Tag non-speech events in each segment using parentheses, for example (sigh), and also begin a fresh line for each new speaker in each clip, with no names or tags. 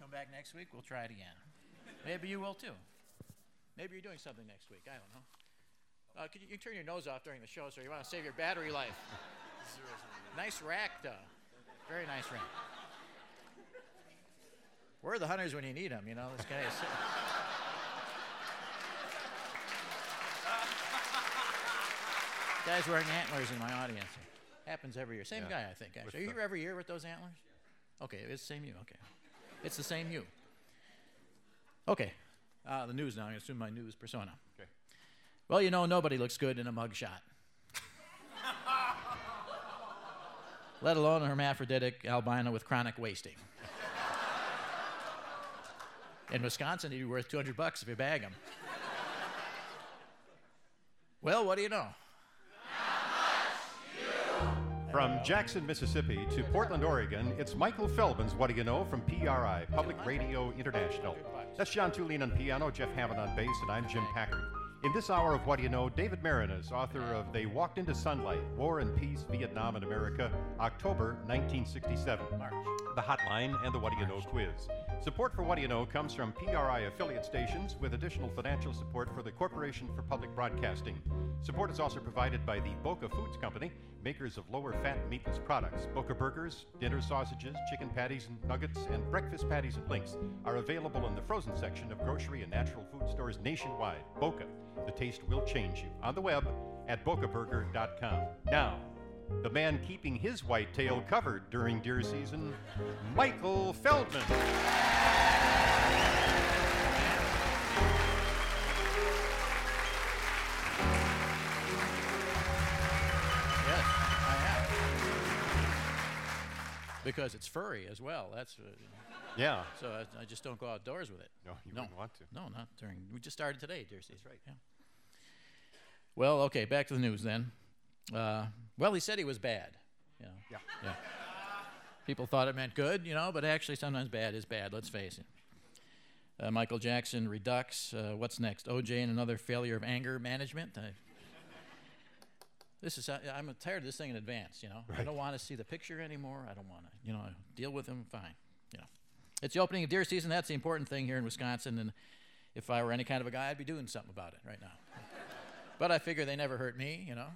come back next week, we'll try it again. Maybe you will too. Maybe you're doing something next week. I don't know. Uh, could you, you can turn your nose off during the show, sir. You want to save your battery life. nice rack, though. Very nice rack. Where are the hunters when you need them? You know, this guy is. (laughs) Guy's wearing antlers in my audience. Happens every year. Same
Yeah.
guy, I think.
With
Actually, are you
the-
here every year with those antlers? Okay, it's the same you. Okay, it's the same you. Okay, uh, the news now. I assume my news persona.
Okay.
Well, you know, nobody looks good in a mugshot. Let alone a hermaphroditic albino with chronic wasting. In Wisconsin, he'd be worth 200 bucks if you bag him. Well, what do you know?
From Jackson, Mississippi to Portland, Oregon, it's Michael Feldman's What Do You Know from PRI, Public Radio International. That's John Tulin on piano, Jeff Hammond on bass, and I'm Jim Packard. In this hour of What Do You Know, David Marinus, author of They Walked Into Sunlight War and Peace, Vietnam and America, October 1967. The Hotline and the What Do You Know quiz. Support for What Do You Know comes from PRI affiliate stations with additional financial support for the Corporation for Public Broadcasting. Support is also provided by the Boca Foods Company, makers of lower fat meatless products. Boca burgers, dinner sausages, chicken patties and nuggets, and breakfast patties and links are available in the frozen section of grocery and natural food stores nationwide. Boca, the taste will change you. On the web at bocaburger.com. Now, the man keeping his white tail covered during deer season, Michael Feldman.
Yes, I have. Because it's furry as well. That's uh,
Yeah.
so I, I just don't go outdoors with it.
No, you wouldn't want to.
No, not during. We just started today, dear Steve. That's right. Yeah. Well, okay. Back to the news then. Uh, well, he said he was bad. You know.
Yeah.
Yeah. People thought it meant good, you know, but actually sometimes bad is bad. Let's face it. Uh, Michael Jackson, Redux. Uh, what's next? OJ and another failure of anger management. I, this is I- I'm tired of this thing in advance. You know, I don't want to see the picture anymore. I don't want to, you know, deal with them. Fine, you know. It's the opening of deer season. That's the important thing here in Wisconsin. And if I were any kind of a guy, I'd be doing something about it right now. but I figure they never hurt me, you know.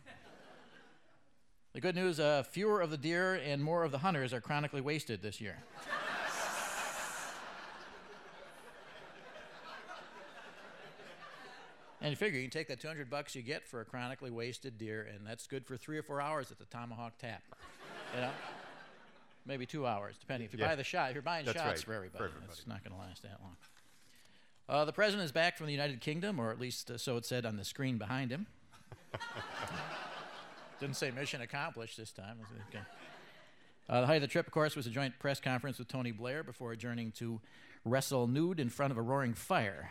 The good news: uh, fewer of the deer and more of the hunters are chronically wasted this year. (laughs) And you figure you can take that 200 bucks you get for a chronically wasted deer, and that's good for three or four hours at the Tomahawk Tap. You know, maybe two hours, depending. If you
Yeah.
buy the shot, if you're buying
That's
shots
right,
for everybody,
for everybody.
it's not going to last that long. Uh, the president is back from the United Kingdom, or at least uh, so it said on the screen behind him. (laughs) Didn't say mission accomplished this time. Okay. Uh, the height of the trip, of course, was a joint press conference with Tony Blair before adjourning to wrestle nude in front of a roaring fire.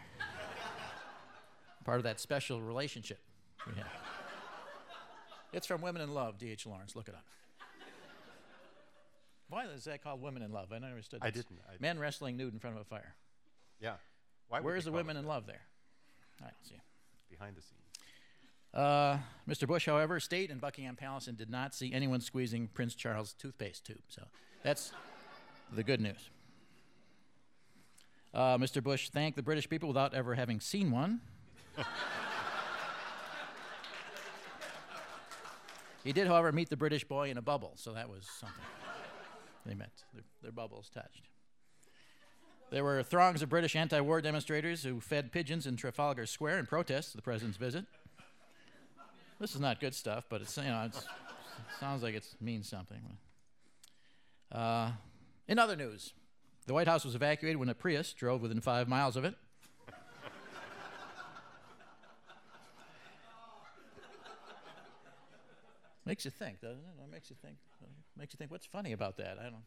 Part of that special relationship we have. It's from Women in Love, D.H. Lawrence. Look it up. Why is that called Women in Love? I never understood.
I
this.
didn't- I-
Men wrestling nude in front of a fire.
Yeah. Why would
Where's
they
the
call
Women
it
in Love there? I don't see.
Behind the scenes.
Uh, Mr. Bush, however, stayed in Buckingham Palace and did not see anyone squeezing Prince Charles' toothpaste tube. So that's the good news. Uh, Mr. Bush thanked the British people without ever having seen one. (laughs) he did, however, meet the British boy in a bubble, so that was something. They met, their, their bubbles touched. There were throngs of British anti war demonstrators who fed pigeons in Trafalgar Square in protest to the president's visit. This is not good stuff, but it's you know it's, it sounds like it means something. Uh, in other news, the White House was evacuated when a Prius drove within five miles of it. makes you think, doesn't it? It makes you think. Makes you think. What's funny about that? I don't.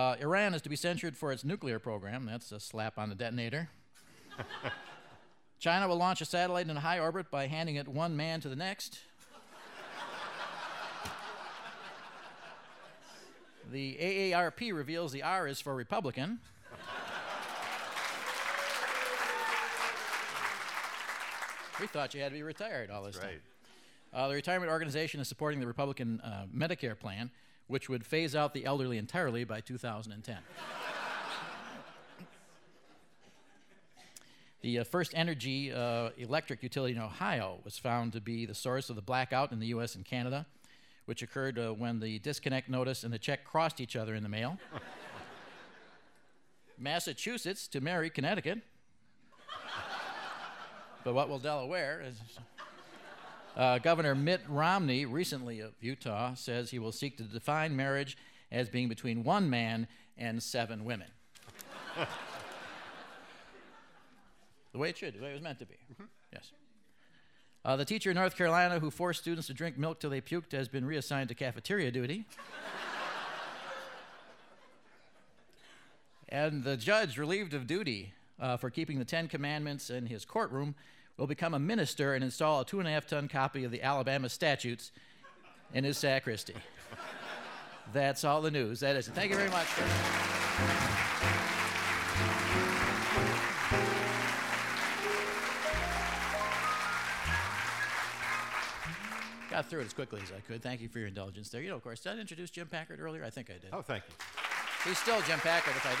Uh, Iran is to be censured for its nuclear program. That's a slap on the detonator. China will launch a satellite in high orbit by handing it one man to the next. The AARP reveals the R is for Republican. we thought you had to be retired all this time.
Right.
Uh, the retirement organization is supporting the Republican uh, Medicare plan, which would phase out the elderly entirely by 2010. (laughs) The uh, first energy uh, electric utility in Ohio was found to be the source of the blackout in the US and Canada, which occurred uh, when the disconnect notice and the check crossed each other in the mail. (laughs) Massachusetts to marry Connecticut. (laughs) but what will Delaware? Is, uh, Governor Mitt Romney, recently of Utah, says he will seek to define marriage as being between one man and seven women. the way it should, the way it was meant to be. Yes. Uh, the teacher in North Carolina who forced students to drink milk till they puked has been reassigned to cafeteria duty. and the judge relieved of duty uh, for keeping the Ten Commandments in his courtroom will become a minister and install a two and a half ton copy of the Alabama statutes in his sacristy. That's all the news. That is it. Thank you very much. Got through it as quickly as I could. Thank you for your indulgence there. You know, of course, did I introduce Jim Packard earlier? I think I did.
Oh, thank you.
He's still Jim Packard if I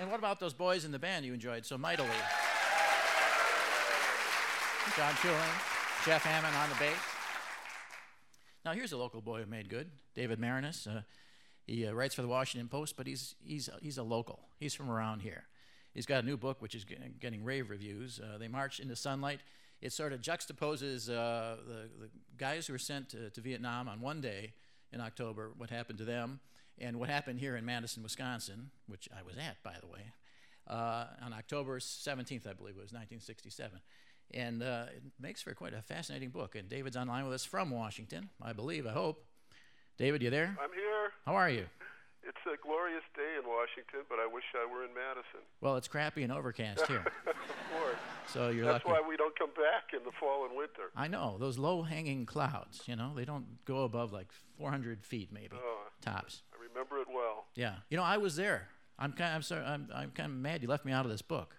didn't. And what about those boys in the band you enjoyed so mightily? John Schuling, Jeff Hammond on the bass. Now, here's a local boy who made good, David Marinus. Uh, he uh, writes for the Washington Post, but he's, he's, he's a local. He's from around here. He's got a new book, which is g- getting rave reviews. Uh, they March into Sunlight. It sort of juxtaposes uh, the, the guys who were sent to, to Vietnam on one day in October, what happened to them, and what happened here in Madison, Wisconsin, which I was at, by the way, uh, on October 17th, I believe it was 1967. And uh, it makes for quite a fascinating book. And David's online with us from Washington, I believe, I hope. David, you there?
I'm here.
How are you?
It's a glorious day in Washington, but I wish I were in Madison.
Well, it's crappy and overcast
(laughs)
here,
of course.
so you're
That's
lucky.
why we don't come back in the fall and winter.
I know those low-hanging clouds. You know they don't go above like 400 feet, maybe
Oh.
tops.
I remember it well.
Yeah, you know I was there. I'm kind. I'm sorry. I'm, I'm kind of mad you left me out of this book.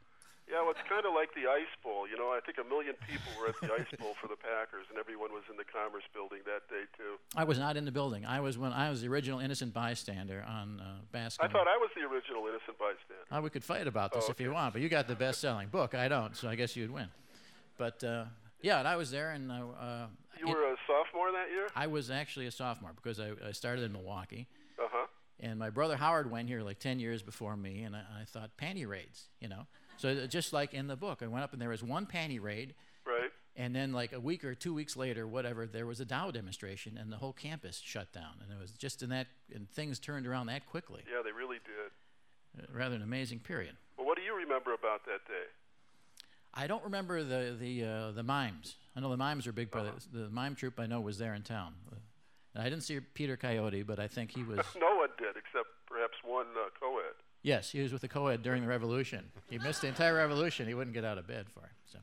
Yeah, well, it's kind of like the Ice Bowl. You know, I think a million people were at the Ice Bowl for the Packers, and everyone was in the Commerce Building that day, too.
I was not in the building. I was when I was the original innocent bystander on uh,
I
basketball.
thought Oh, I was the original innocent bystander.
Uh, we could fight about this if you want, but you got the best-selling book. I don't, so I guess you'd win. But uh, yeah, and I was there, and uh, uh,
You
it-
were a sophomore that year?
I was actually a sophomore because I, I started in Milwaukee.
Uh huh.
And my brother Howard went here like 10 years before me, and I, I thought, panty raids, you know? So it- just like in the book, I went up and there was one panty raid,
Right.
and then like a week or two weeks later, whatever, there was a Dow demonstration, and the whole campus shut down. And it was just in that, and things turned around that quickly.
Yeah, they really did.
Uh, Rather an amazing period.
Well, what do you remember about that day?
I don't remember the, the, uh, the mimes. I know the mimes were big
Uh-huh.
part of it. The mime troupe I know was there in town. Uh, And I didn't see Peter Coyote, but I think he was.
(laughs) No one did, except perhaps one uh, co ed.
Yes, he was with the co-ed during the revolution. He missed the entire revolution. He wouldn't get out of bed for it. So,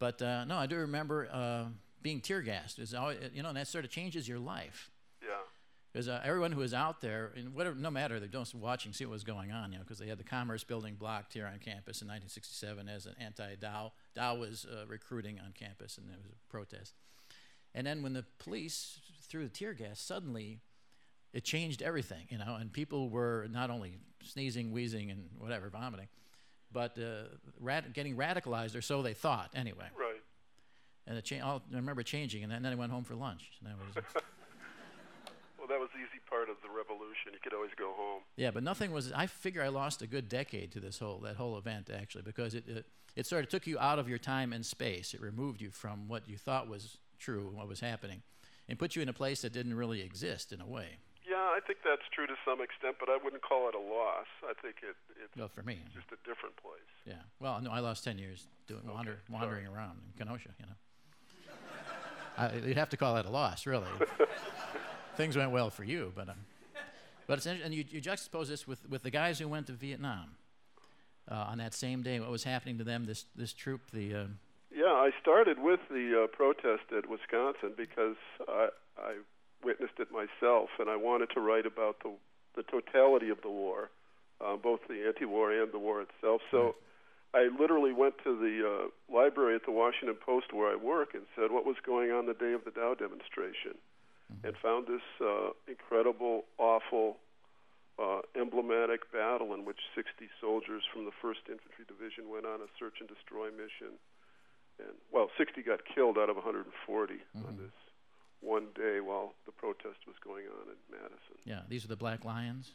but uh, no, I do remember uh, being tear gassed. It's always, you know, and that sort of changes your life
Yeah.
because uh, everyone who was out there, and whatever, no matter they're just watching, see what was going on, you know, because they had the Commerce Building blocked here on campus in 1967 as an anti-Dow. Dow was uh, recruiting on campus, and there was a protest. And then when the police threw the tear gas, suddenly it changed everything, you know, and people were not only sneezing, wheezing, and whatever, vomiting, but uh, rat- getting radicalized, or so they thought, anyway.
Right.
And it cha- all, I remember changing, and then, I went home for lunch. And that was.
Well, that was the easy part of the revolution. You could always go home.
(laughs) Yeah, but nothing was. I figure I lost a good decade to this whole that whole event actually because it it, it sort of took you out of your time and space. It removed you from what you thought was true and what was happening, and put you in a place that didn't really exist in a way.
Yeah, I think that's true to some extent, but I wouldn't call it a loss. I think it it's
Well, for me,
just a different place.
yeah. Well, no, I lost ten years doing wander, wandering around in Kenosha. You know, I, you'd have to call that a loss, really. Things went well for you, but um, but it's interesting. And you, you juxtapose this with with the guys who went to Vietnam uh, on that same day. What was happening to them? This this troop, the uh,
Yeah, I started with the uh, protest at Wisconsin because I I witnessed it myself, and I wanted to write about the the totality of the war, uh, both the anti-war and the war itself. So. I literally went to the uh, library at the Washington Post where I work and said what was going on the day of the Dow demonstration, and found this uh, incredible, awful uh, emblematic battle in which 60 soldiers from the 1st Infantry Division went on a search and destroy mission. And, well, 60 got killed out of 140 on
Mm-hmm.
this one day while the protest was going on in Madison.
Yeah, these are the Black Lions.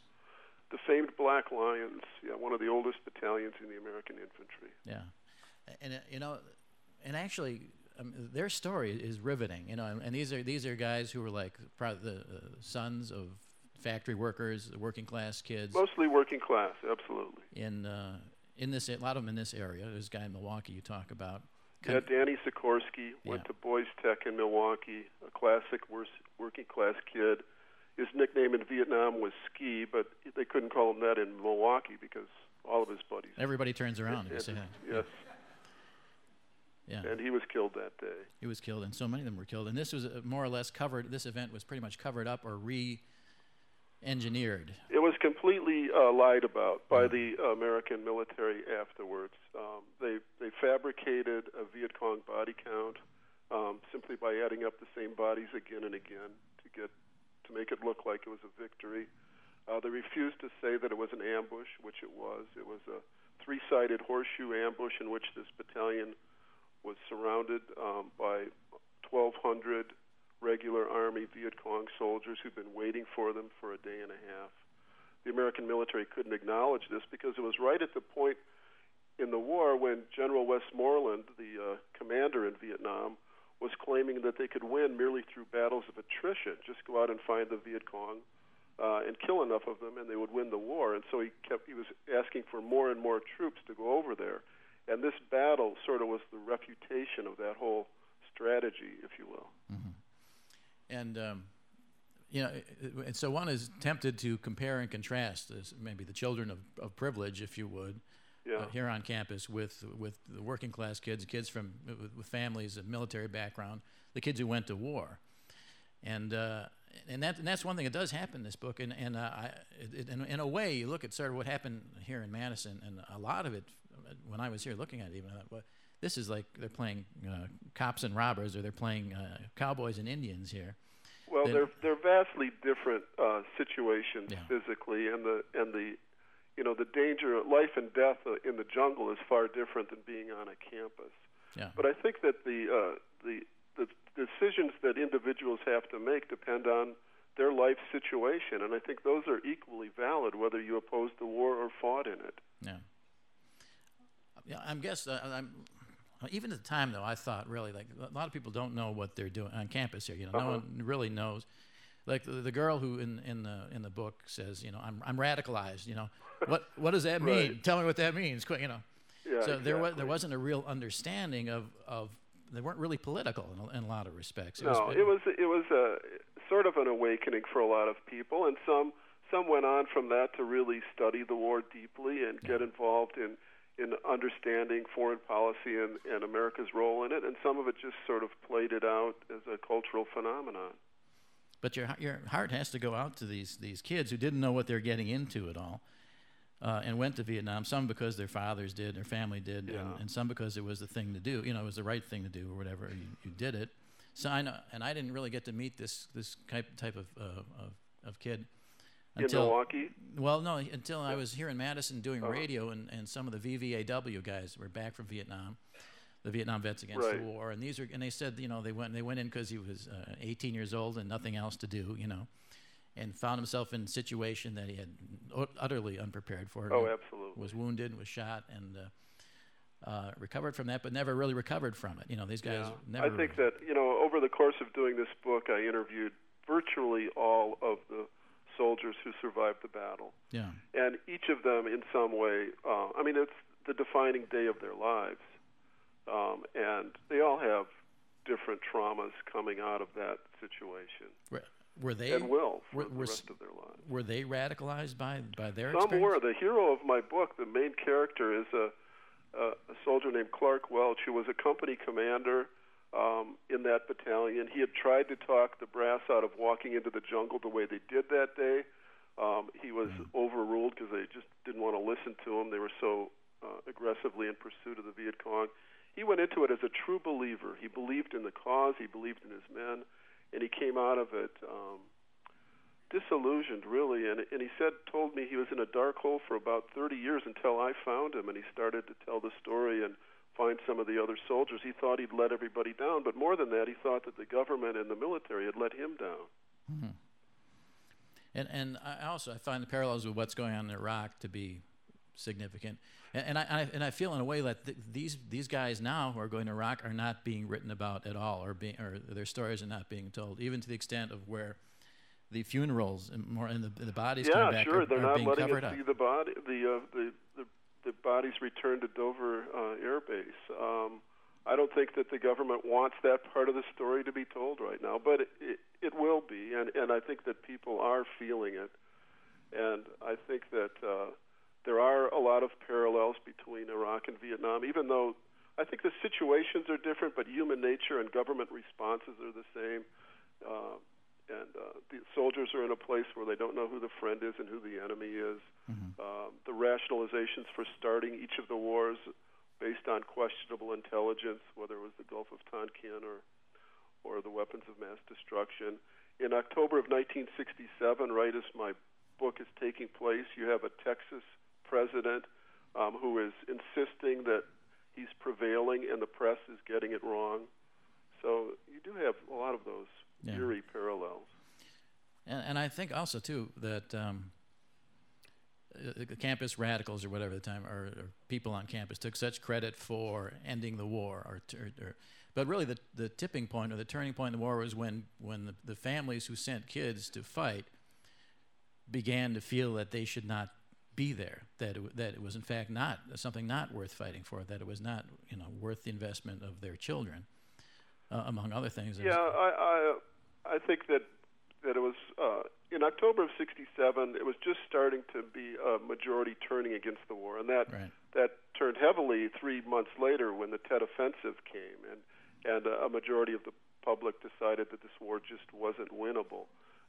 The famed Black Lions, yeah, one of the oldest battalions in the American infantry.
Yeah, and uh, you know, and actually, um, their story is riveting. You know, and, and these are these are guys who were like prob- the uh, sons of factory workers, working class kids
Mostly working class, absolutely.
in uh, in this a lot of them in this area. There's a guy in Milwaukee you talk about.
Yeah, Danny Sikorsky went
Yeah.
to Boys Tech in Milwaukee, a classic wors- working class kid. His nickname in Vietnam was Ski, but they couldn't call him that in Milwaukee because all of his buddies.
Everybody turns around. And
Yes,
say,
yes,
yeah,
and he was killed that day.
he was killed, and so many of them were killed. And this was uh, more or less covered. This event was pretty much covered up or re-engineered.
It was completely uh, lied about by the American military afterwards. Um, they they fabricated a Viet Cong body count um, simply by adding up the same bodies again and again to get to make it look like it was a victory. Uh, they refused to say that it was an ambush, which it was. It was a three-sided horseshoe ambush in which this battalion was surrounded um, by 1,200 regular Army Viet Cong soldiers who'd been waiting for them for a day and a half. The American military couldn't acknowledge this because it was right at the point in the war when General Westmoreland, the uh, commander in Vietnam, was claiming that they could win merely through battles of attrition. Just go out and find the Viet Cong uh, and kill enough of them, and they would win the war. And so he kept he was asking for more and more troops to go over there. And this battle sort of was the refutation of that whole strategy, if you will.
and um, you know, it- it- and so one is tempted to compare and contrast this, maybe the children of, of privilege, if you would,
Yeah.
uh, here on campus with with the working class kids, kids from with, with families of military background, the kids who went to war, and. Uh, and that and that's one thing that does happen in this book, and and uh, I, it, it, in, in a way, you look at sort of what happened here in Madison, and a lot of it, when I was here looking at it, even I thought, well, this is like they're playing uh, cops and robbers, or they're playing uh, cowboys and Indians here,
Well,
then-
they're they're vastly different uh, situations
Yeah.
physically, and the and the you know the danger, life and death uh, in the jungle is far different than being on a campus.
Yeah.
But I think that the uh, the the decisions that individuals have to make depend on their life situation, and I think those are equally valid whether you opposed the war or fought in it.
Yeah. Yeah, I'm guess uh, I'm even at the time though I thought really like a lot of people don't know what they're doing on campus here. You know,
Uh-huh.
no one really knows. Like the, the girl who in, in the in the book says, you know, I'm I'm radicalized. You know, what what does that mean?
Right.
Tell me what that means. Quick, you know.
Yeah,
so there was there
exactly.
wasn't a real understanding of of they weren't really political in a, in a lot of respects.
No, it was it was a sort of an awakening for a lot of people, and some some went on from that to really study the war deeply and get involved in in understanding foreign policy and, and America's role in it, and some of it just sort of played it out as a cultural phenomenon.
But your your heart has to go out to these these kids who didn't know what they're getting into at all, uh, and went to Vietnam. Some because their fathers did, their family did, and, and some because it was the thing to do. You know, it was the right thing to do, or whatever. You, you did it. So I know, and I didn't really get to meet this this type type of uh, of, of kid until
in Milwaukee, Uh-huh.
well, no, until I was here in Madison doing radio, and, and some of the VVAW guys were back from Vietnam, the Vietnam Vets Against
Right.
the War, and these are and they said you know they went they went in because he was uh, 18 years old and nothing else to do, you know, and found himself in a situation that he had ut- utterly unprepared for.
Oh,
He
absolutely.
Was wounded, and was shot, and. Uh, uh, recovered from that, but never really recovered from it. You know, these guys never.
I think that you know over the course of doing this book, I interviewed virtually all of the soldiers who survived the battle.
Yeah,
and each of them in some way uh, i mean it's the defining day of their lives um, and they all have different traumas coming out of that situation
were, were they?
and will for
were,
the
were s-
rest of their lives
were they radicalized by by their
some
experience?
were the hero of my book the main character is a a, a soldier named clark welch who was a company commander um, in that battalion he had tried to talk the brass out of walking into the jungle the way they did that day um, he was
Hmm.
overruled because they just didn't want to listen to him they were so uh, aggressively in pursuit of the viet cong he went into it as a true believer he believed in the cause he believed in his men and he came out of it um, disillusioned, really. And, and he said, told me he was in a dark hole for about 30 years until I found him, and he started to tell the story and find some of the other soldiers. He thought he'd let everybody down, but more than that, he thought that the government and the military had let him down.
Mhm. And and I also I find the parallels with what's going on in Iraq to be significant. And, and I, I and I feel in a way that th- these these guys now who are going to Iraq are not being written about at all, or being or their stories are not being told, even to the extent of where the funerals and more and the, the bodies coming
yeah,
back
sure.
are,
They're
are
not
being
letting
covered
us
up.
see the body, the, uh, the the the bodies returned to Dover uh, Air Base. Um, I don't think that the government wants that part of the story to be told right now, but it, it, it will be, and and I think that people are feeling it, and I think that uh, there are a lot of parallels between Iraq and Vietnam, even though. I think the situations are different, but human nature and government responses are the same. Uh, and uh, the soldiers are in a place where they don't know who the friend is and who the enemy is. Um, the rationalizations for starting each of the wars based on questionable intelligence, whether it was the Gulf of Tonkin or or the weapons of mass destruction. In October of 1967, right as my book is taking place, you have a Texas president um, who is insisting that he's prevailing and the press is getting it wrong. So you do have a lot of those
Yeah.
eerie parallels.
And, and I think also too that um, uh, the campus radicals or whatever the time or, or people on campus took such credit for ending the war or, t- or, or but really the, the tipping point or the turning point in the war was when when the, the families who sent kids to fight began to feel that they should not be there that it, w- that it was in fact not something not worth fighting for that it was not you know worth the investment of their children uh, among other things It was-
Yeah, I, I I think that that it was uh, in October of '67. It was just starting to be a majority turning against the war, and that
right
that turned heavily three months later when the Tet Offensive came, and and a majority of the public decided that this war just wasn't winnable.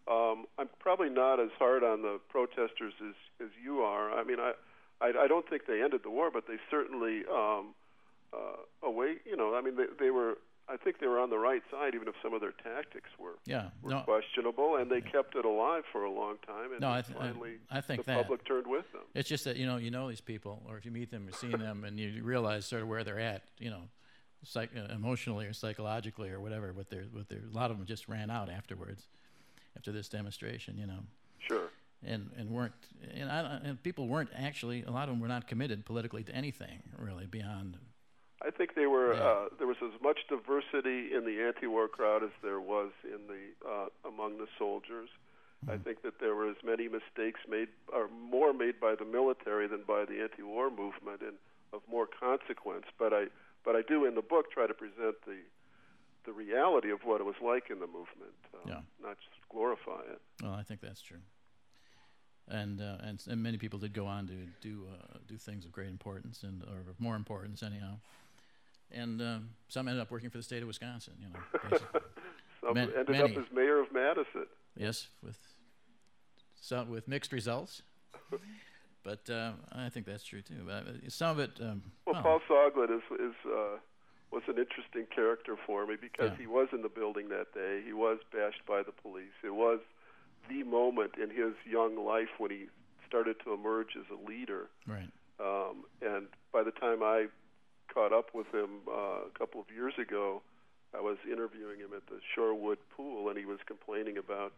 Um, I'm probably not as hard on the protesters as as you are. I mean, I I, I don't think they ended the war, but they certainly um, uh, away. You know, I mean, they, they were. I think they were on the right side, even if some of their tactics were
yeah
were
no
questionable, and they kept it alive for a long time. And
No, I
then
th- I-
finally,
I think
the
that-
public turned with them.
It's just that you know you know these people, or if you meet them or see them, and you realize sort of where they're at, you know, psych- uh, emotionally or psychologically or whatever. What they're what they're a lot of them just ran out afterwards, after this demonstration, you know,
Sure.
and and weren't and, I, don't- and people weren't actually a lot of them were not committed politically to anything really beyond.
I think they were.
Yeah.
Uh, there was as much diversity in the anti-war crowd as there was in the uh, among the soldiers.
Mm-hmm.
I think that there were as many mistakes made, or more made by the military than by the anti-war movement, and of more consequence. But I, but I do in the book try to present the, the reality of what it was like in the movement, uh,
Yeah.
not just glorify it.
Well, I think that's true. And, uh, and s- and many people did go on to do uh, do things of great importance and or of more importance anyhow, and um, some ended up working for the state of Wisconsin. You
(laughs)
know, basically.
Some
Ma-
ended
many.
up as mayor of Madison.
yes, with some with mixed
(laughs)
results, but uh, I think that's true too. But uh, some of it, um,
Well, Paul Soglin is is uh, was an interesting character for me because
Yeah.
he was in the building that day. He was bashed by the police. It was the moment in his young life when he started to emerge as a leader.
right,
Um, and by the time I caught up with him uh, a couple of years ago, I was interviewing him at the Shorewood Pool, and he was complaining about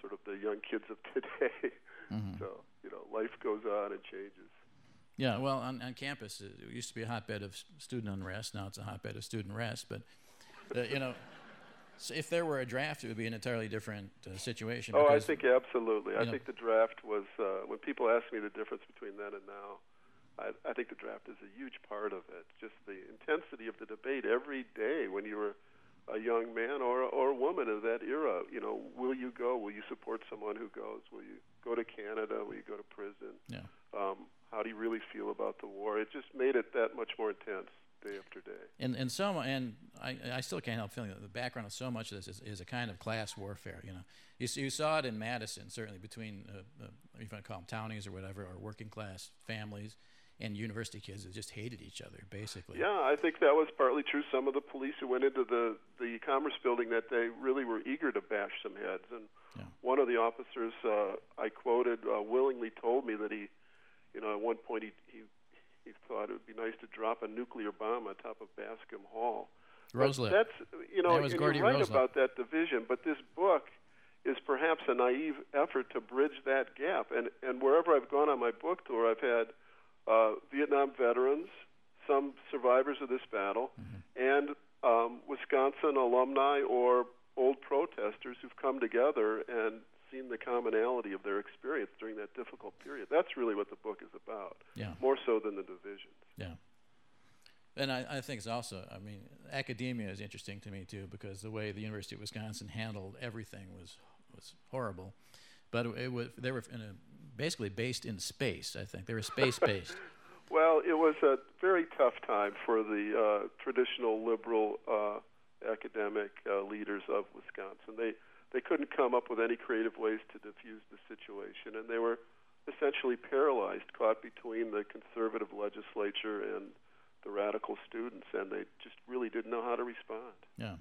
sort of the young kids of (laughs) today.
Mhm.
so you know, life goes on and changes.
yeah. Well, on, on campus, it it used to be a hotbed of s- student unrest. Now it's a hotbed of student rest. But uh, you know, (laughs) s if there were a draft, it would be an entirely different uh, situation.
Oh, I
because-
think absolutely. I
you know-
think the draft was uh, when people ask me the difference between then and now. I, I think the draft is a huge part of it. Just the intensity of the debate every day when you were a young man or or a woman of that era. You know, will you go? Will you support someone who goes? Will you go to Canada? Will you go to prison?
Yeah.
Um, how do you really feel about the war? It just made it that much more intense day after day.
And and so and I, I still can't help feeling that the background of so much of this is, is a kind of class warfare. You know, you, s- you saw it in Madison certainly between uh, uh, if you want to call them townies or whatever, or working class families and university kids that just hated each other basically.
Yeah, I think that was partly true. Some of the police who went into the the commerce building that day really were eager to bash some heads, and
Yeah.
One of the officers uh, I quoted uh, willingly told me that he, you know, at one point he, he he thought it would be nice to drop a nuclear bomb on top of Bascom Hall. But
Roseland.
That's you know,
That was
and
Gordie
you're right
Roseland.
about that division, but this book is perhaps a naive effort to bridge that gap. And and wherever I've gone on my book tour, I've had uh, Vietnam veterans, some survivors of this battle,
Mm-hmm.
and um, Wisconsin alumni or old protesters who've come together and seen the commonality of their experience during that difficult period. That's really what the book is about,
Yeah.
more so than the divisions.
Yeah. And I, I think it's also, I mean, academia is interesting to me too because the way the University of Wisconsin handled everything was was horrible. But it was they were in a, basically based in space. I think they were space based.
Well, it was a very tough time for the uh, traditional liberal uh, academic uh, leaders of Wisconsin. They they couldn't come up with any creative ways to diffuse the situation, and they were essentially paralyzed, caught between the conservative legislature and the radical students, and they just really didn't know how to respond.
yeah.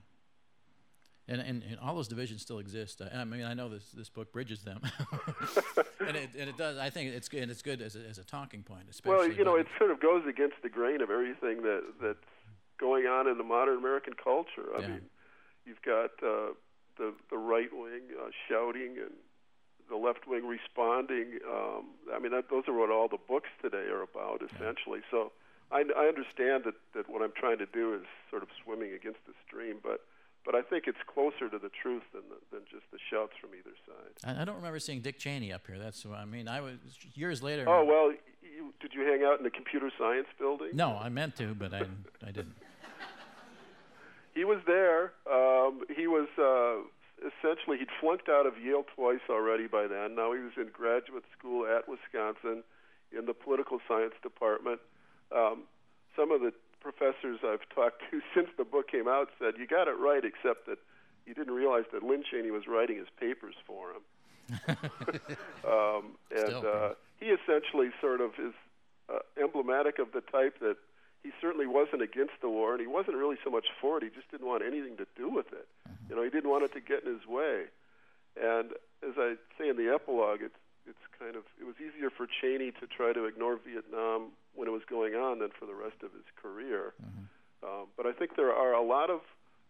And, and, and all those divisions still exist. Uh, I, I mean, I know this, this book bridges them, (laughs) and, it, and it does. I think it's and it's good as a, as a talking point, especially.
Well, you know,
when-
it sort of goes against the grain of everything that that's going on in the modern American culture. I
Yeah.
mean, you've got uh, the the right wing uh, shouting and the left wing responding. Um, I mean, that, those are what all the books today are about, essentially. So I, I understand that that what I'm trying to do is sort of swimming against the stream, but. But I think it's closer to the truth than the, than just the shouts from either side.
I, I don't remember seeing Dick Cheney up here. That's what I mean. I was years later.
Oh well, you, did you hang out in the computer science building?
No, I meant to, but I I didn't.
he was there. Um, he was uh, essentially he'd flunked out of Yale twice already by then. Now he was in graduate school at Wisconsin in the political science department. Um, some of the professors I've talked to (laughs) since the book came out said you got it right, except that you didn't realize that Lynn Cheney was writing his papers for him. um, and
Still,
uh, he essentially sort of is uh, emblematic of the type that he certainly wasn't against the war, and he wasn't really so much for it. He just didn't want anything to do with it. You know, he didn't want it to get in his way. And as I say in the epilogue, it's it's kind of it was easier for Cheney to try to ignore Vietnam when it was going on than for the rest of his career.
Mm-hmm.
Um, but I think there are a lot of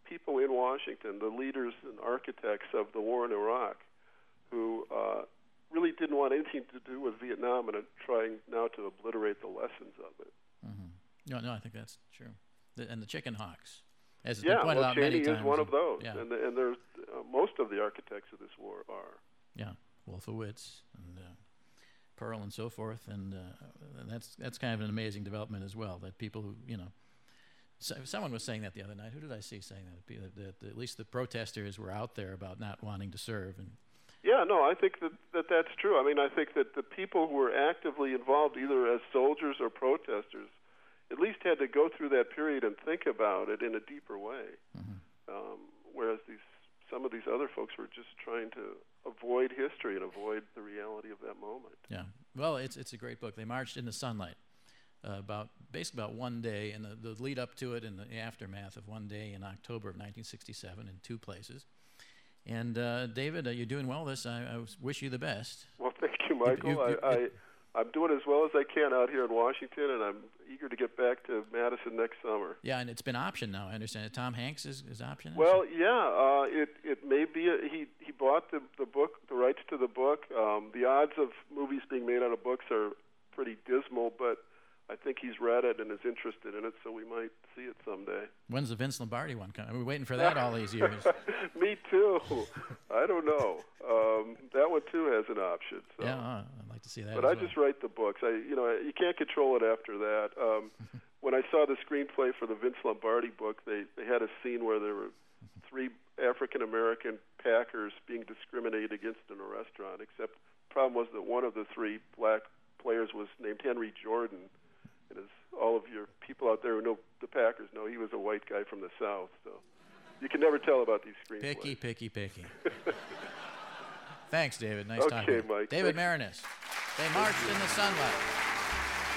people in Washington, the leaders and architects of the war in Iraq, who uh, really didn't want anything to do with Vietnam and are trying now to obliterate the lessons of it.
No, no, I think that's true. The, and the chicken hawks, as has been
yeah,
pointed
well,
out
Cheney
many times.
is one of those,
Yeah,
and and there's uh, most of the architects of this war are.
yeah, Wolfowitz and uh, Pearl and so forth, and, uh, and that's that's kind of an amazing development as well. That people who you know, so, someone was saying that the other night. Who did I see saying that? That, that, that at least the protesters were out there about not wanting to serve, and
Yeah, no, I think that, that that's true. I mean, I think that the people who were actively involved, either as soldiers or protesters, at least had to go through that period and think about it in a deeper way.
Mm-hmm.
Um, whereas these some of these other folks were just trying to avoid history and avoid the reality of that moment.
Yeah. Well, it's it's a great book. They marched in the sunlight, uh, about basically about one day, and the, the lead up to it and the aftermath of one day in October of 1967 in two places. And uh, David, uh, you're doing well. This I, I wish you the best.
Well, thank you, Michael.
you- you-
I, I, I'm doing as well as I can out here in Washington, and I'm eager to get back to Madison next summer.
Yeah, and it's been optioned now. I understand it. Tom Hanks is is optioned.
Well, yeah, uh, it it may be a, he he bought the the book, the rights to the book. Um, the odds of movies being made out of books are pretty dismal, but I think he's read it and is interested in it, so we might see it someday.
when's the Vince Lombardi one coming? We're waiting for that all
(laughs)
these years.
Me too. I don't know. Um, that one too has an option. So.
yeah, uh, I'd like to see that.
But
as
I
well.
just write the books. I, you know, you can't control it after that. Um, when I saw the screenplay for the Vince Lombardi book, they they had a scene where there were three African American packers being discriminated against in a restaurant. Except the problem was that one of the three black players was named Henry Jordan, and as all of your people out there who know the Packers know, he was a white guy from the South. So you can never tell about these screenplays.
picky, picky, picky. Thanks, David. Nice
Okay,
talking. to you.
Mike. Thank-
David Marinus. They marched in the sunlight.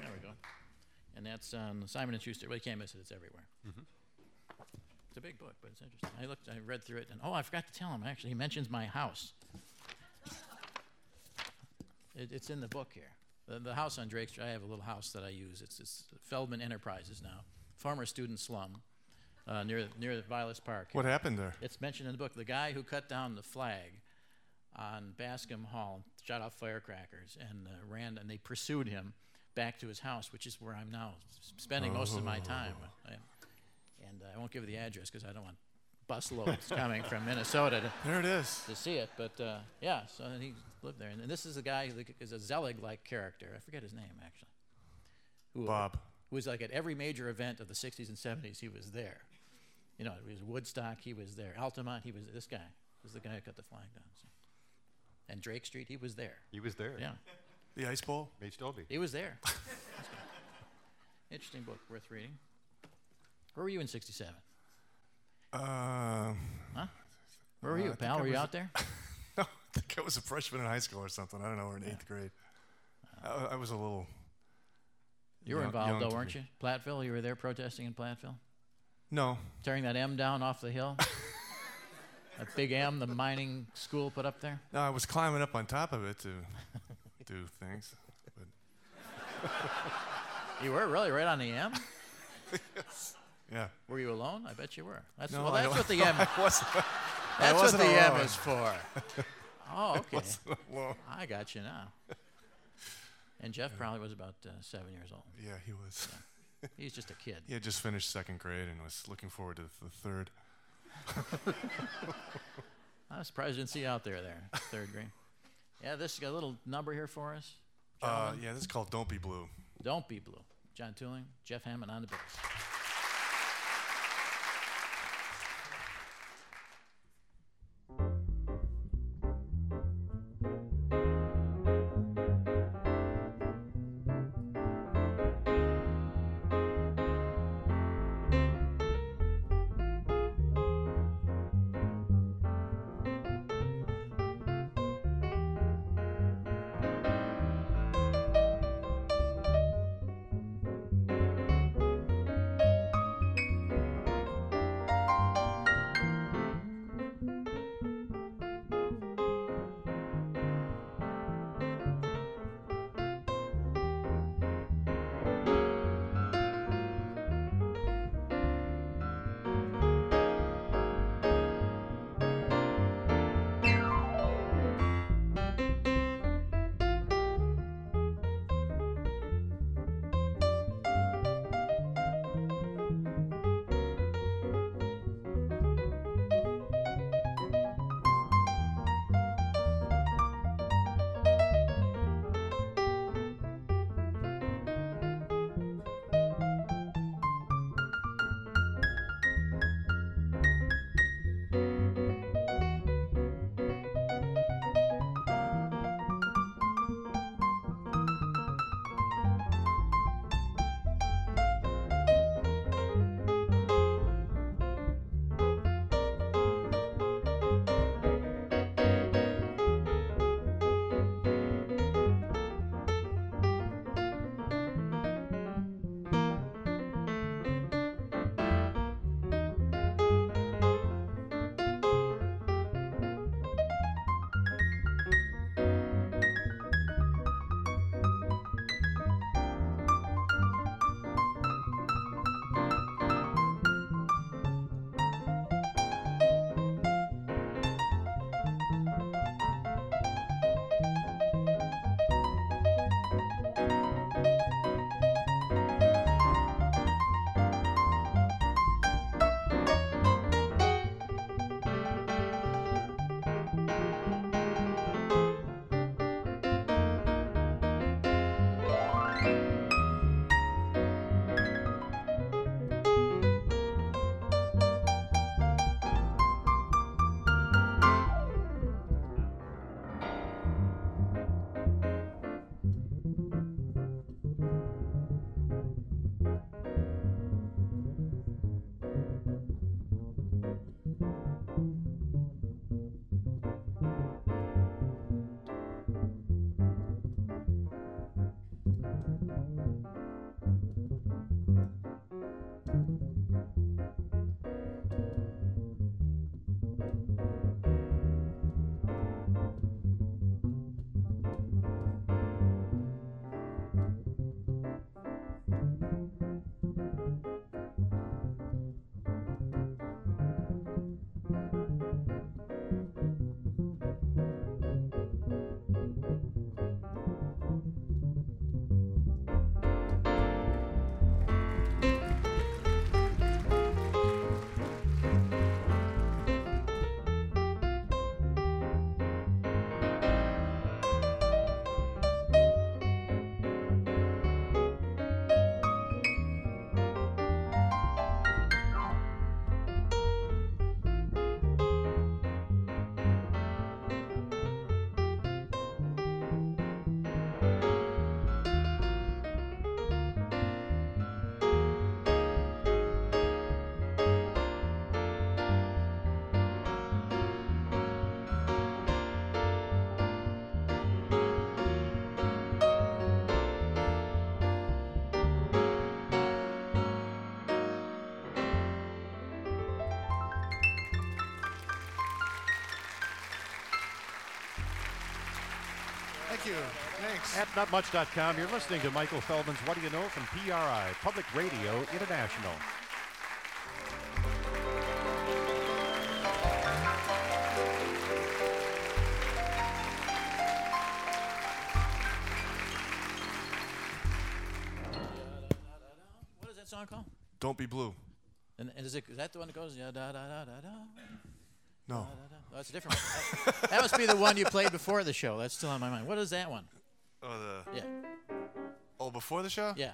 There we go. And that That's on Simon and Schuster. Well, you can't miss it. It's everywhere. It's a big book, but it's interesting. I looked, I read through it, and oh, I forgot to tell him. Actually, he mentions my house. It, it's in the book here. The, the house on Drake Street. I have a little house that I use. It's, it's Feldman Enterprises now, former student slum, uh, near near Vilas Park.
What happened there?
It's mentioned in the book. The guy who cut down the flag on Bascom Hall shot off firecrackers and uh, ran, and they pursued him back to his house, which is where I'm now s- spending most of my time. I, and uh, I won't give the address because I don't want busloads coming
(laughs)
from Minnesota to,
There it is.
to see it. But uh, yeah, so then he lived there, and, and this is a guy who is a Zelig-like character. I forget his name actually. Who,
Bob.
who was like at every major event of the 60s and 70s, he was there. You know, it was Woodstock, he was there. Altamont, he was this guy. This is the guy who cut the flag down. so. And Drake Street, he was there.
He was there.
Yeah,
The ice bowl.
May still be.
he was there. (laughs) Interesting book, worth reading. Where were you in 67?
Um,
Where were
Uh, I
you,
think
pal?
I
Were you
was- (laughs)
out there?
I think I was a freshman in high school or something. I don't know, or in eighth grade. I, I was a little.
Uh. You were
young- young
involved,
to
though,
be-
weren't you? Platteville, you were there protesting in Platteville?
No,
Tearing that M down off
(laughs)
the hill? that big M the mining school put up there?
no, I was climbing up on top of it
(laughs)
to do things. But
You were really right on
(laughs)
the M?
yeah,
Were you alone? I bet you were. That's,
No,
well,
I don't-
that's what the M.
(laughs) I wasn't. (laughs)
That's what
wasn't
the M
alone.
is for. (laughs)
(laughs)
Oh, okay.
alone.
I got you
(laughs)
now. And Jeff probably was about uh, seven years old.
Yeah, he was.
He's just a kid.
He had just finished second grade and was looking forward to the third.
(laughs) I was surprised you didn't see you out there there, third grade. Yeah, this got a little number here for us.
Uh, yeah, this is called "Don't Be Blue."
Don't be blue. John Tooling, Jeff Hammond on the bass.
Thank you. Thanks.
At notmuch.com, you're listening to Michael Feldman's What Do You Know from PRI, Public Radio International.
What is that song called?
Don't be blue.
And, and is, it, is that the one that goes yeah da da da da da?
No.
Oh, that's a different one. That, that must be the one you played before the show. That's still on my mind. What is that one?
Oh, the
Yeah,
oh before the show. Uh,
yeah.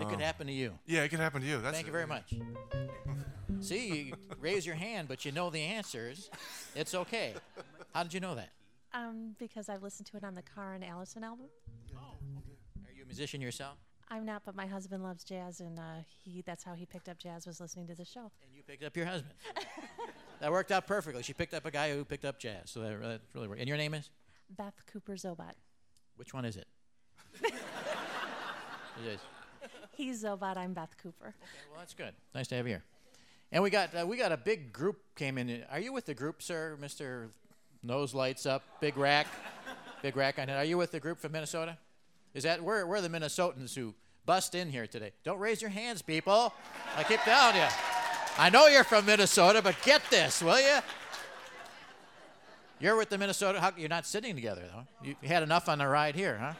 it could happen to you.
Yeah, it could happen to you. That's
Thank you
it.
very much. (laughs) See, you raise your hand, but you know the answers. It's okay. How did you know that?
Um, because I've listened to it on the Car and Allison album.
Are you a musician yourself?
I'm not, but my husband loves jazz, and uh, he—that's how he picked up jazz was listening to the show.
And you picked up your husband. that worked out perfectly. She picked up a guy who picked up jazz, so that, that really worked. And your name is?
Beth Cooper Zobot.
Which one is it? it is.
He's Zobot. I'm Beth Cooper.
Well, that's good. Nice to have you here. And we got uh, we got a big group came in. Are you with the group, sir, Mister Nose Lights Up, Big Rack, Big Rack? I know. Are you with the group from Minnesota? Is that we're we're the Minnesotans who bust in here today? Don't raise your hands, people. I keep telling you. I know you're from Minnesota, but get this, will you? You're with the Minnesota. How, you're not sitting together though. You you had enough on the ride here, huh?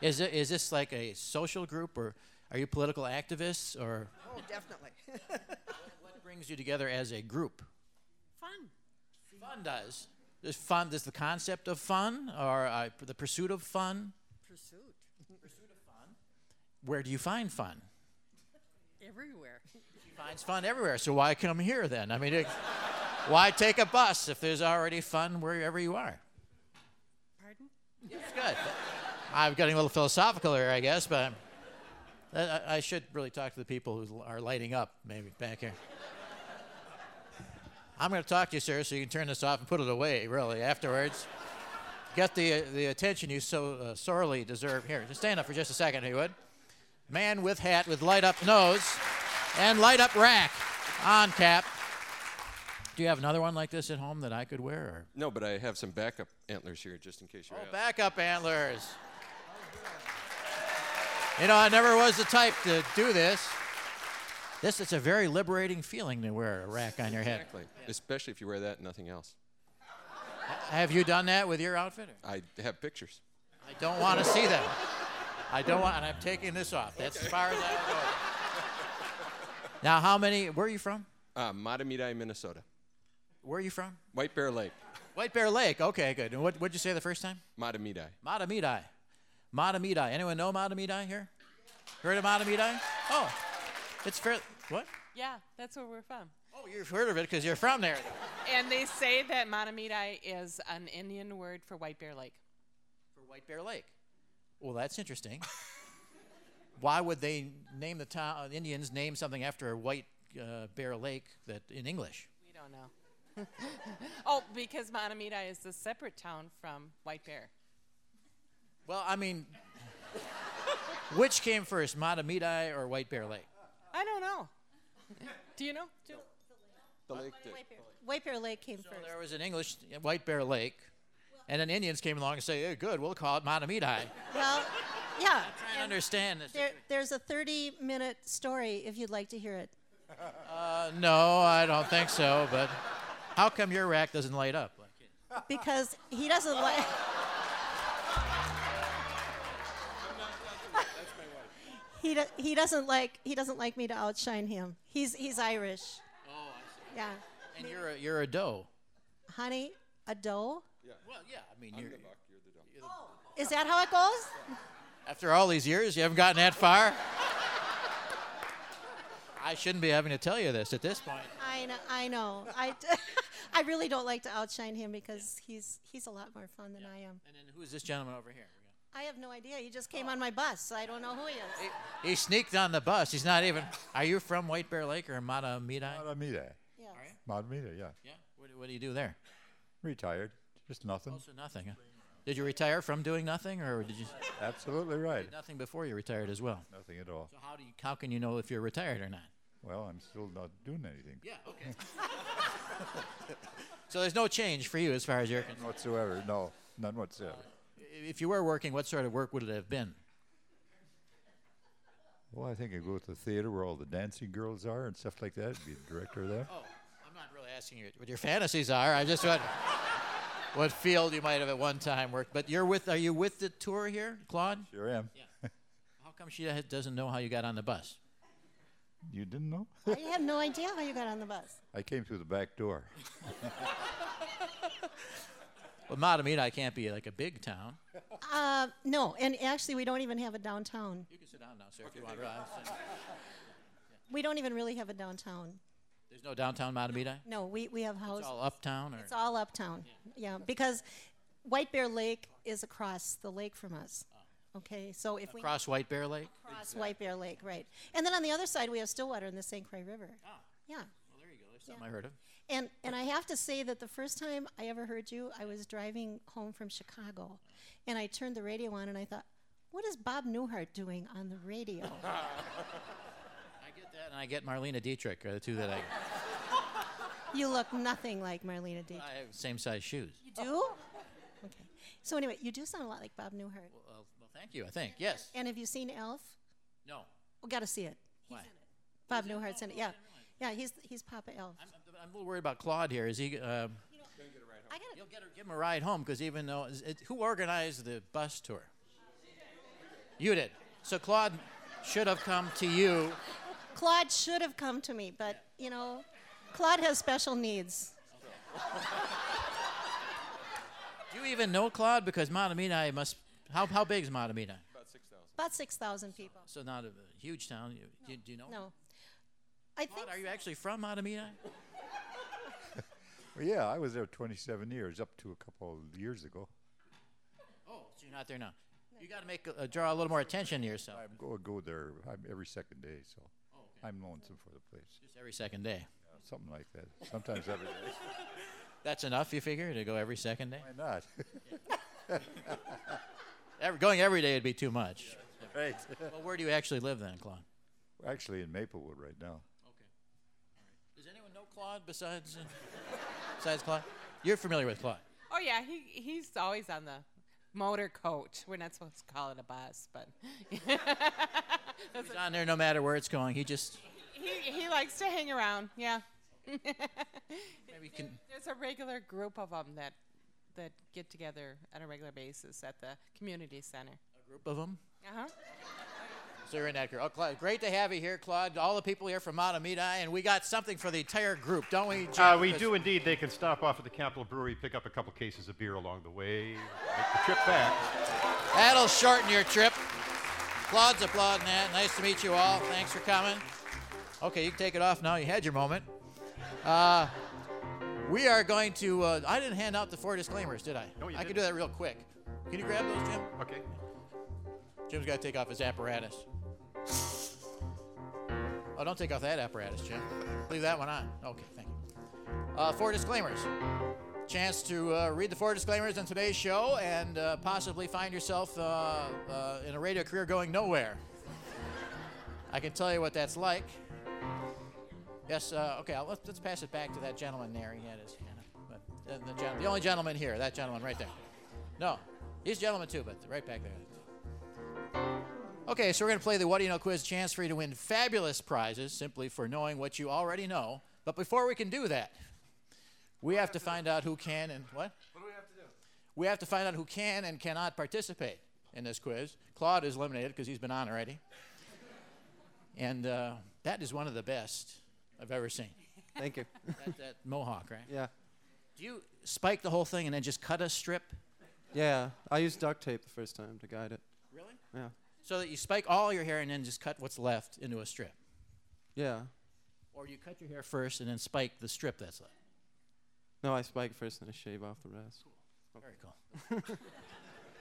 Is it, is this like a social group, or are you political activists, or
Oh, definitely.
what brings you together as a group?
Fun.
Fun does. Is fun? Is the concept of fun, or uh, the pursuit of fun?
Pursuit.
Where do you find fun? (laughs)
Everywhere.
She finds fun everywhere. So why come here then? I mean, it, (laughs) why take a bus if there's already fun wherever you are?
Pardon?
It's good. I'm getting a little philosophical here, I guess, but i I, I should really talk to the people who are lighting up, maybe back here. I'm going to talk to you, sir, so you can turn this off and put it away, really, afterwards. Get the, the attention you so uh, sorely deserve. Here, just stand up for just a second, if you would. Man with hat with light up nose and light up rack on tap. Do you have another one like this at home that I could wear? Or?
No, but I have some backup antlers here just in case you're
Oh,
out.
backup antlers. You know, I never was the type to do this. This it's a very liberating feeling to wear a rack on your head.
Exactly. Especially if you wear that and nothing else.
Have you done that with your outfit? or-
I have pictures.
I don't want to see that. I don't want, and I'm taking this off. That's as far as I go. Now, how many? Where are you from?
Uh, Matamidi, Minnesota.
Where are you from?
White Bear Lake.
White Bear Lake. Okay, good. And what what'd you say the first time?
Matamidi.
Matamidi. Matamidi. Anyone know Matamidi here? Heard of Matamidi? Oh, it's fair. What?
Yeah, that's where we're from.
Oh, you've heard of it because you're from there.
And they say that Matamidi is an Indian word for White Bear Lake.
For White Bear Lake. Well, that's interesting. Why would they name the town, uh, Indians name something after a white uh, bear lake that in English?
We don't know. (laughs) oh, because Matamidi is a separate town from White Bear.
Well, I mean, which came first, Matamidi or White Bear Lake?
I don't know. Do you know? Jill?
The lake that-
White Bear Lake came
Well,
first.
there was an English White Bear Lake, and then Indians came along and say, hey, good, we'll call it Matamidi. I
Well, yeah.
don't understand this.
There, there's a 30 minute story if you'd like to hear it.
Uh, no, I don't think so, but how come your rack doesn't light up?
Because he doesn't like. (laughs) He, do, he doesn't like he doesn't like me to outshine him. He's he's Irish. Oh, I see. Yeah,
And you're a, you're a doe.
honey, a doe.
Well, yeah, I mean, you're,
Is that how it goes?
After all these years, you haven't gotten that far? I shouldn't be having to tell you this at this point.
I know. I know. I, (laughs) I really don't like to outshine him because he's he's a lot more fun than I am.
And then who's this gentleman over here?
I have no idea. He just came on my bus. so I don't know who he is.
He, he sneaked on the bus. He's not even. Are you from White Bear Lake or Matamidi?
Matamide.
Yeah.
Matamide, yeah.
Yeah. What, do- what do you do there?
Retired. Just nothing.
Also nothing. Huh? Did you retire from doing nothing, or did you
Absolutely right.
nothing before you retired as well?
Nothing at all.
So how do you, how can you know if you're retired or not?
Well, I'm still not doing anything.
Yeah, okay. so there's no change for you as far as you're concerned.
Whatsoever. No, none whatsoever.
If you were working, what sort of work would it have been?
Well, I think I go to the theater where all the dancing girls are and stuff like that. Be the director of
(laughs)
that.
Oh, I'm not really asking you what your fantasies are. I just what (laughs) what field you might have at one time worked. But you're with are you with the tour here, Claude?
Sure am. (laughs)
How come she ha- doesn't know how you got on the bus?
You didn't know?
I have no idea how you got on the bus.
I came through the back door.
(laughs)
(laughs)
Well, Matamidi can't be like a big town.
Uh, no, and actually, we don't even have a downtown.
You can sit down now, sir, if you want. Uh,
We don't even really have a downtown.
There's no downtown Matamidi.
No, we, we have houses.
It's all uptown, or
It's all uptown. Yeah, because White Bear Lake is across the lake from us. Okay, so if we
across White Bear Lake.
cross White Bear Lake, right. And then on the other side, we have Stillwater and the St. Croix River. Yeah.
Well, there you go. There's something I heard of. (laughs)
And, and I have to say that the first time I ever heard you, I was driving home from Chicago, and I turned the radio on and I thought, what is Bob Newhart doing on the radio?
I get that, and I get Marlena Dietrich are the two that I.
you look nothing like Marlena Dietrich.
I have Oh. same size shoes.
You do? Okay. So anyway, you do sound a lot like Bob Newhart.
Well, uh, well, thank you. I think yes.
And have you seen Elf?
No.
We got to see it.
Why?
Bob Newhart's in it. Yeah, yeah. He's he's Papa Elf.
I'm, I'm a little worried about Claude here. Is he?
I
Uh,
got
You'll get her, give him a ride home because even though is it, who organized the bus tour? You did. So Claude should have come to you.
Claude should have come to me, but you know, Claude has special needs.
Do you even know Claude? Because Matamidi must. How how big is Matamidi?
About six thousand people.
So not a, huge town. You, do, you- do you know?
No, I think
Claude, are you actually from Matamidi?
Well, yeah, I was there 27 years, up to a couple of years ago.
Oh, so you're not there now. You got to make a, uh, draw a little more attention Oh, to yourself.
I go go there I'm every second day, so I'm lonesome for the place.
Just every second day.
Uh, Something like that. Sometimes every day.
(laughs) That's enough, you figure, to go every second day.
Why not?
(laughs) Every, going every day would be too much.
(laughs) right.
Well, where do you actually live then, Claude?
We're actually in Maplewood right now.
Okay. Does anyone know Claude besides uh, besides Claude? You're familiar with Claude.
Oh yeah, he he's always on the motor coach. We're not supposed to call it a bus, but (laughs)
He's on there no matter where it's going. He just
he he likes to hang around.
(laughs)
Yeah,
maybe can.
there's a regular group of them that that get together on a regular basis at the community center.
A group of them.
Uh huh.
So you're in that group. Oh, Claude, great to have you here, Claude. All the people here from Matamidi, and we got something for the entire group, don't we?
Uh,
Jack?
we
'Cause
do indeed. They can stop off at the Capitol Brewery, pick up a couple cases of beer along the way, make the trip back.
That'll shorten your trip. Claude's applauding that. Nice to meet you all. Thanks for coming. Okay, you can take it off now. You had your moment. Uh, we are going to. Uh, I didn't hand out the four disclaimers, did I?
No, you
I can
didn't.
do that real quick. Can you grab those, Jim?
Okay.
Jim's got to take off his apparatus. Oh, don't take off that apparatus, Jim. Leave that one on. Okay, thank you. Uh, four disclaimers. Chance to uh, read the four disclaimers on today's show and uh, possibly find yourself uh, uh, in a radio career going nowhere. I can tell you what that's like. Yes, uh, okay, I'll, let's, let's pass it back to that gentleman there. He had his hand up. But, uh, the, gen- the only gentleman here, that gentleman right there. No, he's a gentleman too, but right back there. Okay, so we're going to play the What Do You Know quiz. Chance for you to win fabulous prizes simply for knowing what you already know. But before we can do that, we have to find out who can and what? What do we have to do? We have to find out who can and cannot participate in this quiz. Claude is eliminated because he's been on already. And uh, that is one of the best I've ever seen.
Thank you.
That, that mohawk, right?
Yeah.
Do you spike the whole thing and then just cut a strip?
Yeah. I used duct tape the first time to guide it.
Really?
Yeah.
So that you spike all your hair and then just cut what's left into a strip?
Yeah.
Or you cut your hair first and then spike the strip that's left.
No, I spike first and I shave off the rest.
Very cool.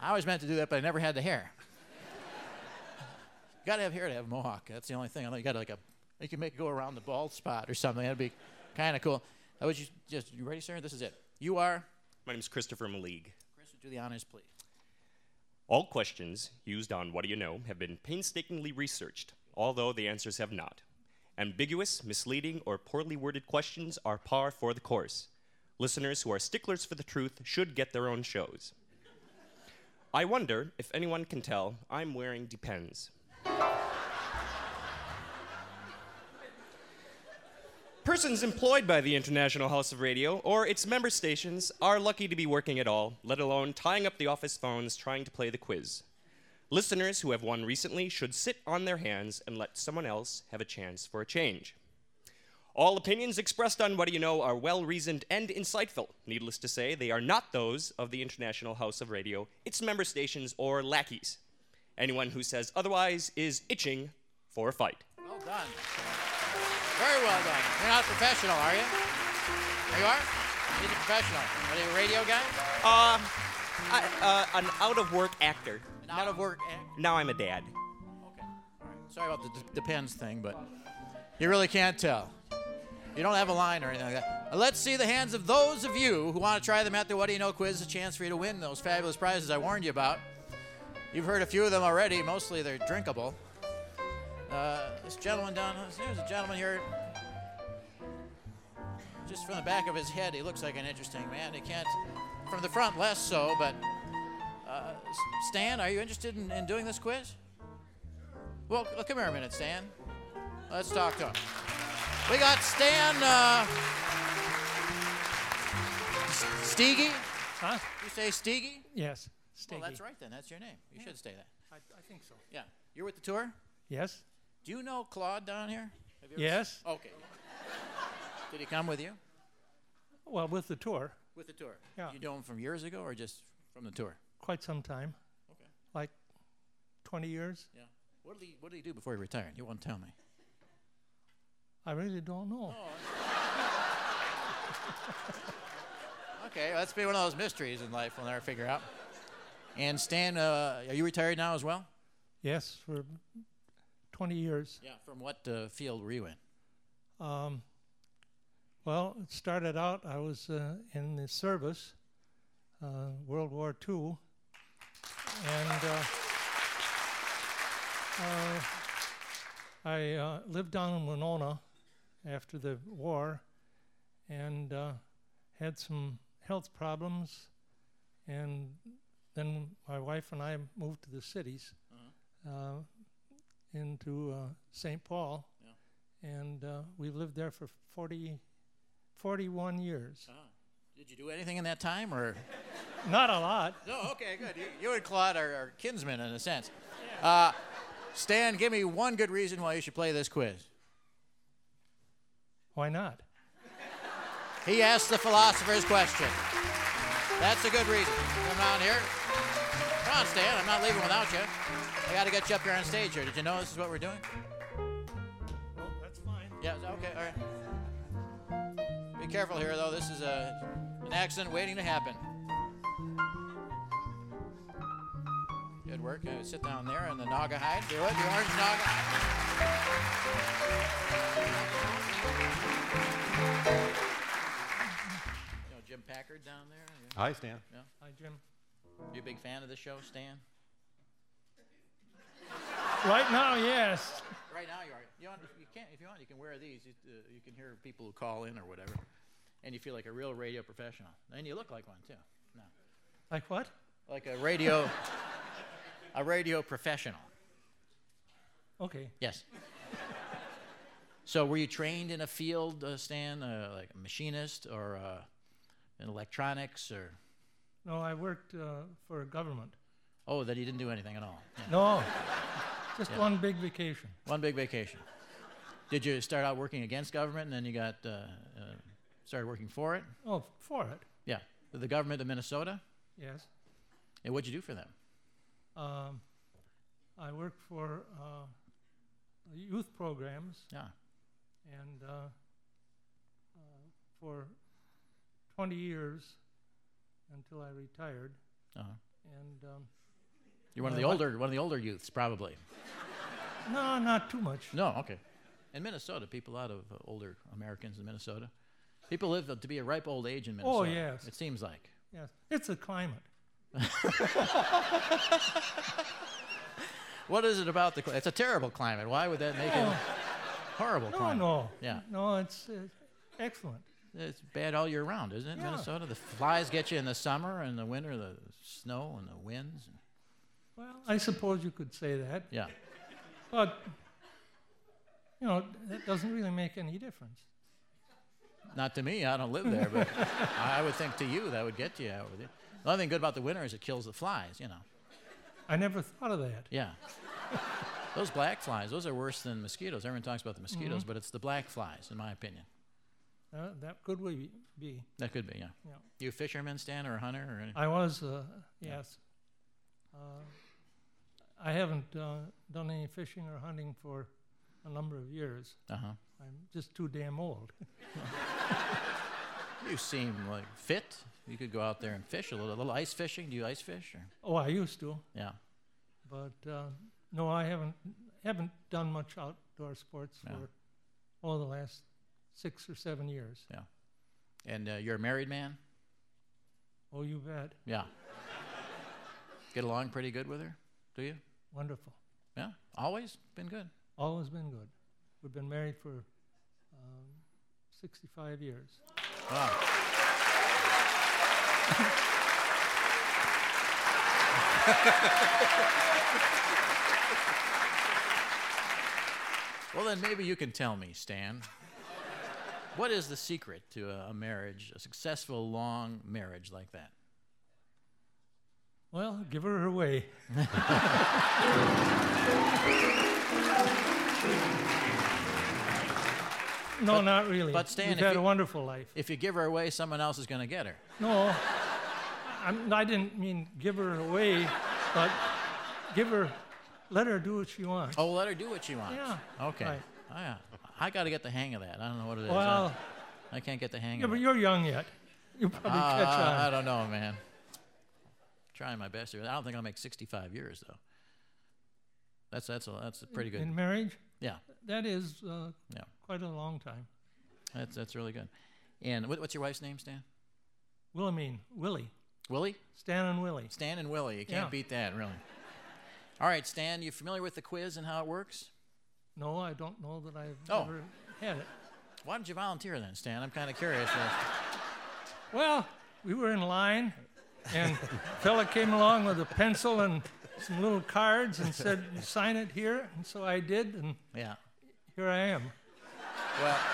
I always meant to do that, but I never had the hair. you gotta have hair to have a mohawk. That's the only thing. I know you got like a, you can make it go around the bald spot or something. That'd be kind of cool. I was just, just, you ready, sir? This is it. You are.
My name is Christopher Malik.
Chris, do the honors, please.
All questions used on What Do You Know have been painstakingly researched, although the answers have not. Ambiguous, misleading, or poorly worded questions are par for the course. Listeners who are sticklers for the truth should get their own shows. I wonder if anyone can tell I'm wearing Depends. Persons employed by the International House of Radio or its member stations are lucky to be working at all, let alone tying up the office phones trying to play the quiz. Listeners who have won recently should sit on their hands and let someone else have a chance for a change. All opinions expressed on What Do You Know are well reasoned and insightful. Needless to say, they are not those of the International House of Radio, its member stations, or lackeys. Anyone who says otherwise is itching for a fight.
Well done. Very well done. You're not a professional, are you? You are? He's a professional. What are you, a radio guy?
Uh, I, uh, an out of work actor.
An out of work actor.
Now I'm a dad.
Sorry about the d- depends thing, but you really can't tell. You don't have a line or anything like that. Uh, Let's see the hands of those of you who want to try them at the What Do You Know quiz, a chance for you to win those fabulous prizes I warned you about. You've heard a few of them already, mostly they're drinkable. Uh, this gentleman down, there's a gentleman here. Just from the back of his head, he looks like an interesting man. He can't, from the front, less so, but. Uh, S- Stan, are you interested in, in doing this quiz? Well, c- come here a minute, Stan. Let's talk to him. We got Stan uh, S- Steege.
Huh?
You say Steege?
Yes.
Well, that's
Steege.
right then. That's your name. You should stay that.
I, I think so.
Yeah. You're with the tour?
Yes.
Do you know Claude down here? Have you ever-
Yes.
Okay. Did he come with you?
(laughs) Well, with the tour,
With the tour?
Yeah.
You know him from years ago or just from the tour?
quite some time. Okay. Like 20 years.
Yeah. What did he, what did he do before he retired? You won't tell me.
I really don't know.
Oh. Okay, that's been one of those mysteries in life we'll never figure out. And Stan, uh, are you retired now as well?
Yes, for 20 years.
Yeah. From what uh, field were you in?
Um, well, it started out, I was uh, in the service, uh, World War II. And uh, uh, I uh, lived down in Winona after the war and uh, had some health problems. And then my wife and I moved to the cities uh, into uh, St. Paul and uh, we've lived there for 40, 41 years.
Did you do anything in that time, or?
Not a lot.
No. Okay, good. You, you and Claude are, are kinsmen in a sense. Uh, Stan, give me one good reason why you should play this quiz.
Why not?
He asked the philosopher's question. That's a good reason. Come down here. Come on, Stan. I'm not leaving without you. I got to get you up here on stage here. Did you know this is what we're doing?
Well, that's fine.
Yeah, is that okay, all right. Be careful here, though. This is a, an accident waiting to happen. Good work. Uh, sit down there in the Naga hide. Do it. The orange Naga hide. You know Jim Packard down there? Yeah.
Hi, Stan.
Yeah.
Hi, Jim.
You a big fan of the show, Stan?
Right now, yes.
Right now you are. You, want, you can't. If you want, you can wear these. You, uh, you can hear people who call in or whatever, and you feel like a real radio professional. And you look like one too. No,
Like what?
like a radio, a radio professional.
Okay.
Yes. So were you trained in a field, uh, Stan, uh, like a machinist or uh, in electronics or?
No, I worked uh, for government.
Oh, that he didn't do anything at all. Yeah. (laughs)
No, just
Yeah.
one big vacation.
One big vacation. Did you start out working against government and then you got uh, uh, started working for it?
Oh, for it.
Yeah, the government of Minnesota.
Yes.
And what'd you do for them?
Um, I worked for uh, youth programs.
Yeah.
And uh, uh, for 20 years until I retired.
Uh-huh.
And um,
You're one of
my
the
wi-
older, one of the older youths, probably.
No, not too much.
No, okay. In Minnesota, people, a lot of uh, older Americans in Minnesota, people live to be a ripe old age in Minnesota.
Oh, yes.
It seems like.
Yes, it's the climate.
What is it about the? cli- It's a terrible climate. Why would that make it? horrible
Oh. no,
climate.
No,
Yeah.
No, it's uh, excellent.
It's bad all year round, isn't it?
Yeah.
Minnesota, the flies get you in the summer and the winter, the snow and the winds.
Well, I suppose you could say that.
Yeah.
But, you know, that doesn't really make any difference.
Not to me, I don't live there,
(laughs)
but I would think to you that would get you out with it. The other thing good about the winter is it kills the flies, you know.
I never thought of that. (laughs)
Yeah. those black flies, those are worse than mosquitoes. Everyone talks about the mosquitoes,
Mhm.
but it's the black flies, in my opinion.
Uh, that could we be.
That could be, yeah.
Yeah.
You a fisherman, Stan, or a hunter, or anything?
I was, uh, yes. Uh, I haven't uh, done any fishing or hunting for a number of years.
Uh-huh.
I'm just too damn old. (laughs)
You seem like fit. You could go out there and fish a little. A little ice fishing. Do you ice fish? Or?
oh, I used to,
Yeah.
but uh, no, I haven't haven't done much outdoor sports
Yeah.
for all the last six or seven years.
Yeah. And uh, you're a married man?
Oh, you bet.
Yeah. Get along pretty good with her? Do you?
Wonderful.
Yeah. Always been good.
Always been good. We've been married for um, 65 years.
Wow. Well, then maybe you can tell me, Stan. what is the secret to a, a marriage, a successful, long marriage like that?
Well, give her her way. no,
But-
not really.
But Stan,
We've
if
had
you,
a wonderful life.
If you give her away, someone else is going to get her.
No, I'm, I didn't mean give her away, but give her, let her do what she wants.
Oh, let her do what she wants.
Yeah,
Okay.
right.
Oh, yeah. I got to get the hang of that. I don't know what it is. I-
Well-
I, can't get the hang
Yeah,
of
but
it.
you're young yet. (laughs) You probably catch
Uh,
on.
I don't know, man. Trying my best here. I don't think I'll make 65 years though. That's that's a, that's a pretty good.
In marriage?
Yeah.
That is uh,
Yeah.
quite a long time.
That's that's really good. And what, what's your wife's name, Stan?
Wilhelmine, Willie.
Willie?
Stan and Willie.
Stan and Willie. You can't
Yeah.
beat that, really. All right, Stan. You familiar with the quiz and how it works?
No, I don't know that I've
Oh.
ever had it.
Why did you volunteer then, Stan? I'm kind of curious.
Well, we were in line, and fella came along with a pencil and some little cards and said, "Sign it here." And so I did, and
yeah.
here I am.
Well, (laughs)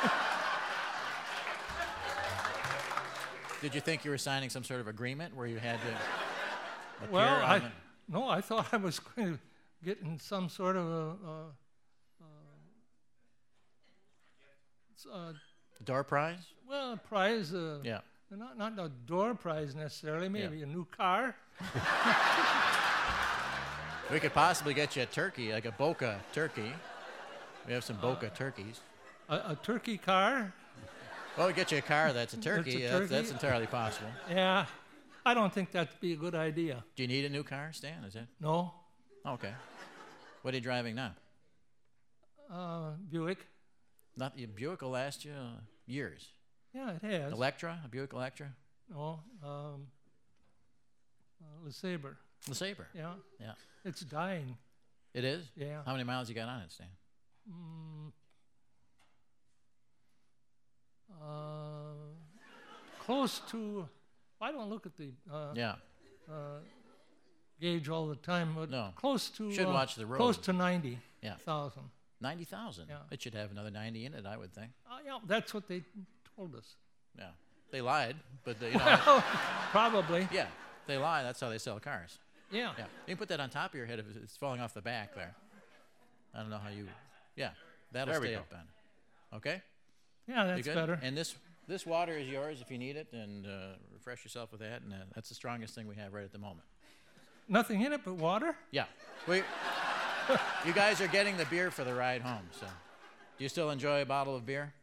did you think you were signing some sort of agreement where you had to? Appear
well,
on
I,
the-
no, I thought I was going to get in some sort of a. a, a, a
Door prize?
well, a prize. Uh,
Yeah.
Not not a door prize necessarily. Maybe a new car.
We could possibly get you a turkey, like a Boca turkey. We have some Boca turkeys.
A, a turkey car?
Well, we get you a car that's a
That's
turkey.
a
That's, that's
turkey?
entirely possible.
(laughs) Yeah, I don't think that'd be a good idea.
Do you need a new car, Stan? Is that
No,
okay? What are you driving now?
uh, Buick.
Not your Buick will last you uh, years.
Yeah, it has.
Electra, a Buick Electra,
no, um, uh, LeSabre.
the Saber.
Yeah,
Yeah,
it's dying.
it is.
Yeah.
How many miles you got on it, Stan?
Mm, uh, close to. I don't look at the. Uh,
Yeah.
Uh, gauge all the time, but
No.
close to.
Oh. Should
uh,
watch the road.
Close to ninety
Yeah.
thousand.
Ninety thousand.
Yeah.
It should have another ninety in it, I would think.
Uh, yeah, that's what they told us.
Yeah. They lied, but they, you know,
Well, (laughs) probably.
Yeah, they lie. That's how they sell cars.
Yeah.
Yeah. You can put that on top of your head if it's falling off the back there. I don't know how you. Yeah, that'll
There we
stay
go.
up on. Okay.
Yeah,
You
that's
good?
better.
And this this water is yours if you need it, and uh, refresh yourself with that. And uh, that's the strongest thing we have right at the moment.
Nothing in it but water.
Yeah. We. (laughs) you guys are getting the beer for the ride home. So, do you still enjoy a bottle of beer?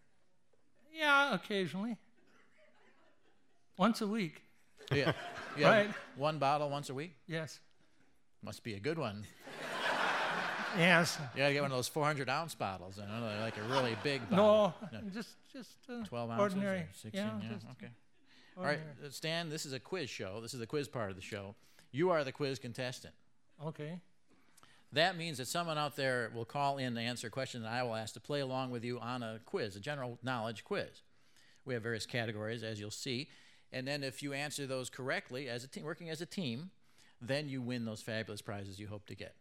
Yeah, occasionally. Once a week. (laughs)
Yeah. You have
Right.
One bottle once a week.
Yes.
Must be a good one.
(laughs) Yes.
You gotta get one of those 400 ounce bottles. I know they're like a really big
No,
bottle. Yeah.
just just uh,
12 ounces or
ordinary.
16,
yeah,
yeah,
just
okay.
Oh,
All right, uh, Stan, this is a quiz show. This is the quiz part of the show. You are the quiz contestant.
Okay.
That means that someone out there will call in to answer a question that I will ask to play along with you on a quiz, a general knowledge quiz. We have various categories, as you'll see. And then if you answer those correctly, as a team, working as a team, then you win those fabulous prizes you hope to get.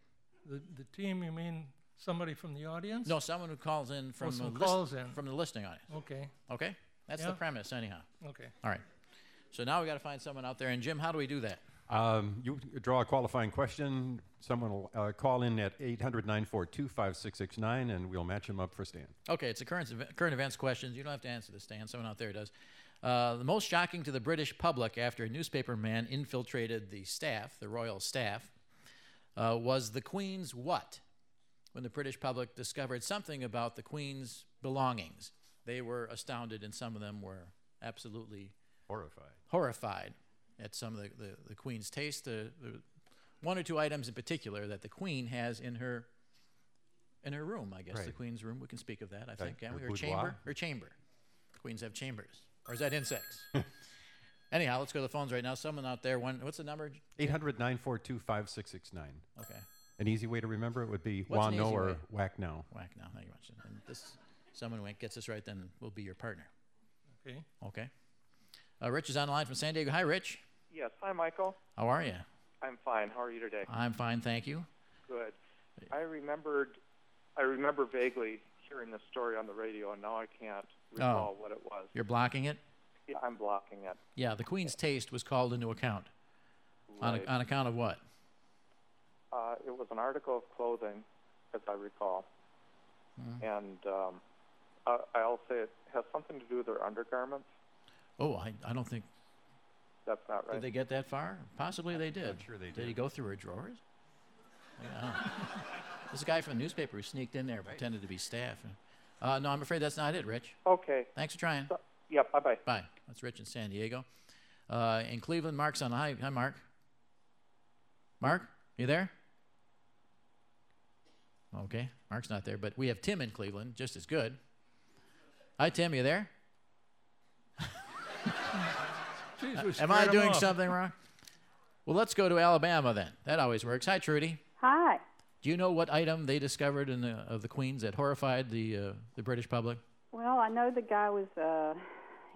The, the team, you mean somebody from the audience?
No, someone who calls in from,
some
the,
calls in.
from the listening audience.
Okay.
Okay? That's
Yeah.
the premise, anyhow.
Okay.
All right. So now we got to find someone out there. And Jim, how do we do that?
Um, you draw a qualifying question. Someone will uh, call in at 800 942 5669 and we'll match them up for Stan.
Okay, it's a current, ev- current events questions. You don't have to answer this, Stan. Someone out there does. Uh, the most shocking to the British public after a newspaper man infiltrated the staff, the royal staff, uh, was the Queen's what? When the British public discovered something about the Queen's belongings, they were astounded, and some of them were absolutely
Horrified.
horrified at some of the, the, the Queen's taste. The, the one or two items in particular that the Queen has in her in her room, I guess the
Right.
Queen's room. We can speak of that. I
Right.
think, can't we?
Her
Her chamber.
boudoir.
Her chamber. Queens have chambers, or is that insects? (laughs) Anyhow, let's go to the phones right now. Someone out there. One. What's the number?
800 942 5669.
Okay.
An easy way to remember it would be
What's
wah
an
no
easy
or
way?
whack no.
Whack now. Thank you much. And this, someone who gets this right, then will be your partner.
Okay.
Okay. Uh, Rich is on the line from San Diego. Hi, Rich.
(laughs) Yes. Hi, Michael.
How are you?
I'm fine. How are you today?
I'm fine, thank you.
Good. I remembered, I remember vaguely hearing this story on the radio, and now I can't recall what it was.
Oh. You're blocking it.
Yeah, I'm blocking it.
Yeah, the Queen's taste was called into account. On,
Right.
on account of what?
Uh, it was an article of clothing, as I recall,
Mm-hmm.
and um, I, I'll say it has something to do with their undergarments.
Oh, I, I don't think.
That's not right.
Did they get that far? Possibly they did.
sure they
Did he
did.
go through her drawers?
(laughs)
Yeah. There's a guy from the newspaper who sneaked in there, pretended to be staff. Uh, no, I'm afraid that's not it, Rich.
Okay.
Thanks for trying.
yeah, bye bye.
Bye. That's Rich in San Diego. Uh, in Cleveland, Mark's on. Hi, hi, Mark. Mark, you there? Okay, Mark's not there, but we have Tim in Cleveland, just as good. Hi, Tim, you there?
Jeez, we
Uh, Am I
scared 'em
doing
off.
something wrong? Well, let's go to Alabama then. That always works. Hi, Trudy.
Hi.
Do you know what item they discovered in the, of the Queen's that horrified the uh, the British public?
Well, I know the guy was, uh,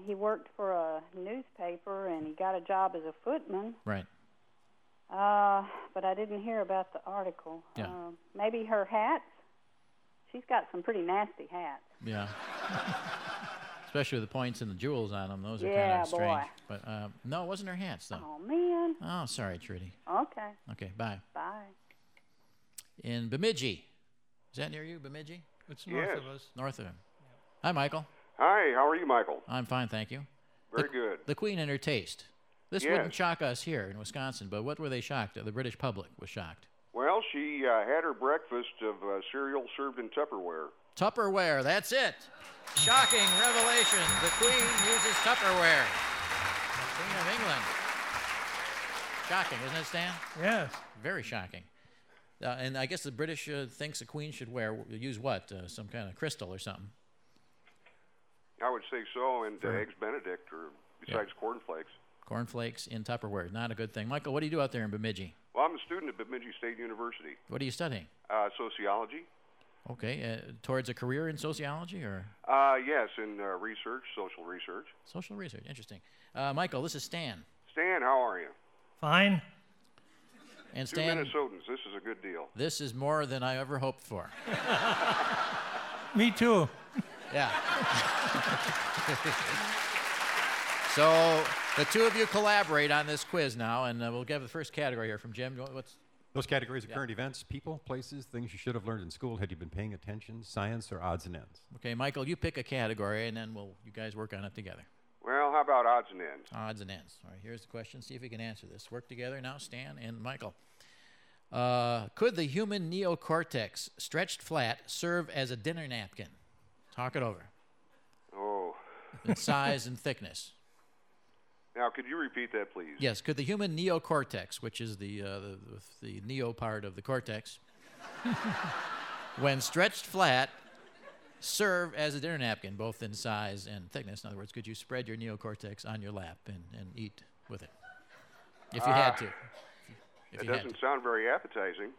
he worked for a newspaper and he got a job as a footman,
Right.
uh, but I didn't hear about the article.
Yeah.
Uh, maybe her hats? She's got some pretty nasty hats.
(laughs)
Yeah. Especially with the points and the jewels on them. Those are kind
Yeah,
of strange.
boy.
But uh, no, it wasn't her hats though.
Oh, man.
Oh, sorry, Trudy.
Okay.
Okay, bye.
Bye.
In Bemidji. Is that near you, Bemidji?
It's
north Yes. of us.
North of him. Hi, Michael.
Hi, how are you, Michael?
I'm fine, thank you.
Very
the,
good.
The Queen and her taste. This
Yes.
wouldn't shock us here in Wisconsin, but what were they shocked? at? The British public was shocked.
Well, she uh, had her breakfast of uh, cereal served in Tupperware.
Tupperware, that's it. Shocking revelation. The Queen uses Tupperware. Queen of England. Shocking, isn't it, Stan?
Yes.
Very shocking. Uh, and I guess the British uh, thinks a queen should wear use what? Uh, some kind of crystal or something.
I would say so, and uh,
Sure.
eggs Benedict, or besides cornflakes.
Cornflakes in Tupperware. Not a good thing. Michael, what do you do out there in Bemidji?
Well, I'm a student at Bemidji State University,
What are you studying?
uh, sociology.
Okay, uh, towards a career in sociology or
Uh, yes, in uh, research, social research.
social research? Interesting. Uh, Michael, this is Stan.
Stan, how are you?
Fine.
And
Two
Stan,
Minnesotans. This is a good deal.
this is more than I ever hoped for.
(laughs) Me too.
Yeah. (laughs) so the two of you collaborate on this quiz now, and uh, we'll give the first category here from Jim. You want- What's
Those categories are
Yeah.
current events, people, places, things you should have learned in school had you been paying attention, science, or odds and ends.
okay, Michael? You pick a category, and then we'll you guys work on it together.
Well, how about odds and ends?
Odds and ends. All right, here's the question. See if you can answer this. Work together now, Stan and Michael. Uh, could the human neocortex, stretched flat, serve as a dinner napkin? Talk it over.
Oh.
In
(laughs)
size and thickness.
Now, could you repeat that, please?
Yes, could the human neocortex, which is the, uh, the, the neo part of the cortex, (laughs) when stretched flat, serve as a dinner napkin, both in size and thickness? In other words, could you spread your neocortex on your lap and, and eat with it? If you had
Ah.
to. If
That
you had
doesn't sound very appetizing.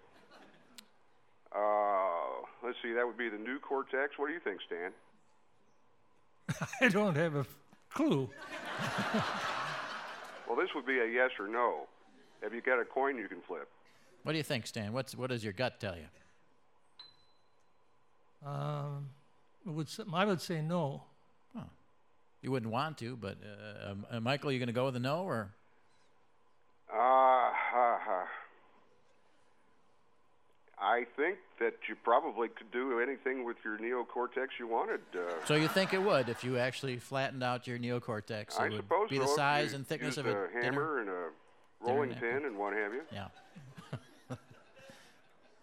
Uh, let's see, that would be the new cortex. What do you think, Stan?
(laughs) I don't have a clue. (laughs)
Well, this would be a yes or no. Have you got a coin you can flip?
What do you think, Stan? What's, what does your gut tell you?
Um, I would s- I would say no.
You wouldn't want to, but uh, um, uh, Michael, you going to go with a no or?
Uh, ha, ha. I think that you probably could do anything with your neocortex you wanted. Uh,
So you think it would if you actually flattened out your neocortex? It
I
would
suppose
be
so,
the
if you
size and thickness
used
of
a
dinner-
hammer and a rolling
dinner
pin and what have you.
Yeah.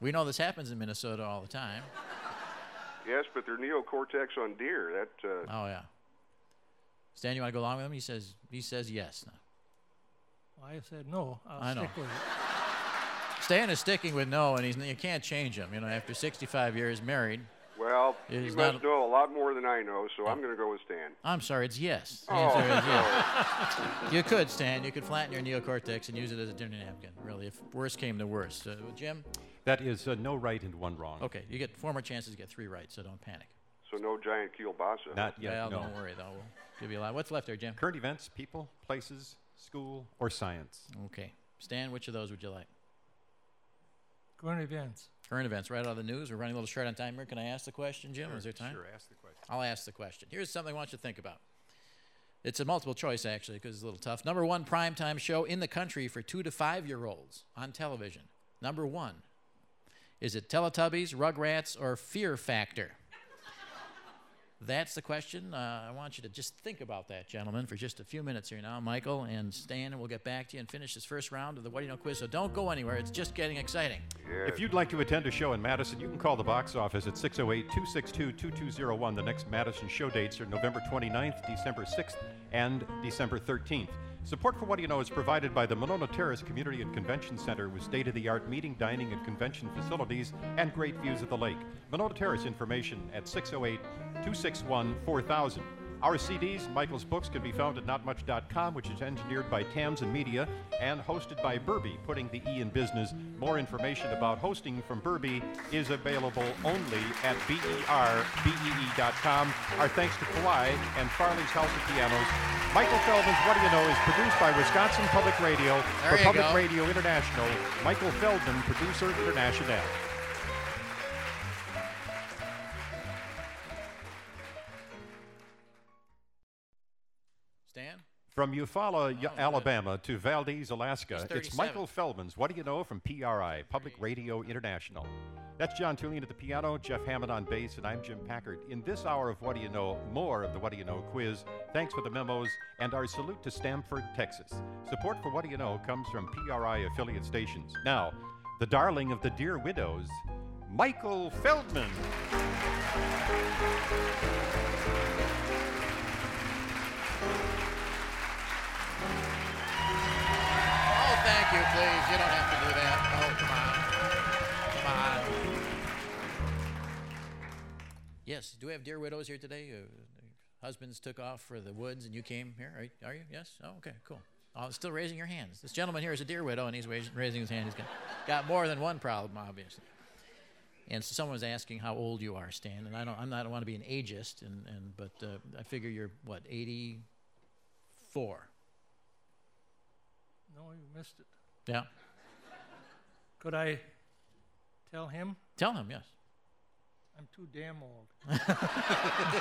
we know this happens in Minnesota all the time.
Yes, but they're neocortex on deer. That uh,
Oh yeah. Stan, you want to go along with him? He says he says yes. No.
I said no. I'll
I know.
stick with it.
Stan is sticking with no, and he's you can't change him. You know, after 65 years married.
Well, you
It is
must
not- Oh.
know a lot more than I know, so I'm going to go with Stan.
I'm sorry, it's yes. The
Oh,
answer is yes. You could, Stan. You could flatten your neocortex and use it as a dinner napkin. Really, if worse came to worst. Uh, Jim.
That is uh, no right and one wrong.
Okay, you get four more chances to get three right, so don't panic.
So no giant kielbasa.
Not yet.
well,
no.
don't worry though. We'll give you a lot. What's left there, Jim?
Current events, people, places, school, or science.
Okay, Stan. Which of those would you like?
Current events.
Current events, right out of the news. We're running a little short on time here. Can I ask the question, Jim? Is there time?
Sure, ask the question.
I'll ask the question. Here's something I want you to think about. It's a multiple choice, actually, because it's a little tough. Number one primetime show in the country for two to five year olds on television. Number one. Is it Teletubbies, Rugrats, or Fear Factor? That's the question. Uh, I want you to just think about that, gentlemen, for just a few minutes here now. Michael and Stan, and we'll get back to you and finish this first round of the What Do You Know quiz. So don't go anywhere. It's just getting exciting.
If you'd like to attend a show in Madison, you can call the box office at 608 262 2201. The next Madison show dates are November 29th, December 6th, and December 13th. Support for What Do You Know is provided by the Monona Terrace Community and Convention Center with state of the art meeting, dining, and convention facilities and great views of the lake. Monona Terrace information at 608 261 4000. Our CDs, Michael's books, can be found at notmuch.com, which is engineered by Tamsin Media and hosted by Burby, putting the E in business. More information about hosting from Burby is available only at E berbee.com. E Our thanks to Kawhi and Farley's House of Pianos. Michael Feldman's What Do You Know is produced by Wisconsin Public Radio
There
for
you
Public
go.
Radio International. Michael Feldman, producer international.
Stan?
From Eufaula, Y- Alabama to Valdez, Alaska,
Oh, He's
it's
37.
Michael Feldman's What Do You Know from PRI, Public Radio International. That's John Tulian at the piano, Jeff Hammond on bass, and I'm Jim Packard. In this hour of What Do You Know, more of the What Do You Know quiz. Thanks for the memos, and our salute to Stamford, Texas. Support for What Do You Know comes from PRI affiliate stations. Now, the darling of the Dear Widows, Michael Feldman.
Oh, thank you, please. You don't have to do that. Oh, come on. Come on. Yes, do we have dear widows here today? Uh, husbands took off for the woods and you came here? Are you? Are you? Yes? Oh, okay, cool. Oh, still raising your hands. This gentleman here is a dear widow and he's raising, raising his hand. He's got, got more than one problem, obviously. And so someone was asking how old you are, Stan, and I don't, I'm not, I don't want to be an ageist, and, and but uh, I figure you're, what, 84?
No, you missed it.
Yeah.
Could I tell him?
Tell him, yes.
I'm too damn old. (laughs)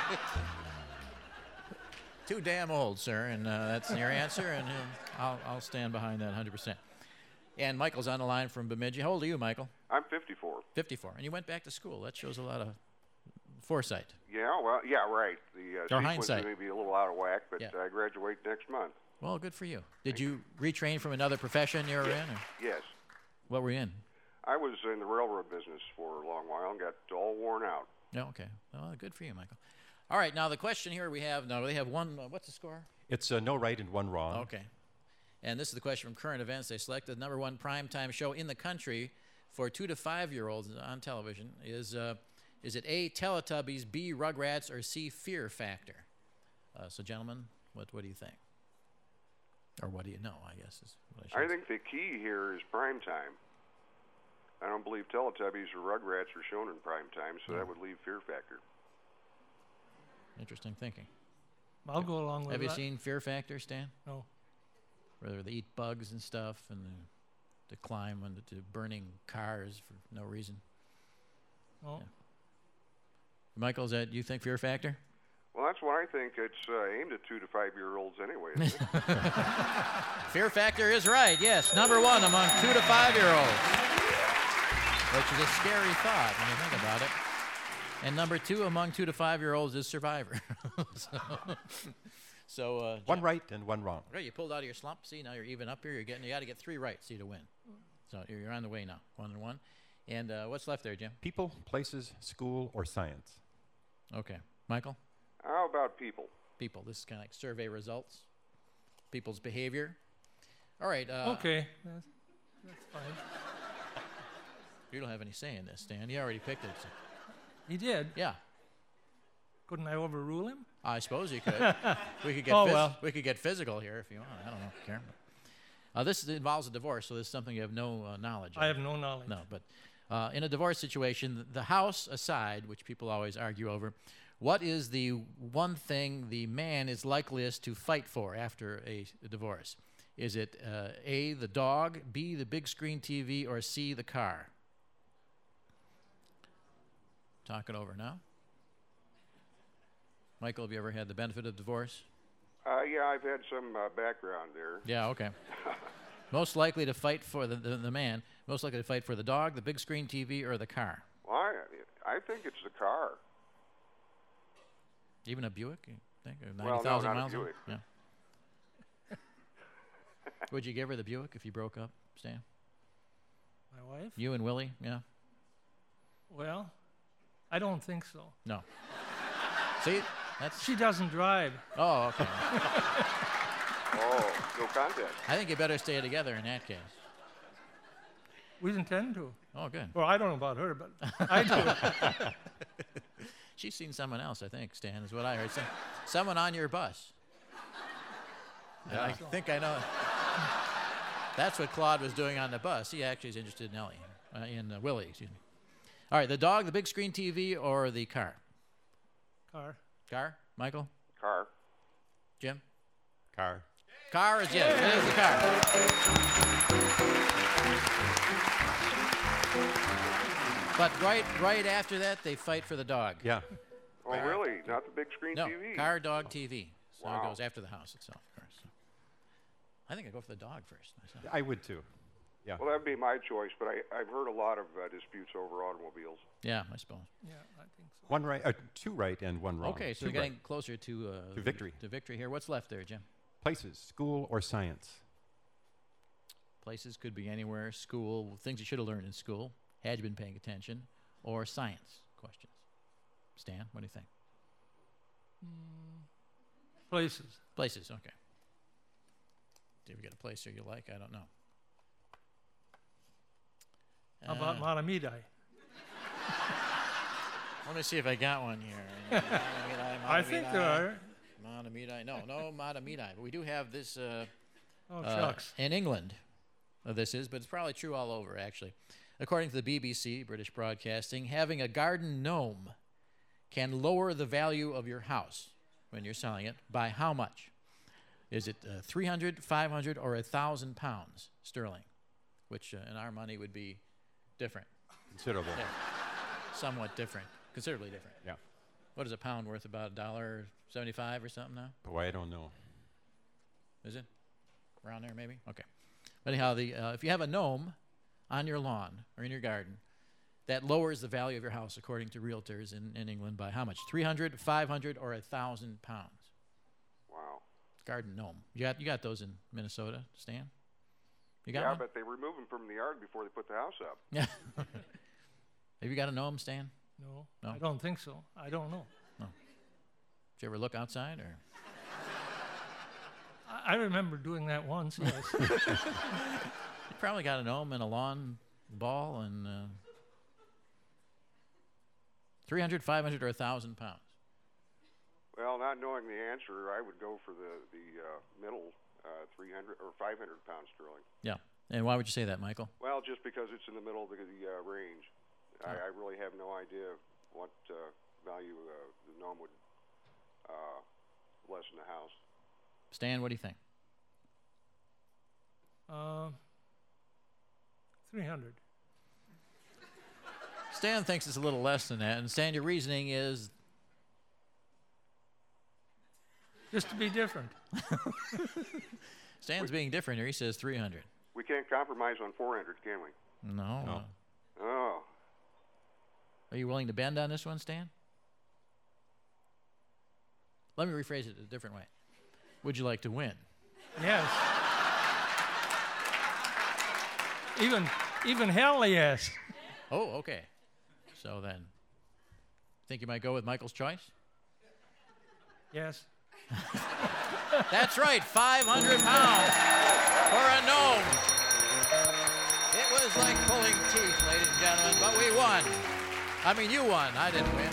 Too damn old, sir, and uh, that's your answer, and uh, I'll, I'll stand behind that 100%. And Michael's on the line from Bemidji. How old are you, Michael?
I'm 54.
54. And you went back to school. That shows a lot of foresight.
Yeah, well, yeah, right. The uh,
Or
sequence
hindsight.
may be a little out of whack, but
Yeah.
I graduate next month.
Well, good for you. Did you retrain from another profession you were in? Or
Yes.
what were you in?
I was in the railroad business for a long while and got all worn out.
No, okay. Well, good for you, Michael. All right, now the question here we have, no, they have one, uh, what's the score?
It's uh, no right and one wrong.
Okay. And this is the question from current events. They selected the number one primetime show in the country for two to five year olds on television. Is uh, is it A, Teletubbies, B, Rugrats, or C, Fear Factor? Uh, so, gentlemen, what, what do you think? Or what do you know, I guess is what I should
I think the key here is prime time. I don't believe Teletubbies or Rugrats are shown in prime time, so that would leave Fear Factor.
Interesting thinking.
I'll go along with
Have you
that.
seen Fear Factor, Stan?
No.
Where they eat bugs and stuff, and the, the climb into to burning cars for no reason.
Oh.
Michael, is that you think Fear Factor?
Well, that's what I think. It's uh, aimed at two to five year olds anyway. Isn't it?
(laughs) Fear Factor is right. Yes, number one among two to five year olds, which is a scary thought when you think about it. And number two among two to five year olds is Survivor. (laughs) so, (laughs) so uh,
One right and one wrong.
Right, you pulled out of your slump. See, now you're even up here. You're getting. You got to get three right. See to win. So you're, you're on the way now. One and one. And uh, what's left there, Jim?
People, places, school, or science.
Okay, Michael.
How about people?
People. This is kind of like survey results. People's behavior. All right. Uh,
okay. That's, that's fine.
You don't have any say in this, Stan. You already picked it. so-
He did.
Yeah.
Couldn't I overrule him?
I suppose
(laughs)
you could. we could get
Oh,
phys-
well.
we could get physical here if you want. I don't know. Care. Uh, this involves a divorce, so this is something you have no uh, knowledge. of.
I have no knowledge.
No, but uh, in a divorce situation, th- the house aside, which people always argue over, what is the one thing the man is likeliest to fight for after a, divorce? Is it uh, A, the dog, B, the big screen TV, or C, the car? Talk it over now. Michael, have you ever had the benefit of divorce?
Uh, yeah, I've had some uh, background there.
Yeah, okay. most likely to fight for the, the, the man, most likely to fight for the dog, the big screen TV, or the car?
Well, I, I think it's the car.
Even a Buick, you think? Or
Well, no,
90,000
not a
miles? on it?
Buick.
Yeah. Would you give her the Buick if you broke up, Stan?
My wife?
You and Willie? Yeah.
Well, I don't think so.
No. See? That's
She doesn't drive.
Oh, okay.
Oh, no contact.
I think you better stay together in that case.
We intend to.
Oh, good.
Well, I don't know about her,
(laughs)
but (laughs) I do.
She's seen someone else, I think, Stan, is what I heard. Some, someone on your bus. And I
Yeah.
think I know. That's what Claude was doing on the bus. He actually is interested in Ellie, uh, in uh, Willie, excuse me. All right, the dog, the big screen TV, or the car?
Car.
Car? Michael?
Car.
Jim?
Car.
Car is yes. It is the car. But right, right after that, they fight for the dog.
Yeah.
Oh, really? Not the big screen
No,
TV?
car, dog, TV. So
Wow.
it goes after the house itself, of course. So. I think I go for the dog first. myself.
I would too. Yeah.
Well, that'd be my choice, but I, I've heard a lot of uh, disputes over automobiles.
Yeah, I suppose.
One right, uh, two right and one wrong.
Okay, so
Two
we're getting
right.
closer to uh,
To victory.
To victory here. What's left there, Jim?
places, school, or science.
Places could be anywhere. School, things you should have learned in school, had you been paying attention, or science questions. Stan, what do you think?
Places.
Places, okay. Do you ever get a place here you like? I don't know.
How about
Uh,
Matamidi?
Let me
(laughs)
see if I got one (laughs) here.
Uh,
Matamidi,
I think there
Matamidi,
are.
Matamidi. No, no Matamidi. But we do have this uh,
Oh,
uh,
shucks.
in England, uh,
(laughs)
this is, but it's probably true all over, actually. According to the BBC, British Broadcasting, having a garden gnome can lower the value of your house when you're selling it by how much? Is it uh, 300, 500, or 1,000 pounds sterling? Which uh, in our money would be different.
Considerable.
Yeah. Somewhat different. Considerably different.
Yeah.
What is a pound worth? About a dollar seventy-five or something now?
Boy, I don't know.
Is it around there? Maybe. Okay. But anyhow, the uh, if you have a gnome on your lawn or in your garden, that lowers the value of your house according to realtors in, in England by how much? 300, 500, or a thousand pounds?
Wow.
Garden gnome. You got you got those in Minnesota, Stan? You got
yeah,
one?
but they remove them from the yard before they put the house up.
(laughs) Yeah. have you got a gnome, Stan?
No,
No.
I don't think so. I don't know.
Did you ever look outside or?
I, I remember doing that once. Yes.
(laughs) You probably got an ohm and a lawn ball and uh, 300, 500, or 1,000 pounds.
Well, not knowing the answer, I would go for the the uh, middle uh, 300 or 500 pound sterling.
Yeah. And why would you say that, Michael?
Well, just because it's in the middle of the, the uh, range, I, I really have no idea what uh, value uh, the gnome would uh, lessen the house.
Stan, what do you think?
Uh, 300.
Stan thinks it's a little less than that, and Stan, your reasoning is
Just to be different.
(laughs) Stan's being different here. He says 300.
We can't compromise on 400, can we?
No.
Oh,
Are you willing to bend on this one, Stan? Let me rephrase it a different way. Would you like to win?
Yes. even even hell yes.
Oh, okay. So then, think you might go with Michael's choice?
Yes.
(laughs) That's right, 500 pounds for a gnome. It was like pulling teeth, ladies and gentlemen, but we won. I mean, you won. I didn't win.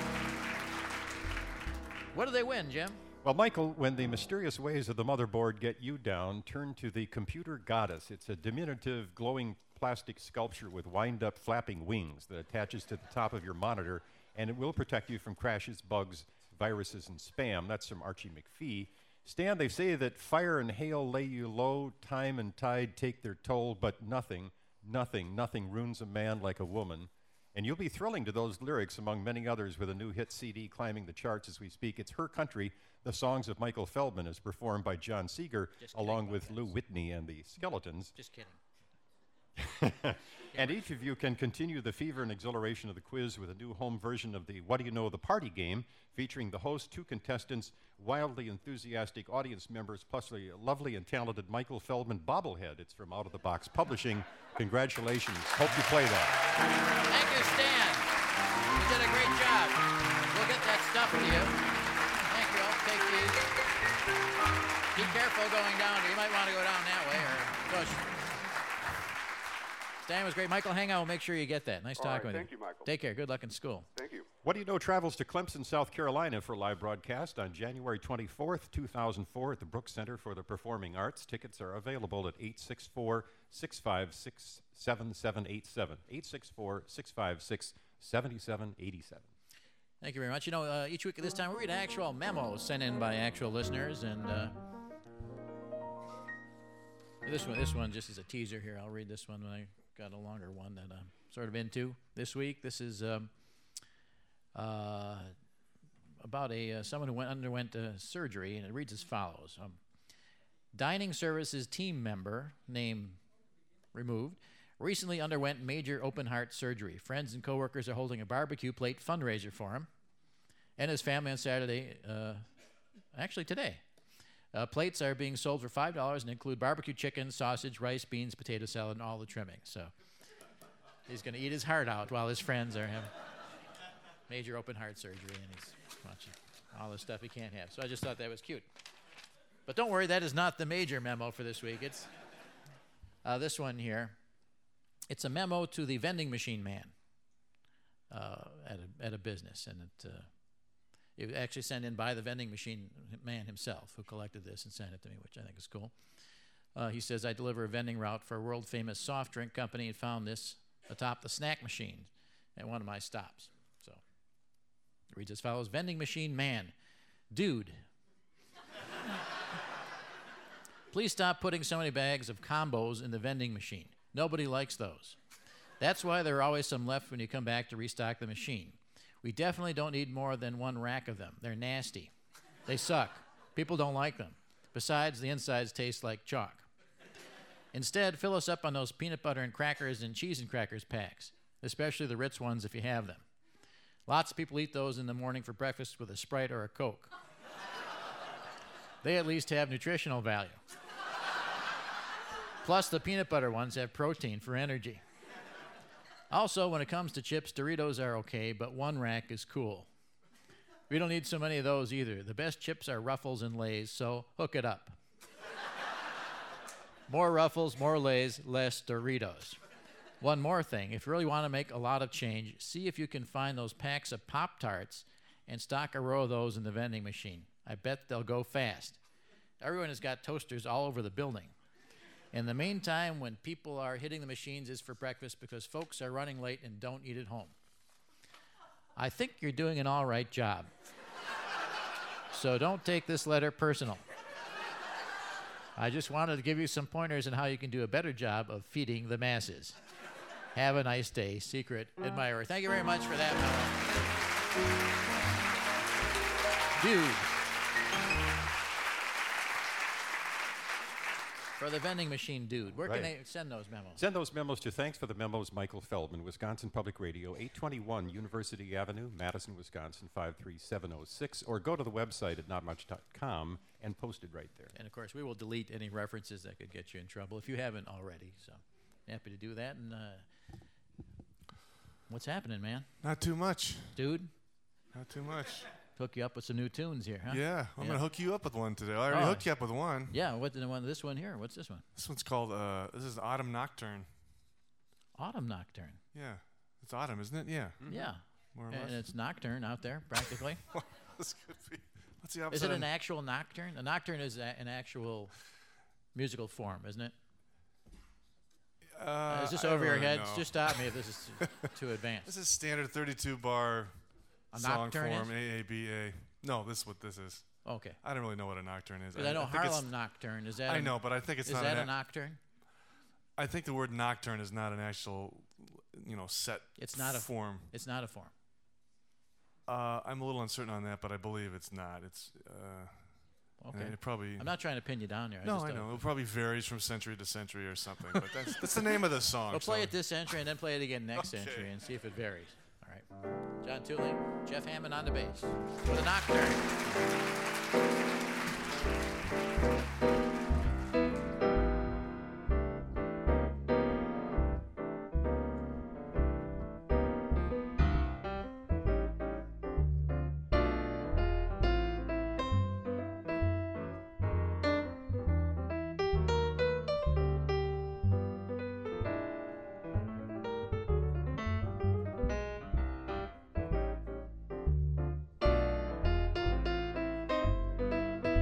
What did they win, Jim?
Well, Michael, when the mysterious ways of the motherboard get you down, turn to the computer goddess. It's a diminutive, glowing plastic sculpture with wind up, flapping wings that attaches to the top of your monitor, and it will protect you from crashes, bugs, viruses, and spam. That's from Archie McPhee. Stan, they say that fire and hail lay you low, time and tide take their toll, but nothing, nothing, nothing ruins a man like a woman. And you'll be thrilling to those lyrics, among many others, with a new hit CD climbing the charts as we speak. It's Her Country, the songs of Michael Feldman, as performed by John Seeger, along with Lou Whitney and the Skeletons.
Just kidding.
And each of you can continue the fever and exhilaration of the quiz with a new home version of the What Do You Know the Party game, featuring the host, two contestants, wildly enthusiastic audience members, plus the lovely and talented Michael Feldman bobblehead. It's from Out of the Box Publishing. Congratulations. Hope you play that.
Thank you, Stan. You did a great job. We'll get that stuff to you. Thank you. I'll take these. Be careful going down. You might want to go down that way or push. Stan was great. Michael, hang out. We'll make sure you get that. Nice
All
talking
right.
with
Thank
you.
you, Michael.
Take care. Good luck in school.
Thank you.
What Do You Know travels to Clemson, South Carolina for a live broadcast on January 24th, 2004 at the Brooks Center for the Performing Arts. Tickets are available at 864 656 7787. 864 656 7787.
Thank you very much. You know, uh, each week at this time, we read actual memos sent in by actual listeners, and uh, this one, this one, just as a teaser here, I'll read this one. When I got a longer one that I'm sort of into this week. This is um, uh, about a uh, someone who went, underwent uh, surgery, and it reads as follows: um, Dining services team member named removed, recently underwent major open heart surgery. Friends and coworkers are holding a barbecue plate fundraiser for him and his family on Saturday, uh, actually today. Uh, plates are being sold for $5 and include barbecue chicken, sausage, rice, beans, potato salad, and all the trimmings. So he's going to eat his heart out while his friends are having major open heart surgery and he's watching all the stuff he can't have. So I just thought that was cute. But don't worry, that is not the major memo for this week. It's uh, this one here. It's a memo to the vending machine man uh, at, a, at a business, and it, uh, it was actually sent in by the vending machine man himself, who collected this and sent it to me, which I think is cool. Uh, he says, "I deliver a vending route for a world-famous soft drink company, and found this atop the snack machine at one of my stops." So it reads as follows: "Vending machine man, dude." Please stop putting so many bags of combos in the vending machine. Nobody likes those. That's why there are always some left when you come back to restock the machine. We definitely don't need more than one rack of them. They're nasty. They suck. People don't like them. Besides, the insides taste like chalk. Instead, fill us up on those peanut butter and crackers and cheese and crackers packs, especially the Ritz ones if you have them. Lots of people eat those in the morning for breakfast with a Sprite or a Coke. They at least have nutritional value. Plus, the peanut butter ones have protein for energy. Also, when it comes to chips, Doritos are okay, but one rack is cool. We don't need so many of those either. The best chips are Ruffles and Lays, so hook it up. more Ruffles, more Lays, less Doritos. One more thing if you really want to make a lot of change, see if you can find those packs of Pop Tarts and stock a row of those in the vending machine. I bet they'll go fast. Everyone has got toasters all over the building. In the meantime, when people are hitting the machines, is for breakfast because folks are running late and don't eat at home. I think you're doing an all right job. so don't take this letter personal. I just wanted to give you some pointers on how you can do a better job of feeding the masses. Have a nice day, secret admirer. Thank you very much for that. Dude. For the vending machine dude. Where can
Right.
they send those memos?
Send those memos to Thanks for the Memos, Michael Feldman, Wisconsin Public Radio, 821 University Avenue, Madison, Wisconsin, 53706, or go to the website at notmuch.com and post it right there.
And of course, we will delete any references that could get you in trouble if you haven't already. So happy to do that. And uh, what's happening, man?
Not too much.
Dude?
Not too much.
Hook you up with some new tunes here, huh?
Yeah, I'm gonna hook you up with one today. I already
Oh.
hooked you up with one.
Yeah, what the one? This one here. What's this one?
This one's called. Uh, this is Autumn Nocturne.
Autumn Nocturne.
Yeah, it's autumn, isn't it? Yeah.
Mm-hmm. Yeah.
More or
and
less.
it's nocturne out there,
(laughs)
practically. (laughs)
this could be. What's the
Is
opposite
it
of-
an actual nocturne? A nocturne is a, an actual musical form, isn't it?
Uh,
is this
I
over your
don't
head?
know.
Just stop me if this
(laughs)
is too, (laughs) too advanced.
This is standard 32 bar
A
song
nocturne is?
form, AABA. No, this is what this is.
Okay.
I don't really know what a nocturne is.
'Cause I know
think it's-
Harlem Nocturne. Is that
I
a-
know, but I think it's
is
not.
that
an
a nocturne?
I think the word nocturne is not an actual, you know, set.
It's not a
form.
It's not a form.
Uh, I'm a little uncertain on that, but I believe it's not. It's. Uh, and
Okay.
It probably.
I'm not trying to pin you down here. I
no,
just
I
don't-
know. It probably varies from century to century or something, but that's, that's the name of the song.
We'll play
so-
it this century and then play it again next century and see if it varies. All right. John Tooley, Jeff Hammond on the bass for the Nocturne.
Thank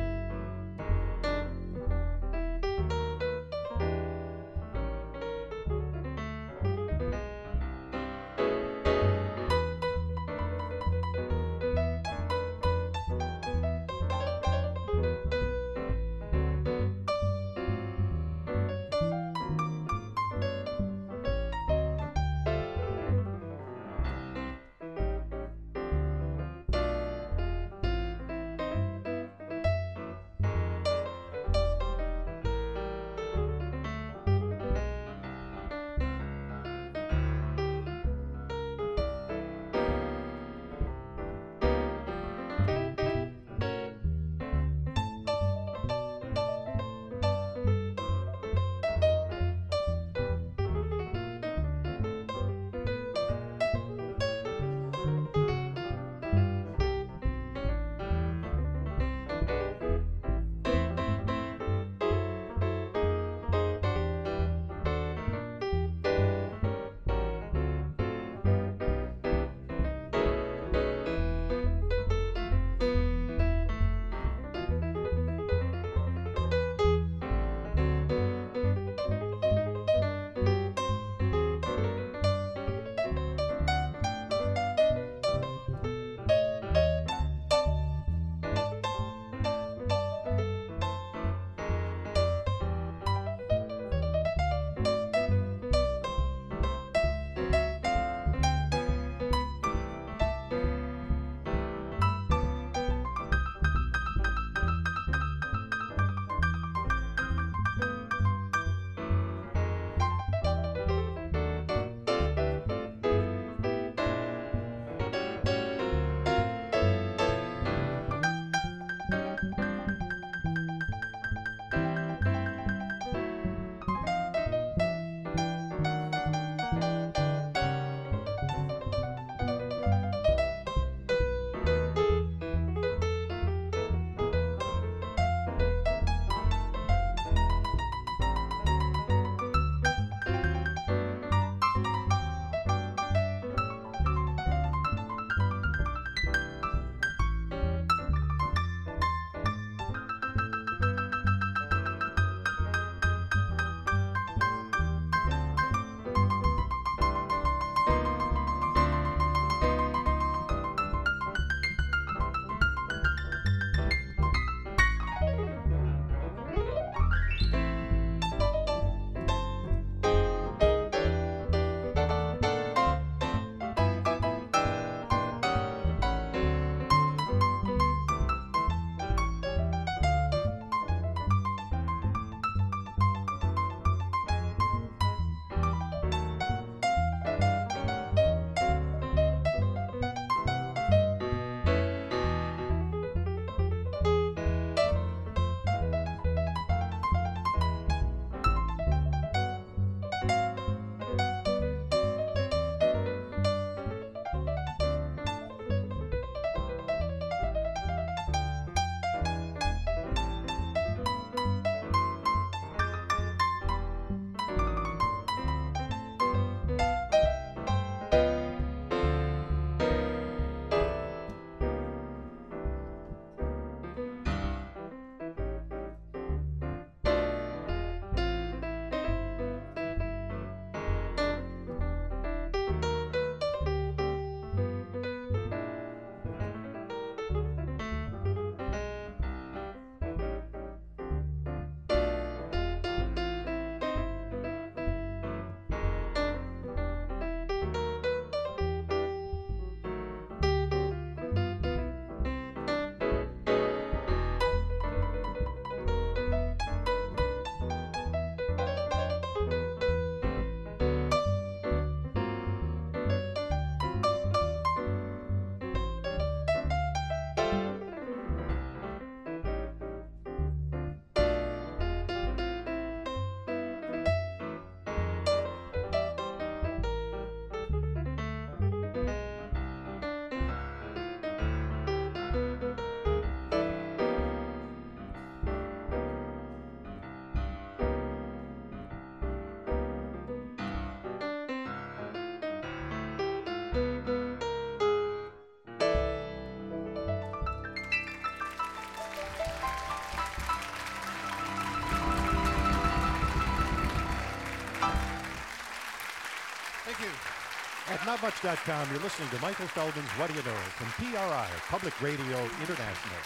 At notmuch.com, you're listening to Michael Feldman's What Do You Know from PRI, Public Radio International.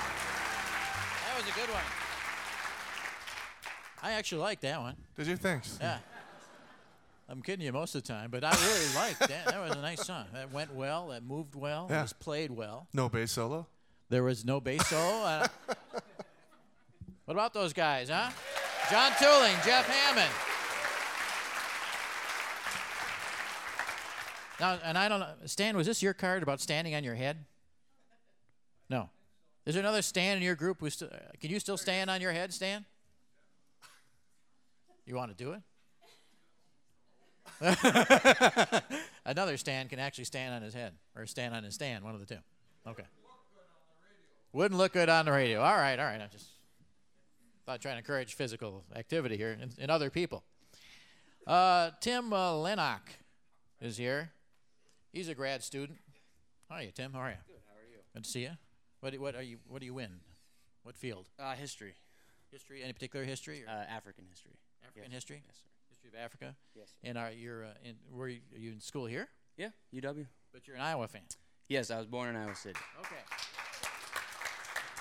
That was a good one. I actually like that one.
Did you? Thanks.
Yeah. I'm kidding you most of the time, but I really liked that. That was a nice song. That went well. That moved well. It
Yeah.
was played well.
No bass solo.
There was no bass
(laughs)
solo. Uh, what about those guys, huh? John Tooling, Jeff Hammond. Now, and I don't know, Stan, was this your card about standing on your head? No. Is there another Stan in your group who st- uh, can you still stand on your head, Stan? You want to do it? (laughs) another Stan can actually stand on his head or stand on his stand, one of the two. Okay. Wouldn't look good on the radio. All right, all right. I just thought trying to encourage physical activity here in, in other people. Uh, Tim uh, Lennock is here. He's a grad student. How are you, Tim? How are you? Good. How are you? Good to see you. What, do- what are you? What do you win? What field?
Uh, history.
History? Any particular history?
Uh, African history.
African history?
Yes, sir.
History of Africa.
Yes, sir.
And are you're uh, in? Were you, are you in school here?
Yeah, UW.
But you're an Iowa fan.
Yes, I was born in Iowa City.
Okay.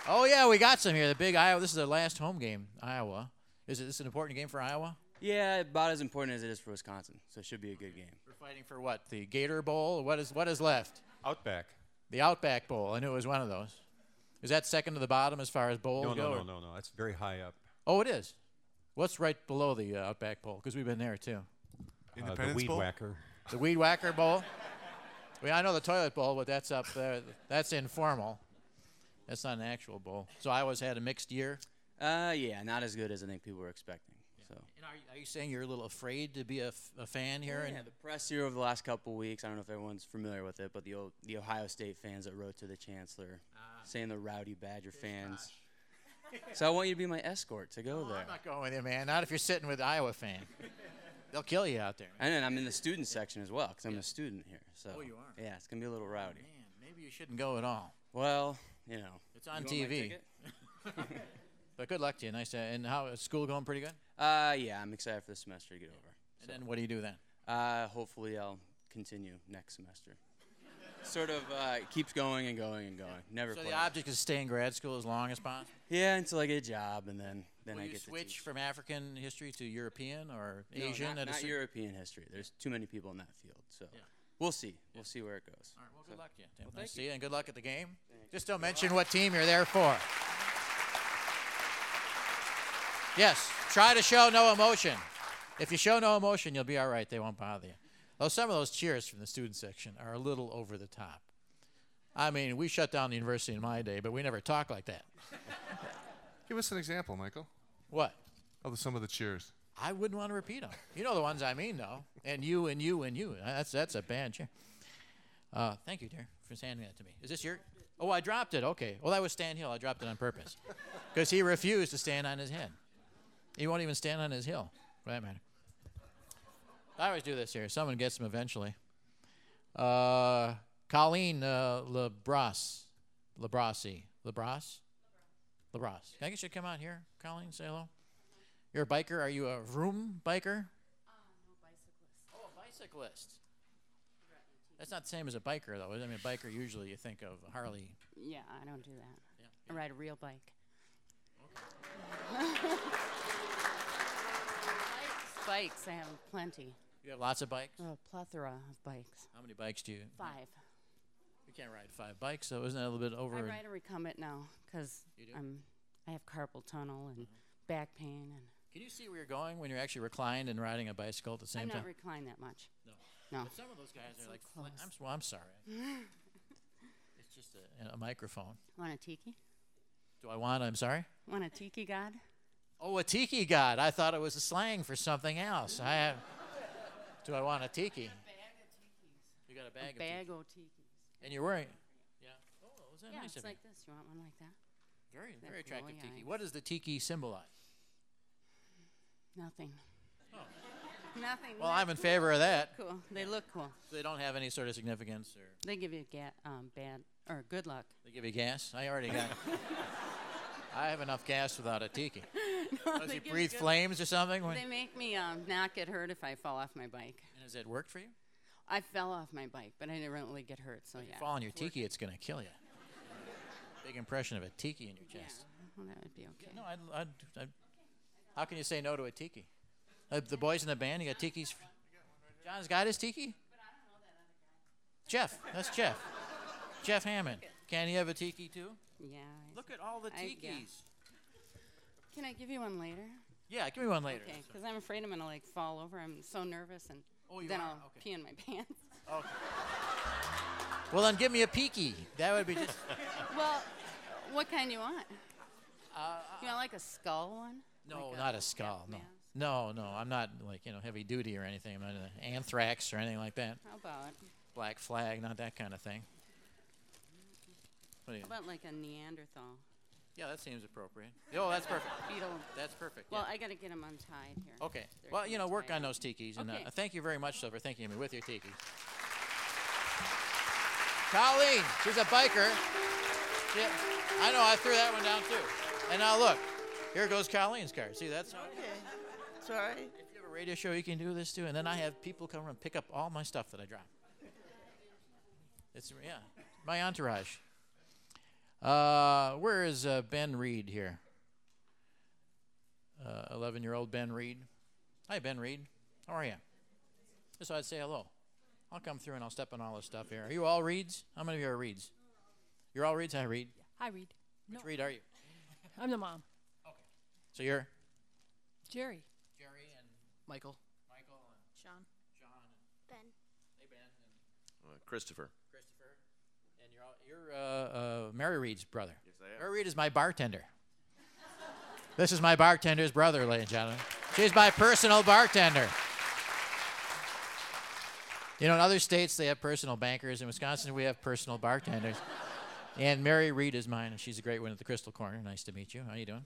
Oh yeah, we got some here. The big Iowa. This is their last home game. Iowa. Is it, this an important game for Iowa?
Yeah, about as important as it is for Wisconsin, so it should be a good game.
We're fighting for what? The Gator Bowl. What is what is left?
Outback.
The Outback Bowl. I knew it was one of those. Is that second to the bottom as far as bowls
No,
go?
no, no,
or-
no, no. That's very high up. (laughs)
Oh, it is. What's right below the uh, Outback Bowl? Because we've been there too.
Independence Uh, Weed Bowl? Whacker.
The Weed Whacker Bowl. (laughs) well, I know the Toilet Bowl, but that's up there. That's informal. That's not an actual bowl. So Iowa's had a mixed year.
Uh, yeah, not as good as I think people were expecting. So
And are, you- are you saying you're a little afraid to be a, f- a fan here?
yeah, the press here over the last couple weeks. I don't know if everyone's familiar with it, but the o- the Ohio State fans that wrote to the chancellor,
Ah.
saying the rowdy Badger fans. (laughs) So I want you to be my escort to go there.
Oh, I'm not going with you, man. Not if you're sitting with
(laughs)
Iowa fan. They'll kill you out there. Oh,
And then I'm in the student section as well, 'cause I'm a student here. So
you are.
Yeah, it's gonna be a little rowdy.
Maybe you shouldn't go at all.
Well, you know,
It's on
You want my
TV.
ticket?
(laughs) but good luck to you. Nice to. And how is school going? Pretty good.
Uh, yeah, I'm excited for the semester to get over.
And then what do you do then?
Uh, hopefully I'll continue next semester. sort of uh, it keeps going and going and going. Never.
so
quit.
the object is stay in grad school as long as possible.
yeah, until I get a job and then then
Will
I
you
get to
switch from African history to European or
No,
Asian?
not,
at a
not
cer-
European history. There's too many people in that field. So we'll see. We'll see where it goes. All right.
Well, good luck to you. Tim. nice to see you, and good luck at the game. Just don't mention what team you're there for. Yes, try to show no emotion. If you show no emotion, you'll be all right. They won't bother you. Though some of those cheers from the student section are a little over the top. I mean, we shut down the university in my day, but we never talked like that.
Give us an example, Michael.
What?
Of the- some of the cheers.
I wouldn't want to repeat them. You know the ones I mean, though. And you and you and you. That's that's a bad cheer. Uh, thank you, dear, for handing that to me. Is this your? Oh, I dropped it. Okay. Well, that was Stan Hill. I dropped it on purpose because he refused to stand on his head. He won't even stand on his hill, for that matter. I always do this here. Someone gets him eventually. Uh, Colleen uh, Labras, Labrasi, Labras, Labras. I think you should come out here, Colleen. Say hello. You're a biker. Are you a room biker? Oh, bicyclist. That's not the same as a biker, though. is it? I mean, a biker usually you think of Harley.
Yeah, I don't do that. I ride a real bike. Bikes- (laughs) Bikes, I have plenty.
You have lots of bikes.
A plethora of bikes.
How many bikes do you?
Five.
You can't ride (laughs) five bikes, so isn't that a little bit over?
I ride a recumbent now because I'm I have carpal tunnel and
Uh-huh.
back pain and
Can you see where you're going when you're actually reclined and riding a bicycle at the same
I'm not
time?
reclined that much.
No.
No.
But some of those guys are like, "Fl-
close.
I'm, s- well, I'm sorry. It's just a, a microphone.
Want a tiki?
Do I want? I'm sorry.
Want a tiki god?
Oh, a tiki god. I thought it was a slang for something else. I have, do I want a tiki? You got a bag.
a bag o tiki.
And you're wearing. Yeah. Oh, was that
yeah,
nice
it's
of you?
like this. You want one like that?
Very,
Isn't that
very
cool?
attractive
Yeah,
tiki. What does the tiki symbolize?
Nothing. Nothing.
Well,
not
I'm in favor of that.
Cool. They look cool.
They don't have any sort of significance or.
They give you a ga- um, bad or good luck.
They give
(laughs)
you gas? I already got. I have enough gas without
(laughs)
a tiki.
No,
Does
they
he
give me
breathe
good-
flames or something? When-
They make me um, not get hurt if I fall off my bike.
And has that worked for you?
I fell off my bike, but I didn't really get hurt, so
If
yeah.
you fall on your tiki, it's going to kill you. Big impression of a tiki in your chest.
Well, that would be okay.
No, I'd, I'd, I'd, how can you say no to a tiki? Uh, the boys in the band, you got tikis. John's got his tiki? Jeff, that's Jeff. Jeff Hammond. Can he have a tiki too?
Yeah.
Look at all the
I- yeah.
tikis.
Can I give you one later?
Yeah, give me one later.
Okay, because I'm afraid I'm gonna like fall over. I'm so nervous, and
Oh, you
then
are?
I'll pee in my (laughs) pants.
Well, then give me a peeky. That would
(laughs)
be just.
well, what kind you want? you want like a skull one?
Uh, No,
Like
Oh, not a skull. No. No, no, I'm not like, you know, heavy duty or anything. I'm not an anthrax or anything like that.
How about
Black flag, not that kind of thing. What do you
how about like a Neanderthal?
Yeah, that seems appropriate. Oh, that's perfect.
Beetle.
That's perfect.
Well,
yeah.
I gotta get them untied here.
Okay.
They're
Well, you know, work
untied.
on those tikis. And uh,
Okay.
thank you very much, though, for thanking me with your tiki. Colleen, she's a biker. She, I know, I threw that one down, too. And now look, here goes Colleen's card. See, that's
Sorry.
If you have a radio show, you can do this, too. And then I have people come and pick up all my stuff that I drop. It's, yeah, my entourage. Uh, where is uh, Ben Reed here? Uh, 11 year old Ben Reed. Hi, Ben Reed. How are you? Just thought I'd say hello. I'll come through and I'll step on all this stuff here. Are you all Reeds? How many of you are Reeds? You're all Reeds? Hi, Reed.
Hi, Reed.
Which Reed are you?
I'm the mom.
So you're
Jerry.
Jerry and
Michael.
Michael and
Sean.
John and
Ben.
Hey, Ben and
Uh, Christopher.
Christopher. And you're all, you're uh, uh, Mary Reed's brother.
Yes, I am.
Mary Reed is my bartender. this is my bartender's brother, ladies and gentlemen. She's my personal bartender. You know, in other states they have personal bankers. In Wisconsin, we have personal bartenders. and Mary Reed is mine, and she's a great one at the Crystal Corner. Nice to meet you. How you doing?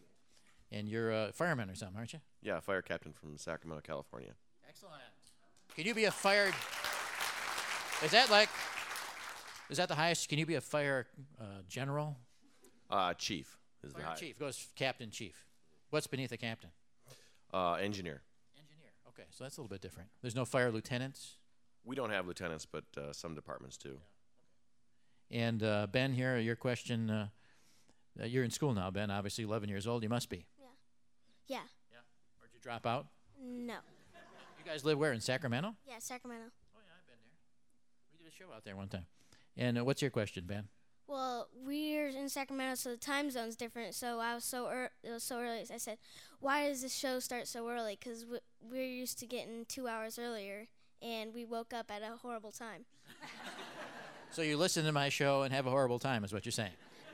And you're a fireman or something, aren't you?
Yeah, fire captain from Sacramento, California.
Excellent. Can you be a fire? Is that like? Is that the highest? Can you be a fire uh, general?
Uh, chief is
Fire
the high.
chief goes captain chief. What's beneath a captain?
Uh, engineer.
Okay, so that's a little bit different. There's no fire lieutenants.
We don't have lieutenants, but uh, some departments do.
And uh, Ben, here, your question. Uh, uh, you're in school now, Ben. Obviously, 11 years old. You must be.
Yeah.
Or did you drop out?
No.
You guys live where? In Sacramento?
Yeah, Sacramento.
Oh, We did a show out there one time. And uh, what's your question, Ben?
Well, we're in Sacramento, so the time zone's different. So I was so ear- it was so early. I said, "Why does this show start so early? Because we're used to getting two hours earlier, and we woke up at a horrible time."
So you listen to my show and have a horrible time, is what you're saying?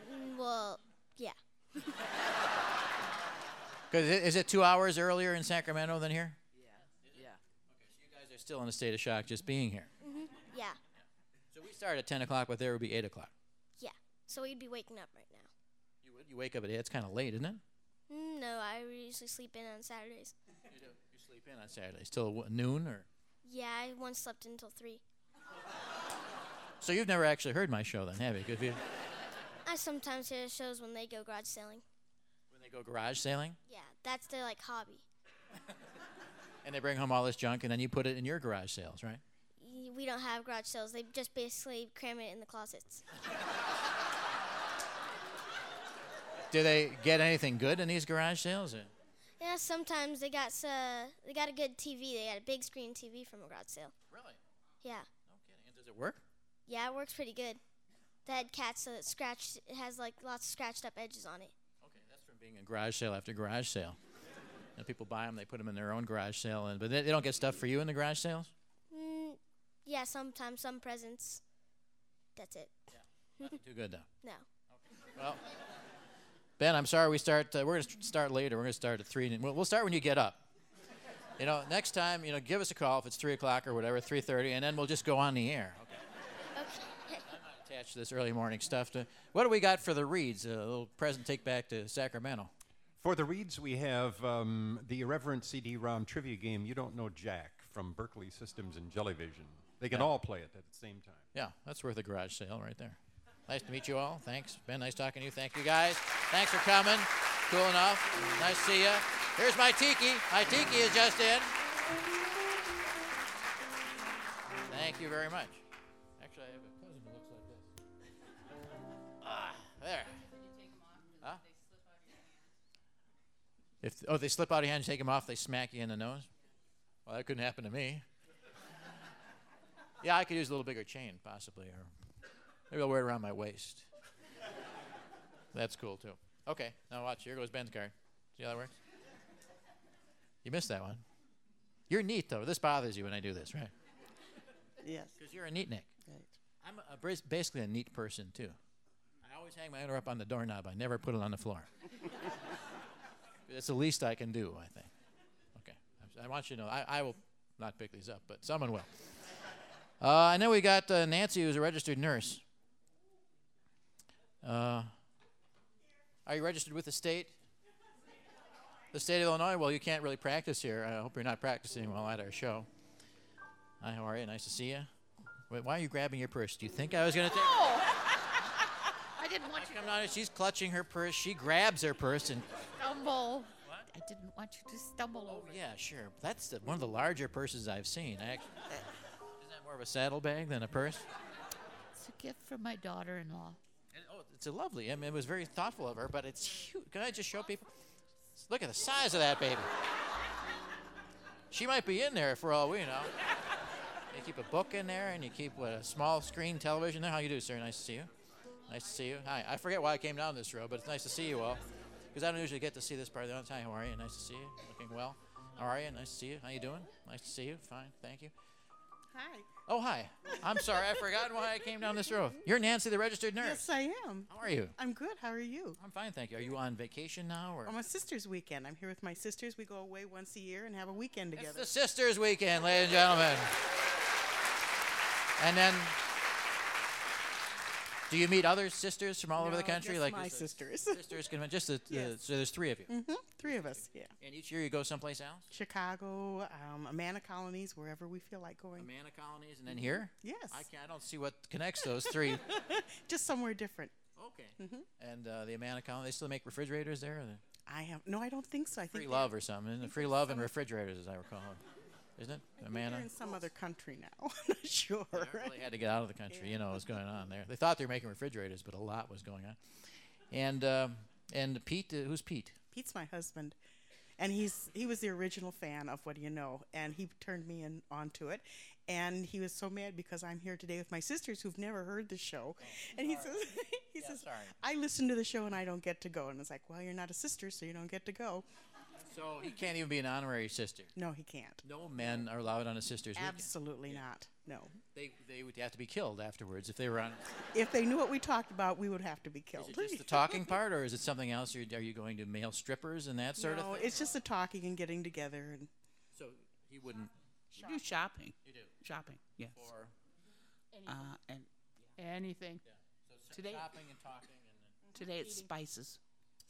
Mm, Well, yeah.
Because is it two hours earlier in Sacramento than here?
Yeah.
You guys are still in a state of shock just being here.
Mm-hmm.
hmm Yeah.
So we start at 10 o'clock, but there would be 8 o'clock.
Yeah. So we'd be waking up right now.
You would. You wake up at 8. It's kind of late, isn't it?
Mm, No, I usually sleep in on Saturdays.
You do. You sleep in on Saturdays till w- noon, or
Yeah, I once slept until three.
so. You've never actually heard my show, then, have you? 'Cause you
I sometimes hear shows when they go garage selling.
when they go garage sailing
Yeah, that's their like hobby.
and they bring home all this junk, and then you put it in your garage sales, right?
Y- We don't have garage sales. They just basically cram it in the closets.
Do they get anything good in these garage sales? Or?
Yeah, sometimes they got uh, they got a good TV. They got a big screen TV from a garage sale.
Really?
Yeah.
Does it work?
Yeah, it works pretty good. The head cat's so it scratched. It has like lots of scratched up edges on it.
Being a garage sale after garage sale, and people buy them, they put them in their own garage sale, and but they, they don't get stuff for you in the garage sales.
Mm, yeah, sometimes some presents. That's it.
Nothing too good though.
No.
Well, Ben, I'm sorry we start. Uh, we're going to start later. We're going to start at three. And we'll, we'll start when you get up. You know, next time, you know, give us a call if it's three o'clock or whatever, three thirty, and then we'll just go on the air.
Okay.
Attach this early morning stuff to. What do we got for the reads? A little present take back to Sacramento.
For the reads, we have um, the irreverent CD-ROM trivia game "You Don't Know Jack" from Berkeley Systems and Jellyvision. They can
Yeah.
all play it at the same time.
Yeah, that's worth a garage sale right there. Nice to meet you all. Thanks, Ben. Nice talking to you. Thank you guys. Thanks for coming. Cool enough. Nice to see you. Here's my tiki. My tiki is just in. Thank you very much. Actually, I have a cousin who looks like this. Ah, there. Huh? If oh, they slip out of your hand, you take them off, they smack you in the nose. Well, that couldn't happen to me. (laughs) yeah, I could use a little bigger chain, possibly, or maybe I'll wear it around my waist. (laughs) That's cool too. Okay, now watch. Here goes Ben's card. See how that works? You missed that one. You're neat though. This bothers you when I do this, right?
Yes.
Because you're a neat Nick. I'm a, bas- basically a neat person too. I always hang my underwear up on the doorknob. I never put it on the floor. It's the least I can do, I think. Okay. I- I want you to know, I, I will not pick these up, but someone will. Uh, and then we got uh, Nancy, who's a registered nurse. Uh, are you registered with the state? The state of Illinois? Well, you can't really practice here. I hope you're not practicing while at our show. Hi, how are you? Nice to see you. Wait, why are you grabbing your purse? Do you think I was going to take
I didn't want you
I'm not, she's clutching her purse. She grabs her purse and
to stumble. I didn't want you to stumble over.
Oh, yeah, sure. That's the, one of the larger purses I've seen. I actually, isn't that more of a saddlebag than a purse?
It's a gift from my daughter-in-law.
It's a lovely. I mean, it was very thoughtful of her, but it's huge. Can I just show people? Look at the size of that baby. She might be in there for all we know. You keep a book in there, and you keep what a small screen television there. How you do, sir? Nice to see you. Nice to see you. Hi. I forget why I came down this road, but it's nice to see you all, because I don't usually get to see this part of the audience. Hi, how are you? Nice to see you. Looking well. How are you? Nice to see you. How you doing? Nice to see you. Fine. Thank you.
Hi.
Oh, hi. I'm sorry. I forgot why I came down this road. You're Nancy, the registered nurse.
Yes, I am.
How are you?
I'm good. How are you?
I'm fine, thank you. Are you on vacation now, or
On my sister's weekend. I'm here with my sisters. We go away once a year and have a weekend together.
the Sisters Weekend, ladies and gentlemen? And then, do you meet other sisters from all over the
No,
country?
just
like
my
is the
sisters.
sisters convention. Just the, the- so there's three of you.
hmm Three of us, yeah.
And each year you go someplace else.
Chicago, um, Amana colonies, wherever we feel like going.
Amana colonies And then here.
Yes.
I, can, I don't see what connects those
(laughs)
three.
Just somewhere different. Mm-hmm.
Okay. and uh, the Amana colony, they still make refrigerators there. Or the
I have no, I don't think so. I think
free
they're-
love or something. isn't it? Free love and refrigerators, as I recall, isn't it?
I think
Amana.
They're in some other country now. I'm not (laughs) sure.
They had to get out of the country. You know what was going on there. They thought they were making refrigerators, but a lot was going on. And um, and Pete, uh, who's Pete?
Pete's my husband, and he's he was the original fan of What Do You Know, and he turned me in onto it. And he was so mad because I'm here today with my sisters who've never heard the show,
Oh,
and he says, he says, I listen to the show and I don't get to go. And it's like, well, you're not a sister, so you don't get to go.
So Oh, he can't even be an honorary sister.
No, he can't.
No men are allowed on a sister's weekend.
Absolutely not. No.
They they would have to be killed afterwards if they were on.
If they knew what we talked about, we would have to be killed.
Is the
(laughs)
talking part, or is it something else? Are you- are you going to male strippers and that sort
no,
of thing?
it's just the talking and getting together and.
So he wouldn't.
You do shopping.
You do.
Shopping, yes.
Or
Uh, and anything. Today,
shopping and talking and
today it's spices.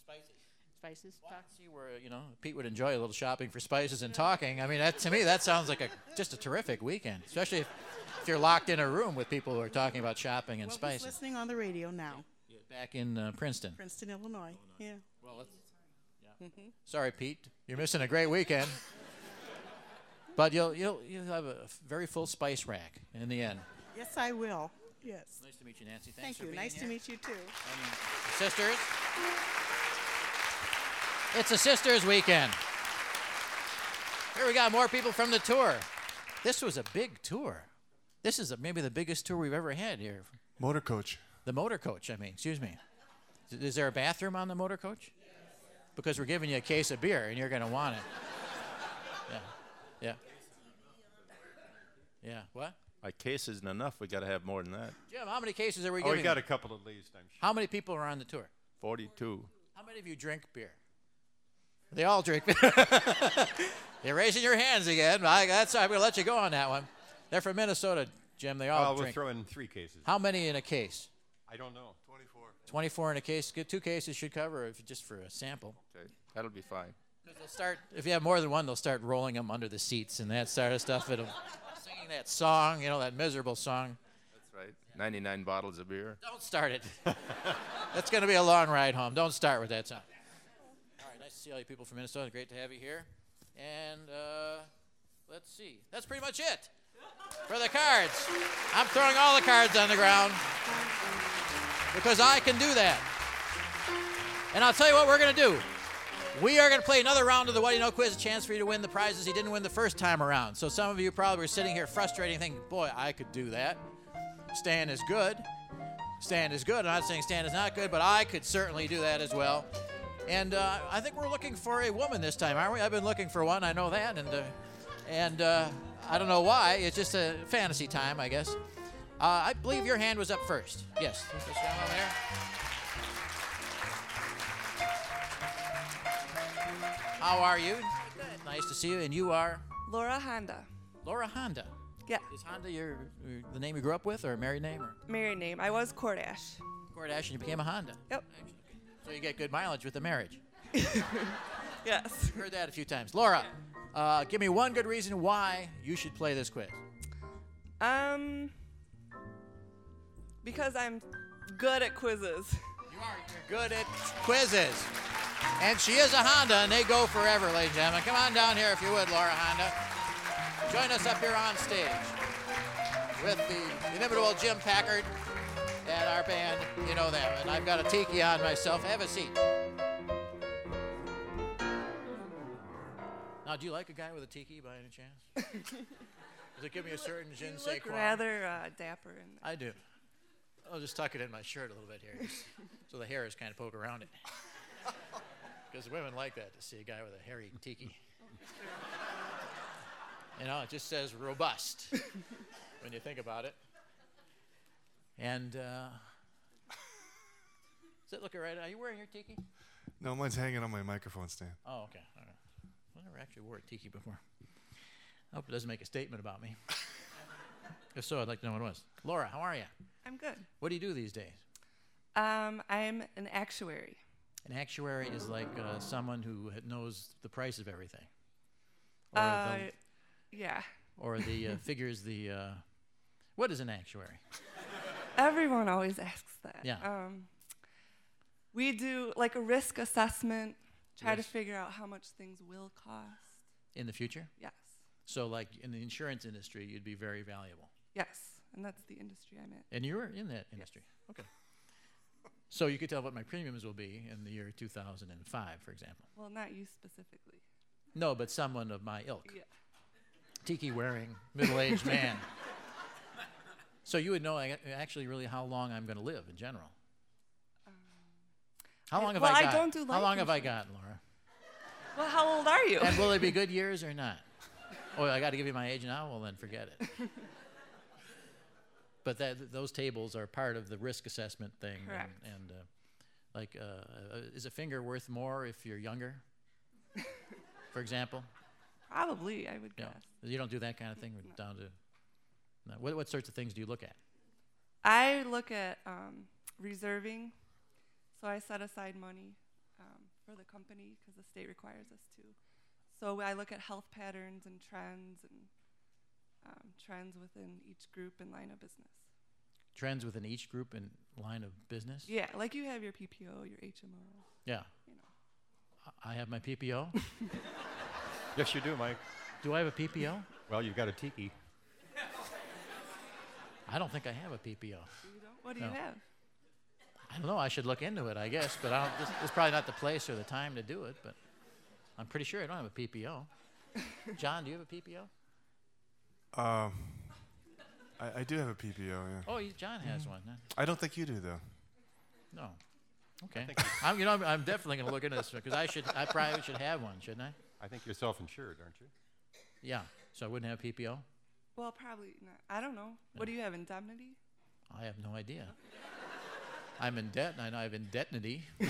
Spices.
Spices.
See where you know Pete would enjoy a little shopping for spices and talking. I mean, that to me that sounds like a just a terrific weekend, especially if, if you're locked in a room with people who are talking about shopping and
Well, he's
spices.
listening on the radio now,
Back in uh, Princeton.
Princeton, Illinois. Yeah. Mm-hmm.
Well, let's.
Yeah.
Sorry, Pete, you're missing a great weekend. but you'll you'll you'll have a f- very full spice rack in the end.
Yes, I will. Yes.
Nice to meet you, Nancy.
Thank
Thanks for
you.
being
Nice
here.
to meet you too.
Sisters, it's a sisters weekend. Here we got more people from the tour. This was a big tour. This is a, maybe the biggest tour we've ever had here.
Motor coach.
The motor coach, I mean, excuse me. Is- Is there a bathroom on the motor coach? Because we're giving you a case of beer and you're going to want it. (laughs) Yeah. Yeah. Yeah. What?
A case isn't enough. We got to have more than that.
Jim, how many cases are we
Oh, we
giving?
got
them?
a
couple at least, I'm
How many people are on the tour?
Forty-two.
How many of you drink beer? They all drink beer. (laughs) You're raising your hands again. I, that's, I'm going to let you go on that one. They're from Minnesota, Jim. They all
Well, we'll
drink.
throw in Uh, three cases.
How many in a case?
I don't know.
24.
24 in a case. Good- Two cases should cover if just for a sample.
Okay, that'll be fine.
They'll start if you have more than one. They'll start rolling them under the seats and that sort of stuff. It'll singing that song, you know, that miserable song.
That's right.
99 bottles of beer.
Don't start it. (laughs) That's going to be a long ride home. Don't start with that song. All right, nice to see all you people from Minnesota. Great to have you here. And uh, let's see. That's pretty much it for the cards. I'm throwing all the cards on the ground because I can do that. And I'll tell you what we're going to do. We are going to play another round of the What Do You Know quiz, a chance for you to win the prizes you didn't win the first time around. So some of you probably were sitting here frustrated thinking, boy, I could do that. Stan is good. Stan is good. I'm not saying Stan is not good, but I could certainly do that as well. And uh, I think we're looking for a woman this time, aren't we? I've been looking for one. I know that, and uh, and uh, I don't know why. It's just a fantasy time, I guess. Uh, I believe your hand was up first. Yes. This young over there. How are you?
Good.
Nice to see you. And you are
Laura Honda.
Laura Honda.
Yeah.
Is Honda your, your the name you grew up with, or a married name, or
Married name. I was Cordash.
Cordash, and you became a Honda?
Yep.
So you get good mileage with the marriage.
(laughs) Yes.
Heard that a few times. Laura, uh, give me one good reason why you should play this quiz.
Um, because I'm good at quizzes.
Good at quizzes. And she is a Honda, and they go forever, ladies and gentlemen. Come on down here if you would, Laura Honda. Join us up here on stage with the inimitable Jim Packard and our band. You know them. And I've got a tiki on myself. Have a seat. Now, do you like a guy with a tiki by any chance?
(laughs)
Does it give me a certain je ne
You
sais
look
quoi?
rather uh, dapper. And
I do. I'll just tuck it in my shirt a little bit here, just so the hair is kind of poke
(laughs)
around it. Because women like that to see a guy with a hairy tiki. you know, it just says robust when you think about it. And uh, does it look all right? Are you wearing your tiki?
No, mine's hanging on my microphone stand.
Oh, okay. All right. I never actually wore a tiki before. I hope it doesn't make a statement about me. (laughs) if so, I'd like to know what it was. Laura, how are you?
I'm good.
What do you do these days?
Um, I'm an actuary.
An actuary is like uh, someone who h- knows the price of everything, or
Uh,
the,
yeah.
or the
(laughs)
uh, figures the. Uh, what is an actuary?
Everyone always asks that.
Yeah.
Um, we do like a risk assessment, try to
Risk.
figure out how much things will cost.
In the future?
Yes.
So, like in the insurance industry, you'd be very valuable,
Yes. And that's the industry I'm in.
and you were in that industry. Okay. So you could tell what my premiums will be in the year 2005, for example.
Well, not you specifically.
No, but someone of my ilk,
Yeah.
tiki wearing middle-aged man. So you would know I- actually really how long I'm going to live in general. How
Um, I-
long have
well,
I
I
got?
don't do
How
life
long have I got,
insurance.
Laura?
Well, how old are you?
And will
(laughs)
it be good years or not? Oh, I got to give you my age now. Well, then forget
(laughs)
it. but that those tables are part of the risk assessment thing. and-
Correct.
And, uh, like, uh, uh, is a finger worth more if
(laughs)
you're younger? For example.
Probably, I would
Yeah.
guess.
You don't do that kind of thing with- down to. No. What, what sorts of things do you look at?
I look at um, reserving, so I set aside money um, for the company because the state requires us to. So I look at health patterns and trends and um, trends within each group and line of business.
Trends within each group and line of business?
Yeah, like you have your PPO, your HMO.
Yeah. I I have
(laughs)
my PPO.
Yes, you do, Mike.
Do I have a PPO?
Well, you've got a E. tiki.
I don't think I have a PPO.
What do you
No.
have?
I don't know. I should look into it, I guess, but I don't, this, this is probably not the place or the time to do it. But I'm pretty sure I don't have a PPO. John, do you have a PPO?
Um, I, I do have a PPO. Yeah.
Oh, you- John has one, huh?
I don't think you do though.
No. Okay. I'm, you know, I'm, I'm definitely going to look into this because I should. I probably should have one, shouldn't I?
I think you're self-insured, aren't you?
Yeah. So I wouldn't have PPO.
Well, probably not. I don't know. What do you have? Indemnity?
I have no idea. I'm in debt, and I know I have indemnity. (laughs)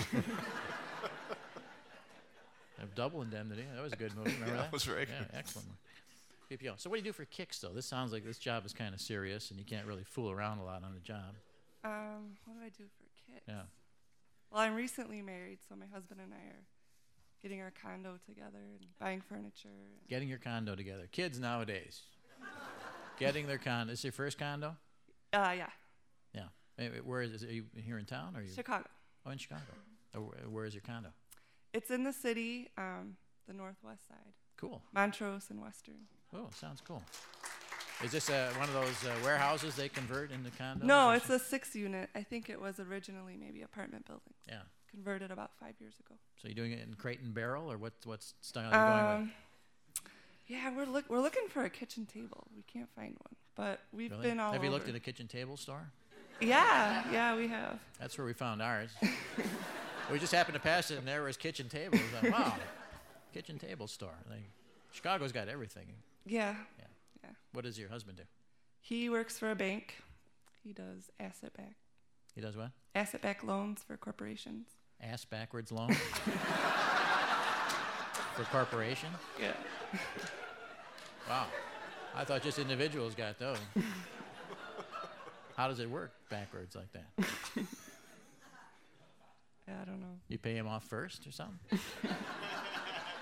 I have double indemnity. That was a good movie. Remember
Yeah,
that?
that was very
Yeah,
good.
excellent. one. PPO. So what do you do for kicks, though? This sounds like this job is kind of serious, and you can't really fool around a lot on the job.
Um, what do I do for kids?
Yeah.
Well, I'm recently married, so my husband and I are getting our condo together and buying furniture. and-
Getting your condo together. Kids nowadays. Getting their condo. Is this your first condo?
Uh, yeah.
Eh, Where is, is are you here in town? Or are you?
Chicago.
Oh, in Chicago. Oh, wh- Where is your condo?
It's in the city, um, the northwest side.
Cool.
Montrose and Western.
Oh, sounds cool. Is this uh, one of those uh, warehouses they convert into condos?
No,
or
it's
something?
a six unit. I think it was originally maybe apartment building.
Yeah.
Converted about five years ago.
So you're doing it in crate and barrel, or what? What style are you Oh, going with?
Um, Yeah, we're look we're looking for a kitchen table. We can't find one, but we've
Really?
been all.
Have you looked
over.
at a kitchen table store?
Yeah, yeah, we have.
That's where we
(laughs)
found ours. we just happened to pass it, and there was kitchen tables. I thought, wow, kitchen table store. They, Chicago's got everything.
Yeah,
What does your husband do?
he works for a bank. He does asset back
He does what?
asset back loans for corporations.
Ass backwards loan (laughs) for corporation.
Yeah.
Wow, I thought just individuals got those. How does it work backwards like that?
I don't know.
You pay him off first or something?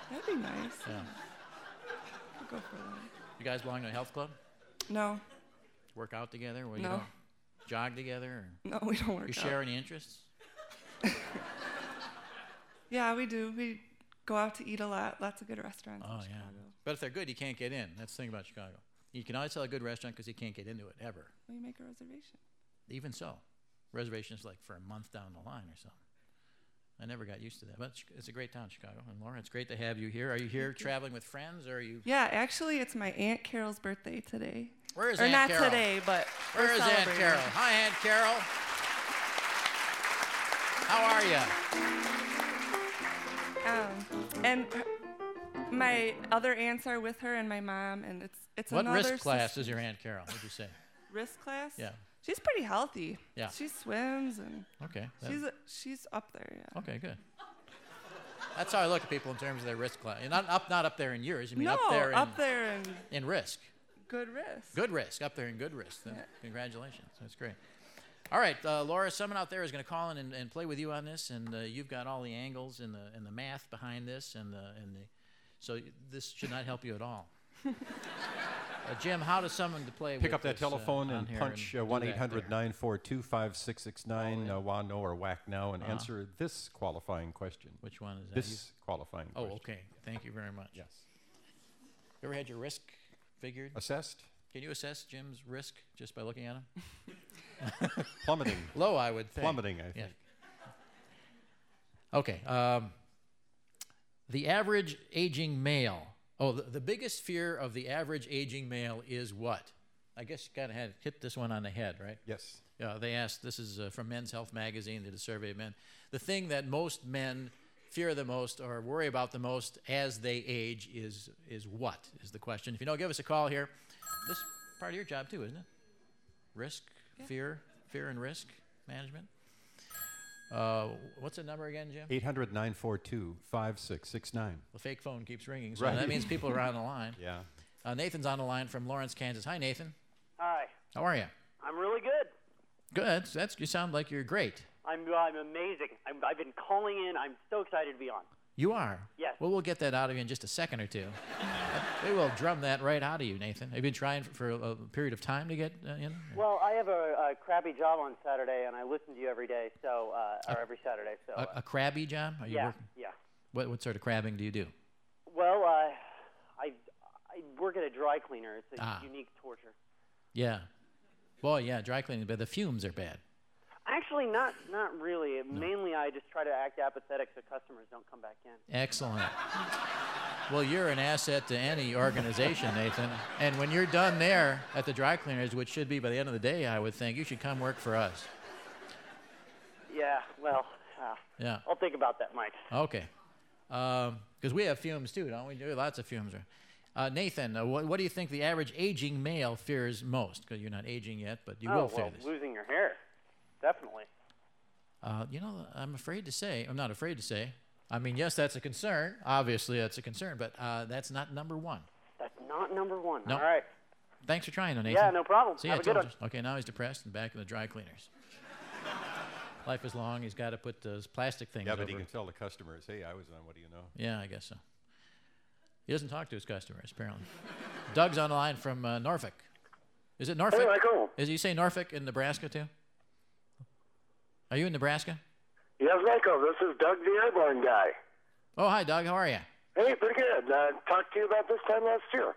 That'd be nice.
Yeah.
I'll go for that.
You guys belong to a health club?
No,
Work out together? Well,
No.
You don't jog together? Or
No, we don't work
You
out.
share any interests?
yeah, we do. We go out to eat a lot. Lots of good restaurants. in
Oh, yeah.
Chicago.
But if they're good, you can't get in. That's the thing about Chicago. You can always tell a good restaurant because you can't get into it ever.
Will you make a reservation?
Even so, reservations like for a month down the line or something. I never got used to that. But it's- it's a great town, Chicago. And Laura, it's great to have you here. Are you here traveling with friends or are you?
Yeah, actually, it's my aunt Carol's birthday today.
Where is
or
Aunt
not
Carol?
today, but we're
Where is Aunt
celebrating.
Carol? Hi, Aunt Carol. How are you?
Um, and her- my other aunts are with her, and my mom, and it's it's
what
another
risk
sis-
class is your Aunt Carol, would you say?
Wrist class.
Yeah.
She's pretty healthy.
Yeah.
She swims and.
Okay, that-
She's a, she's up there. Yeah.
Okay, good. That's how I look at people in terms of their risk class. Not up, not up there in years. You mean up
No,
there in,
up there in-
in risk.
Good wrist.
Good risk, up there in good risk. Then Congratulations, that's great. All right, uh, Laura, someone out there is going to call in and, and play with you on this, and uh, you've got all the angles and the and the math behind this, and the and the, so this should not help you at all. (laughs) uh, Jim, how does someone to play?
Pick
with
up that
this, uh,
telephone
on
and
here
punch
and do
one
that
eight
there?
hundred nine four two five six six nine uh, WANO or WAC now and
Uh-huh.
answer this qualifying question.
Which one is that? You-
This qualifying
Oh,
question.
okay. Thank you very much. Yes. You ever had your risk figured?
Assessed?
Can you assess Jim's risk just by looking at him? (laughs)
Plummeting.
Low, I would think.
Plummeting, I
Yeah.
think.
Okay. Um, the average aging male. Oh, the, the biggest fear of the average aging male is what? I guess you kind of hit this one on the head, right?
Yes.
Yeah, they asked, this is uh, from Men's Health Magazine, they did a survey of men. The thing that most men fear the most or worry about the most as they age is, is what, is the question. If you don't give us a call here, this is part of your job too, isn't it? Risk, fear, fear and risk management. Uh, what's the number again, Jim?
Eight hundred nine four two five six six nine.
The fake phone keeps ringing, so
Right.
that means people are on (laughs) the line.
Yeah.
Uh, Nathan's on the line from Lawrence, Kansas. Hi, Nathan.
Hi.
How are you?
I'm really good.
Good. That's, that's, you sound like you're great.
I'm I'm amazing. I'm, I've been calling in. I'm so excited to be on.
You are?
Yes.
Well, we'll get that out of you in just a second or two.
(laughs)
they will drum that right out of you, Nathan. Have you been trying for, for a, a period of time to get uh, in?
Well, I have a, a crappy job on Saturday, and I listen to you every day, so uh, or every Saturday. So
A,
uh,
a crabby job? Are you
yeah,
working?
yeah.
What, what sort of crabbing do you do?
Well, uh, I I work at a dry cleaner. It's a
Ah.
unique torture.
Yeah. Boy, yeah, dry cleaning, but the fumes are bad.
Actually, not not really. Mainly, I just try to act apathetic so customers don't come back in.
Excellent. well, you're an asset to any organization, Nathan. And when you're done there at the dry cleaners, which should be by the end of the day, I would think, you should come work for us.
Yeah. Well. Uh,
Yeah.
I'll think about that, Mike.
Okay. Because we have fumes too, don't we? Do lots of fumes. right? Uh, Nathan, uh, what, what do you think the average aging male fears most? Because you're not aging yet, but you
oh,
will fear
well,
this.
losing your hair, definitely.
Uh, you know, I'm afraid to say, I'm not afraid to say. I mean, yes, that's a concern. Obviously, that's a concern, but uh, that's not number one.
That's not number one.
No.
All right.
Thanks for trying, though, Nathan.
Yeah, no problem.
See,
Have
I
a good
told
one.
you. Okay, now he's depressed and back in the dry cleaners. (laughs) Life is long. He's got to put those plastic things
Yeah, but
over.
he can tell the customers, hey, I was on, what do you know?
Yeah, I guess so. He doesn't talk to his customers, apparently. (laughs) Doug's on the line from uh, Norfolk. Is it Norfolk?
Michael.
Is you say Norfolk in Nebraska too? Are you in Nebraska?
Yes, Michael, this is Doug the Airborne guy.
Oh, hi, Doug. How are you?
Hey, pretty good. Uh, talked to you about this time last year.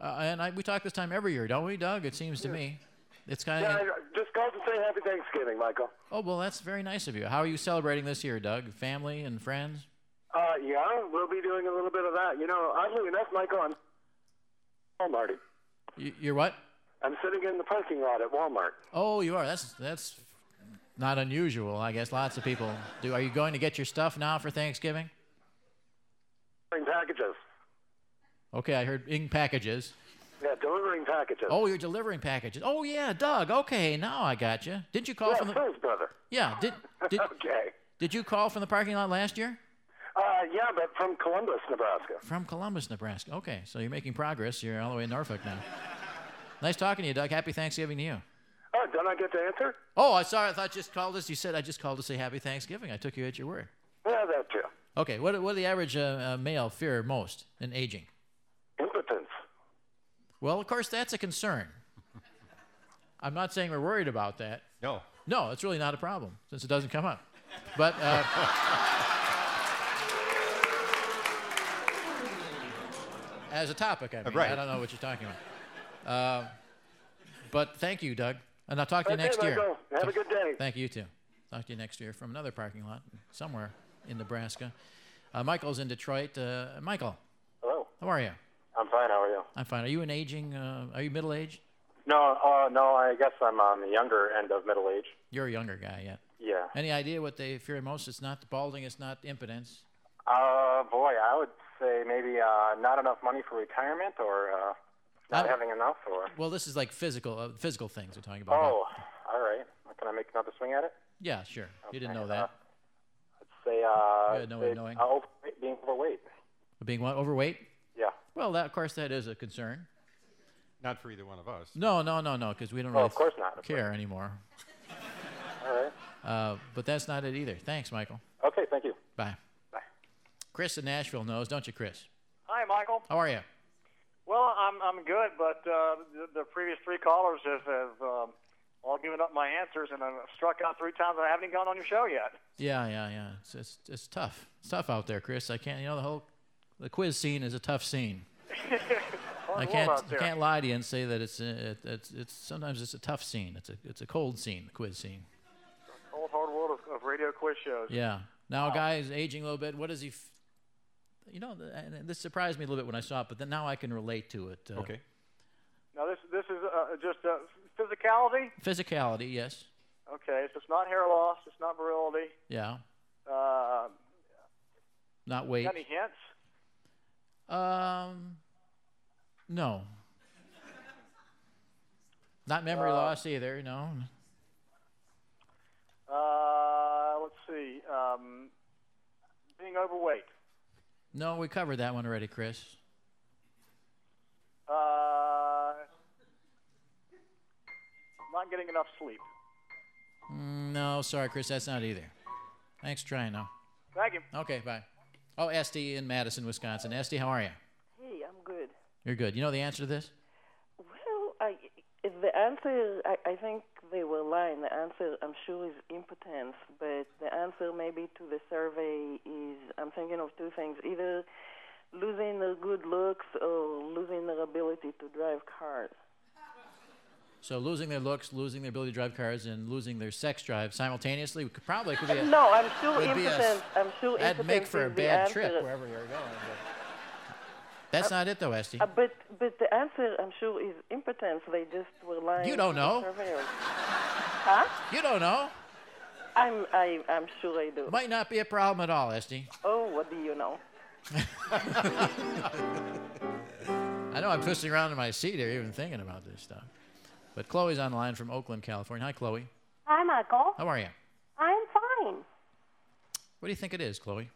Uh, and I, we talk this time every year, don't we, Doug? It seems to me. It's kind
Yeah,
of.
I just called to say happy Thanksgiving, Michael.
Oh, well, that's very nice of you. How are you celebrating this year, Doug? Family and friends?
Uh, yeah, we'll be doing a little bit of that. You know, oddly enough, Michael, I'm at Walmart.
You, you're what?
I'm sitting in the parking lot at Walmart.
Oh, you are. That's that's not unusual. I guess lots of people do. Are you going to get your stuff now for Thanksgiving?
Delivering packages.
Okay, I heard in packages.
Yeah, delivering packages.
Oh, you're delivering packages. Oh yeah, Doug. Okay, now I got you. Didn't you call
yeah,
from the?
please, brother.
Yeah. Did
(laughs)
did
okay.
did you call from the parking lot last year?
Uh, yeah, but from Columbus, Nebraska.
From Columbus, Nebraska. Okay, so you're making progress. You're all the way in Norfolk now. nice talking to you, Doug. Happy Thanksgiving to you.
Oh, did I get to answer?
Oh, I sorry. I thought you just called us. You said I just called to say Happy Thanksgiving. I took you at your word.
Yeah, that too.
Okay, what what do the average uh, uh, male fear most in aging?
Impotence.
Well, of course, that's a concern. I'm not saying we're worried about that.
No.
No, it's really not a problem since it doesn't come up. But uh, as a topic, I mean,
Right.
I don't know what you're talking about. Um but thank you, Doug, and I'll talk to you
Okay,
next year.
Michael. Have a good day.
Thank you you too. Talk to you next year from another parking lot somewhere in Nebraska. Uh, Michael's in Detroit. Uh, Michael,
Hello.
how are you?
I'm fine. How are you?
I'm fine. Are you an aging? Uh, are you middle aged?
No, uh, no. I guess I'm on the younger end of middle age.
You're a younger guy yet.
Yeah.
Any idea what they fear most? It's not balding. It's not impotence.
Uh, boy, I would say maybe uh, not enough money for retirement, or uh, not
I'm-
having enough, or.
Well, this is like physical, uh, physical things we're talking about. not-
Oh, all right. Can I make another swing at it?
Yeah, sure. You didn't know that.
uh-huh.
Say, uh,
Yeah, no
say,
annoying.
uh, overweight- being overweight.
Being what? Overweight?
Yeah.
Well, that, of course, that is a concern.
Not for either one of us.
No, no, no, no, because we don't
Oh,
really
of course not, of
care anymore.
All right.
Uh, but that's not it either. Thanks, Michael.
Okay. Thank you.
Bye. Bye. Chris in Nashville knows, don't you, Chris?
Hi, Michael.
How are you?
Well, I'm I'm good, but uh, the, the previous three callers have, have um, all given up my answers, and I've struck out three times, and I haven't even gone on your show yet. (laughs)
Yeah, yeah, yeah. It's, it's, it's tough. It's tough out there, Chris. I can't, you know, the whole the quiz scene is a tough scene.
Oh,
Hard
I
world
can't,
out
I
there.
can't lie to you and say that it's, uh, it, it's, it's sometimes it's a tough scene. It's a, it's a cold scene, the quiz scene.
Old hard world of, of radio quiz shows.
Yeah. Now, a guy is aging a little bit. What does he? F- you know, th- and and this surprised me a little bit when I saw it, but then now I can relate to it. Uh, okay.
Now this this is uh, just uh, physicality.
Physicality, yes.
Okay, so it's not hair loss. It's not virility.
Yeah.
Uh,
Not weight.
Any hints?
Um. No. Not memory loss either. No.
Uh, let's see. Um, being overweight.
No, we covered that one already, Chris.
Uh, not getting enough sleep.
Mm, no, sorry, Chris, that's not either. Thanks for trying, though.
Thank you.
Okay, bye. Oh, Esty in Madison, Wisconsin. Esty, how are you?
Hey, I'm good.
You're good. You know the answer to this?
Well, I, the answer, I, I think they were lying. The answer, I'm sure, is impotence. But the answer maybe to the survey is I'm thinking of two things either losing their good looks or losing their ability to drive cars.
So losing their looks, losing their ability to drive cars, and losing their sex drive simultaneously could probably could be a,
no, I'm sure
would be a s-
impotence. I'm sure
that'd
impotence
make for
is
a
the
bad
answer.
trip wherever you're going. but- that's not it though, Esty.
Uh, but but the answer, I'm sure, is impotence. They just were lying.
You don't
to the
know. (laughs)
surveyors. huh?
You don't know.
I'm I, I'm sure I do.
Might not be a problem at all, Esty.
Oh, what do you know?
I know I'm twisting around in my seat here, even thinking about this stuff. But Chloe's online from Oakland, California. Hi, Chloe.
Hi, Michael.
How are you?
I'm fine.
What do you think it is, Chloe?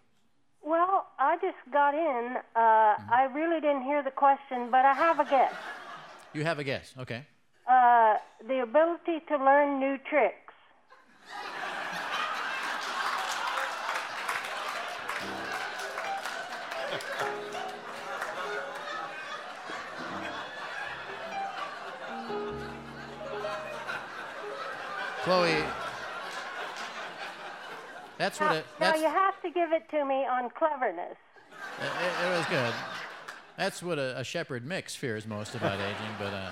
Well, I just got in. Uh, I really didn't hear the question, but I have a guess.
You have a guess. Okay.
Uh, the ability to learn new tricks.
Chloe, That's what
Now-
it.
Now
That's,
you have to give it to me on cleverness.
It, it- it was good. That's what a, a shepherd mix fears most about aging, but uh,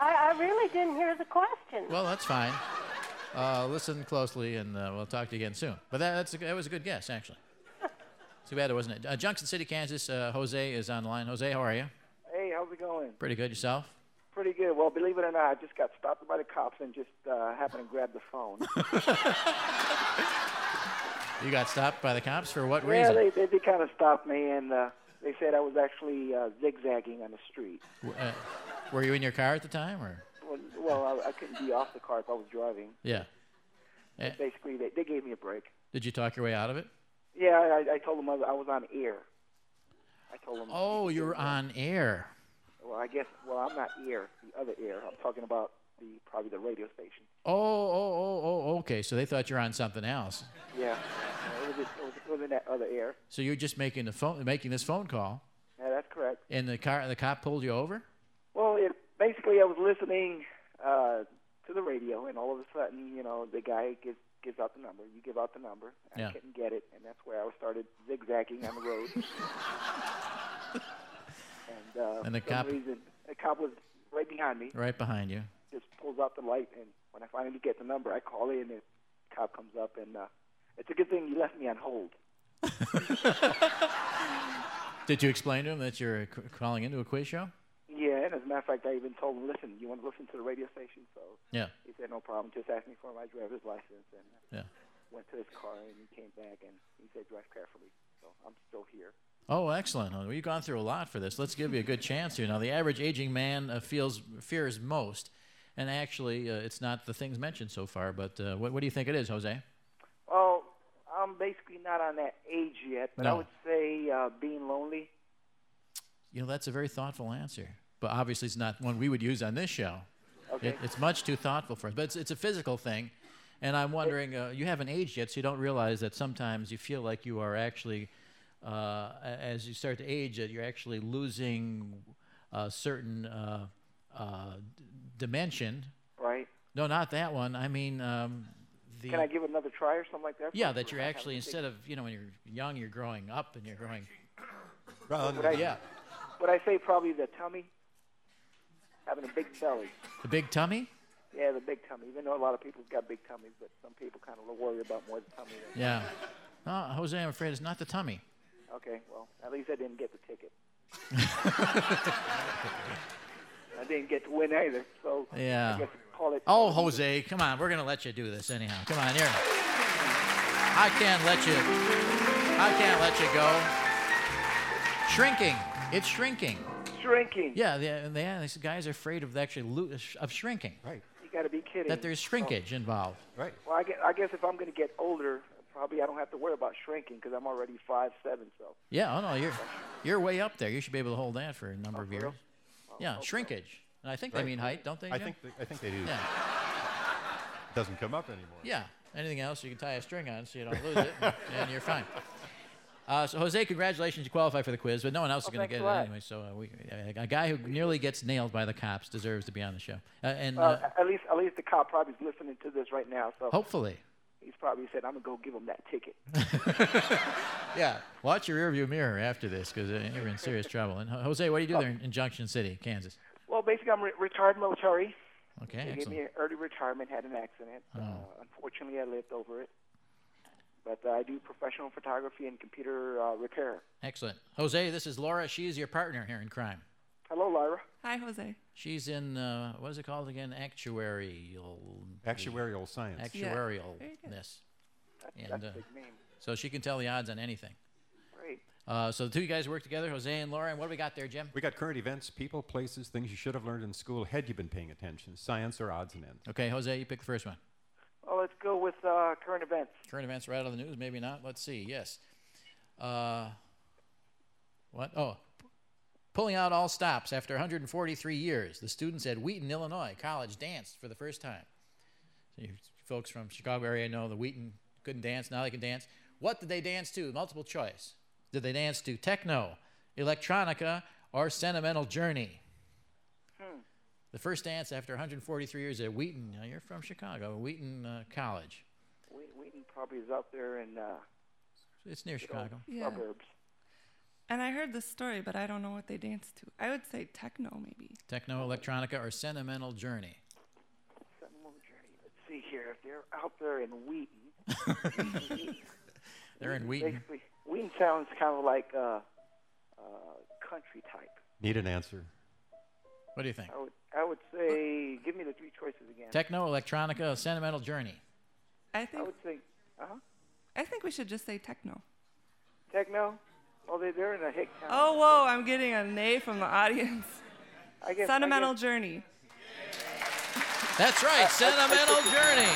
I, I really didn't hear the question.
well, that's fine. Uh, listen closely, and uh, we'll talk to you again soon. But that, that's a, that was a good guess, actually. Too bad it wasn't. Uh, Junction City, Kansas. Uh, Jose is on the line. Jose, how are you?
Hey, how's it going?
Pretty good yourself.
Pretty good. Well, believe it or not, I just got stopped by the cops and just uh, happened to grab the
(laughs)
phone.
You got stopped by the cops for what
yeah,
reason?
they, they they kind of stopped me and uh, they said I was actually uh, zigzagging on the street.
W- uh, were you in your car at the time, or
Well, well I, I couldn't be off the car if I was driving.
yeah? Eh.
But basically, they they gave me a break.
Did you talk your way out of it?
Yeah, I, I told them I was, I was on air. I told them.
Oh, you're on air.
Well, I guess. Well, I'm not air. The other air. I'm talking about the probably the radio station.
Oh, oh, oh, oh. Okay, so they thought you're on something else.
Yeah. (laughs) it, was, it, was, it was in that other air.
So you're just making the phone, making this phone call,
Yeah, that's correct.
and the car, the cop pulled you over.
Well, it, basically, I was listening uh, to the radio, and all of a sudden, you know, the guy gives gives out the number. You give out the number. I
Yeah.
couldn't get it, and that's where I started zigzagging on the
(laughs)
road. and uh,
And the
for
cop-
some reason, the cop was right behind me.
Right behind you.
Just pulls out the light, and when I finally get the number, I call in, and the cop comes up, and uh, it's a good thing you left me on hold.
Did you explain to him that you're c- calling into a quiz show?
Yeah, and as a matter of fact, I even told him, listen, you want to listen to the radio station? So
Yeah.
he said, no problem. Just ask me for my driver's license. And
Yeah.
went to his car, and he came back, and he said, drive carefully. So I'm still here.
Oh, excellent. Well, you've gone through a lot for this. Let's give you a good chance here. Now, the average aging man uh, feels fears most, and actually, uh, it's not the things mentioned so far. But uh, what, what do you think it is, Jose?
Well, I'm basically not on that age yet, but I
No.
would say uh, being lonely.
You know, that's a very thoughtful answer, but obviously, it's not one we would use on this show.
Okay.
It, it's much too thoughtful for us, but it's, it's a physical thing. And I'm wondering, uh, you haven't aged yet, so you don't realize that sometimes you feel like you are actually, uh, a- as you start to age, that you're actually losing a certain uh, uh, d- dimension.
Right.
No, not that one. I mean, um, the
Can I give it another try or something like that?
yeah, that you're
I
actually
haven't
instead of you know when you're young, you're growing up and you're growing.
Would I-
yeah,
(laughs) Would I say probably the tummy? Having a big belly.
the big tummy.
Yeah, the big tummy. Even though a lot of people's got big tummies, but some people kind of worry about more the tummy. Than
Yeah. No, Jose, I'm afraid it's not the tummy.
Okay, well, at least I didn't get the
(laughs)
ticket. I didn't get to win either, so
Yeah.
I guess call it.
Oh, Jose, come on. We're going to let you do this anyhow. Come on, here. I can't let you. I can't let you go. Shrinking. It's shrinking.
Shrinking.
Yeah, the, and the, yeah, these guys are afraid of actually lo- of shrinking. Right.
You got to be kidding. Oh.
That there's shrinkage involved. Right.
Well, I guess, I guess if I'm going to get older, probably I don't have to worry about shrinking because I'm already five seven. So
Yeah. Oh no, you're you're way up there. You should be able to hold that for a
Oh,
number of years. Yeah, shrinkage. And I think
Right.
they mean height, don't they?
I
Jim?
think they, I think they do.
Yeah.
Doesn't come up anymore.
Yeah. Anything else, you can tie a string on so you don't lose it, and you're fine. Uh, so, Jose, congratulations. You qualify for the quiz, but no one else is
Oh,
going to
thanks
get
a
it
lot.
anyway. So, uh, we, a, a guy who nearly gets nailed by the cops deserves to be on the show. Uh, and
well,
uh,
at least at least the cop probably is listening to this right now. So
hopefully,
he's probably said, "I'm going to go give him that ticket."
(laughs)
(laughs)
yeah, watch your rearview mirror after this because uh, you're in serious trouble. And, Ho- Jose, what do you do there in, in Junction City, Kansas?
well, basically, I'm re- retired military.
Okay,
they gave me
excellent.
an early retirement. Had an accident.
Oh.
Uh, unfortunately, I lived over it. But uh, I do professional photography and computer uh, repair.
Excellent. Jose, this is Laura. She's your partner here in crime.
Hello, Lyra.
Hi, Jose.
She's in, uh, what is it called again? Actuarial.
Actuarial science.
Yeah.
Actuarial.
Very good.
Yes.
That's-
And,
that's
uh,
a big name.
So she can tell the odds on anything.
Great.
Uh, so the two of you guys work together, Jose and Laura. And what do we got there, Jim?
We got current events, people, places, things you should have learned in school had you been paying attention. Science or odds and ends.
Okay, Jose, you pick the first one.
Well, let's go with uh, current events.
Current events right out of the news, maybe not. Let's see. Yes. Uh, what? Oh, pulling out all stops after 143 years. The students at Wheaton, Illinois College danced for the first time. So you folks from Chicago area know the Wheaton couldn't dance. Now they can dance. What did they dance to? Multiple choice. Did they dance to techno, electronica, or sentimental journey?
Hmm.
The first dance after 143 years at Wheaton. Now you're from Chicago, Wheaton uh, College.
Wait, waiting probably is out there in uh,
It's near
good old
Chicago.
Yeah.
suburbs.
And I heard this story, but I don't know what they dance to. I would say techno, maybe.
Techno electronica or sentimental journey.
Seminole Journey. Let's see here. If they're out there in Wheaton,
(laughs) They're in Wheaton.
basically Wheaton sounds kind of like uh, uh, country type.
Need an answer.
What do you think?
I would, I would say, give me the three choices again.
Techno electronica or sentimental journey.
I think. I
would say. Uh huh.
I think we should just say techno.
Techno. Well, they, they're in a hick town.
Oh, whoa! I'm getting a nay from the audience.
(laughs) I guess- I
Sentimental
guess-
journey.
That's right, sentimental journey.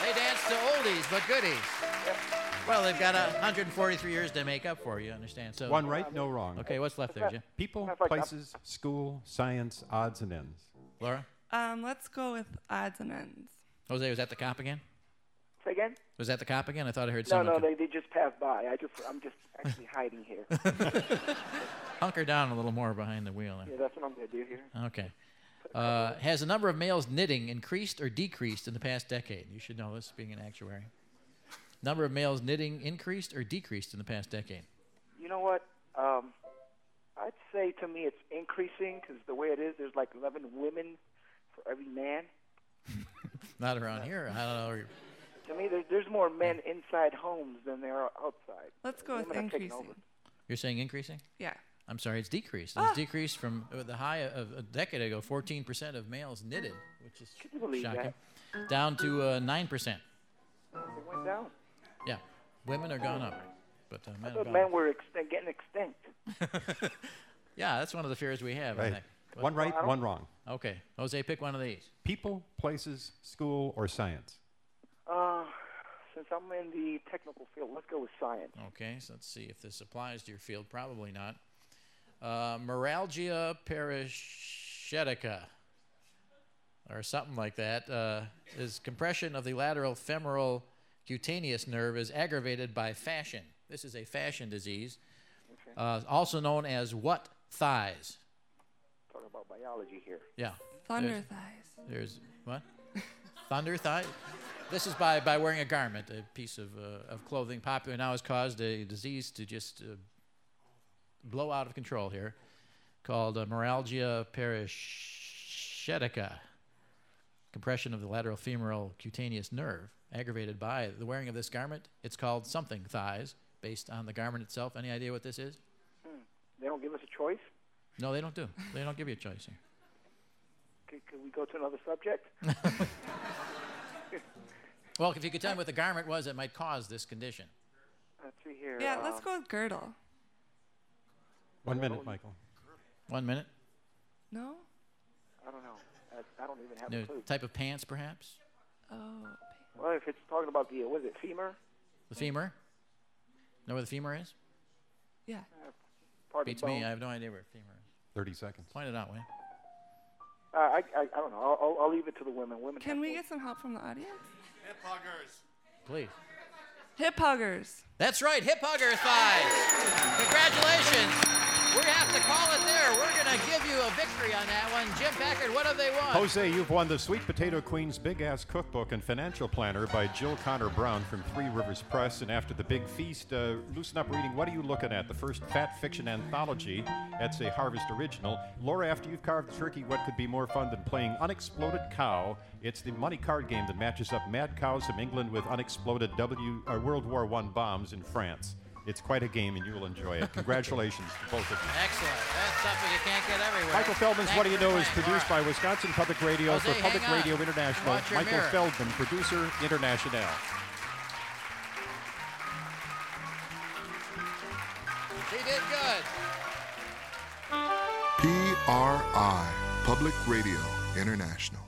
They dance to oldies but goodies. Well, they've got a 143 years to make up for. You understand? So
One right, no wrong.
Okay, what's left there,
(laughs)
Jim?
People, places, school, science, odds and ends.
Laura,
Um, let's go with odds and ends.
Jose, was that the cop again?
Say again?
Was that the cop again? I thought I heard
No,
someone.
no,
come-
they, they just passed by. I just, I'm just actually hiding here.
Hunker down a little more behind the wheel.
Yeah, that's what I'm gonna do here.
There. Okay. Uh, has the number of males knitting increased or decreased in the past decade? You should know this, being an actuary. Number of males knitting increased or decreased in the past decade?
You know what? Um, I'd say to me it's increasing because the way it is, there's like 11 women for every man.
Not around here. I don't know.
To me, there's, there's more men inside homes than there are outside.
Let's go with
Women are taking
increasing.
over.
You're saying increasing?
Yeah.
I'm sorry, it's decreased. It's decreased from uh, the high of a decade ago, 14% of males knitted, which is
you believe
shocking, down to uh, 9%.
They went down.
Yeah, women are gone up, but uh, men
I
have
thought
gone
men
up.
were extinct, getting extinct.
Yeah, that's one of the fears we have, I
Right.
think. But-
One right, one wrong.
Okay, Jose, pick one of these.
People, places, school, or science.
Uh, since I'm in the technical field, let's go with science.
Okay, so let's see if this applies to your field. Probably not. Uh, Moralgia parascetica, or something like that, uh, is compression of the lateral femoral cutaneous nerve is aggravated by fashion. This is a fashion disease, uh, also known as what thighs?
Talking about biology here.
Yeah.
Thunder
there's-
thighs.
There's what? Thunder thighs. This is by, by wearing a garment, a piece of, uh, of clothing popular now has caused a disease to just uh, blow out of control here called uh, Moralgia parascetica, compression of the lateral femoral cutaneous nerve, aggravated by the wearing of this garment. It's called something thighs based on the garment itself. Any idea what this is?
They don't give us a choice.
No, they don't do. They don't give you a choice here.
Could, could we go to another
(laughs)
subject?
Well, if you could tell me what the garment was that might cause this condition.
Let's see here.
Yeah, let's
um,
go with girdle.
One minute, Michael.
One minute.
No?
I don't know. I, I don't even have
No,
a clue.
type of pants, perhaps?
Oh.
Well, if it's talking about the, what is it, femur?
The femur? Know where the femur is?
Yeah.
Uh, Part
Beats
of bone.
me. I have no idea where femur is.
30 seconds.
Point it out, Wayne.
Uh, I, I, I don't know. I'll, I'll, I'll leave it to the women. Women.
Can
have
we
more-
get some help from the audience?
Hip huggers.
Please.
Hip huggers.
That's right, hip hugger thighs. Congratulations. We have to call it there. We're going to give you a victory on that one. Jim Packard, what have they won?
Jose, you've won the Sweet Potato Queen's Big Ass Cookbook and Financial Planner by Jill Connor Brown from Three Rivers Press. And after the big feast, uh, loosen up reading. What are you looking at? The first fat fiction anthology. That's a Harvest original. Laura, after you've carved turkey, what could be more fun than playing Unexploded Cow? It's the money card game that matches up mad cows from England with unexploded w, uh, World War I bombs in France. It's quite a game, and you'll enjoy it. Congratulations to both of you.
Excellent. That's something you can't get everywhere.
Michael Feldman's
Thanks
What Do You
for
Know is
playing.
produced by Wisconsin Public Radio
Jose,
for Public
hang on.
Radio International.
Watch your
Michael
mirror.
Feldman, producer, International.
She did good.
PRI, Public Radio International.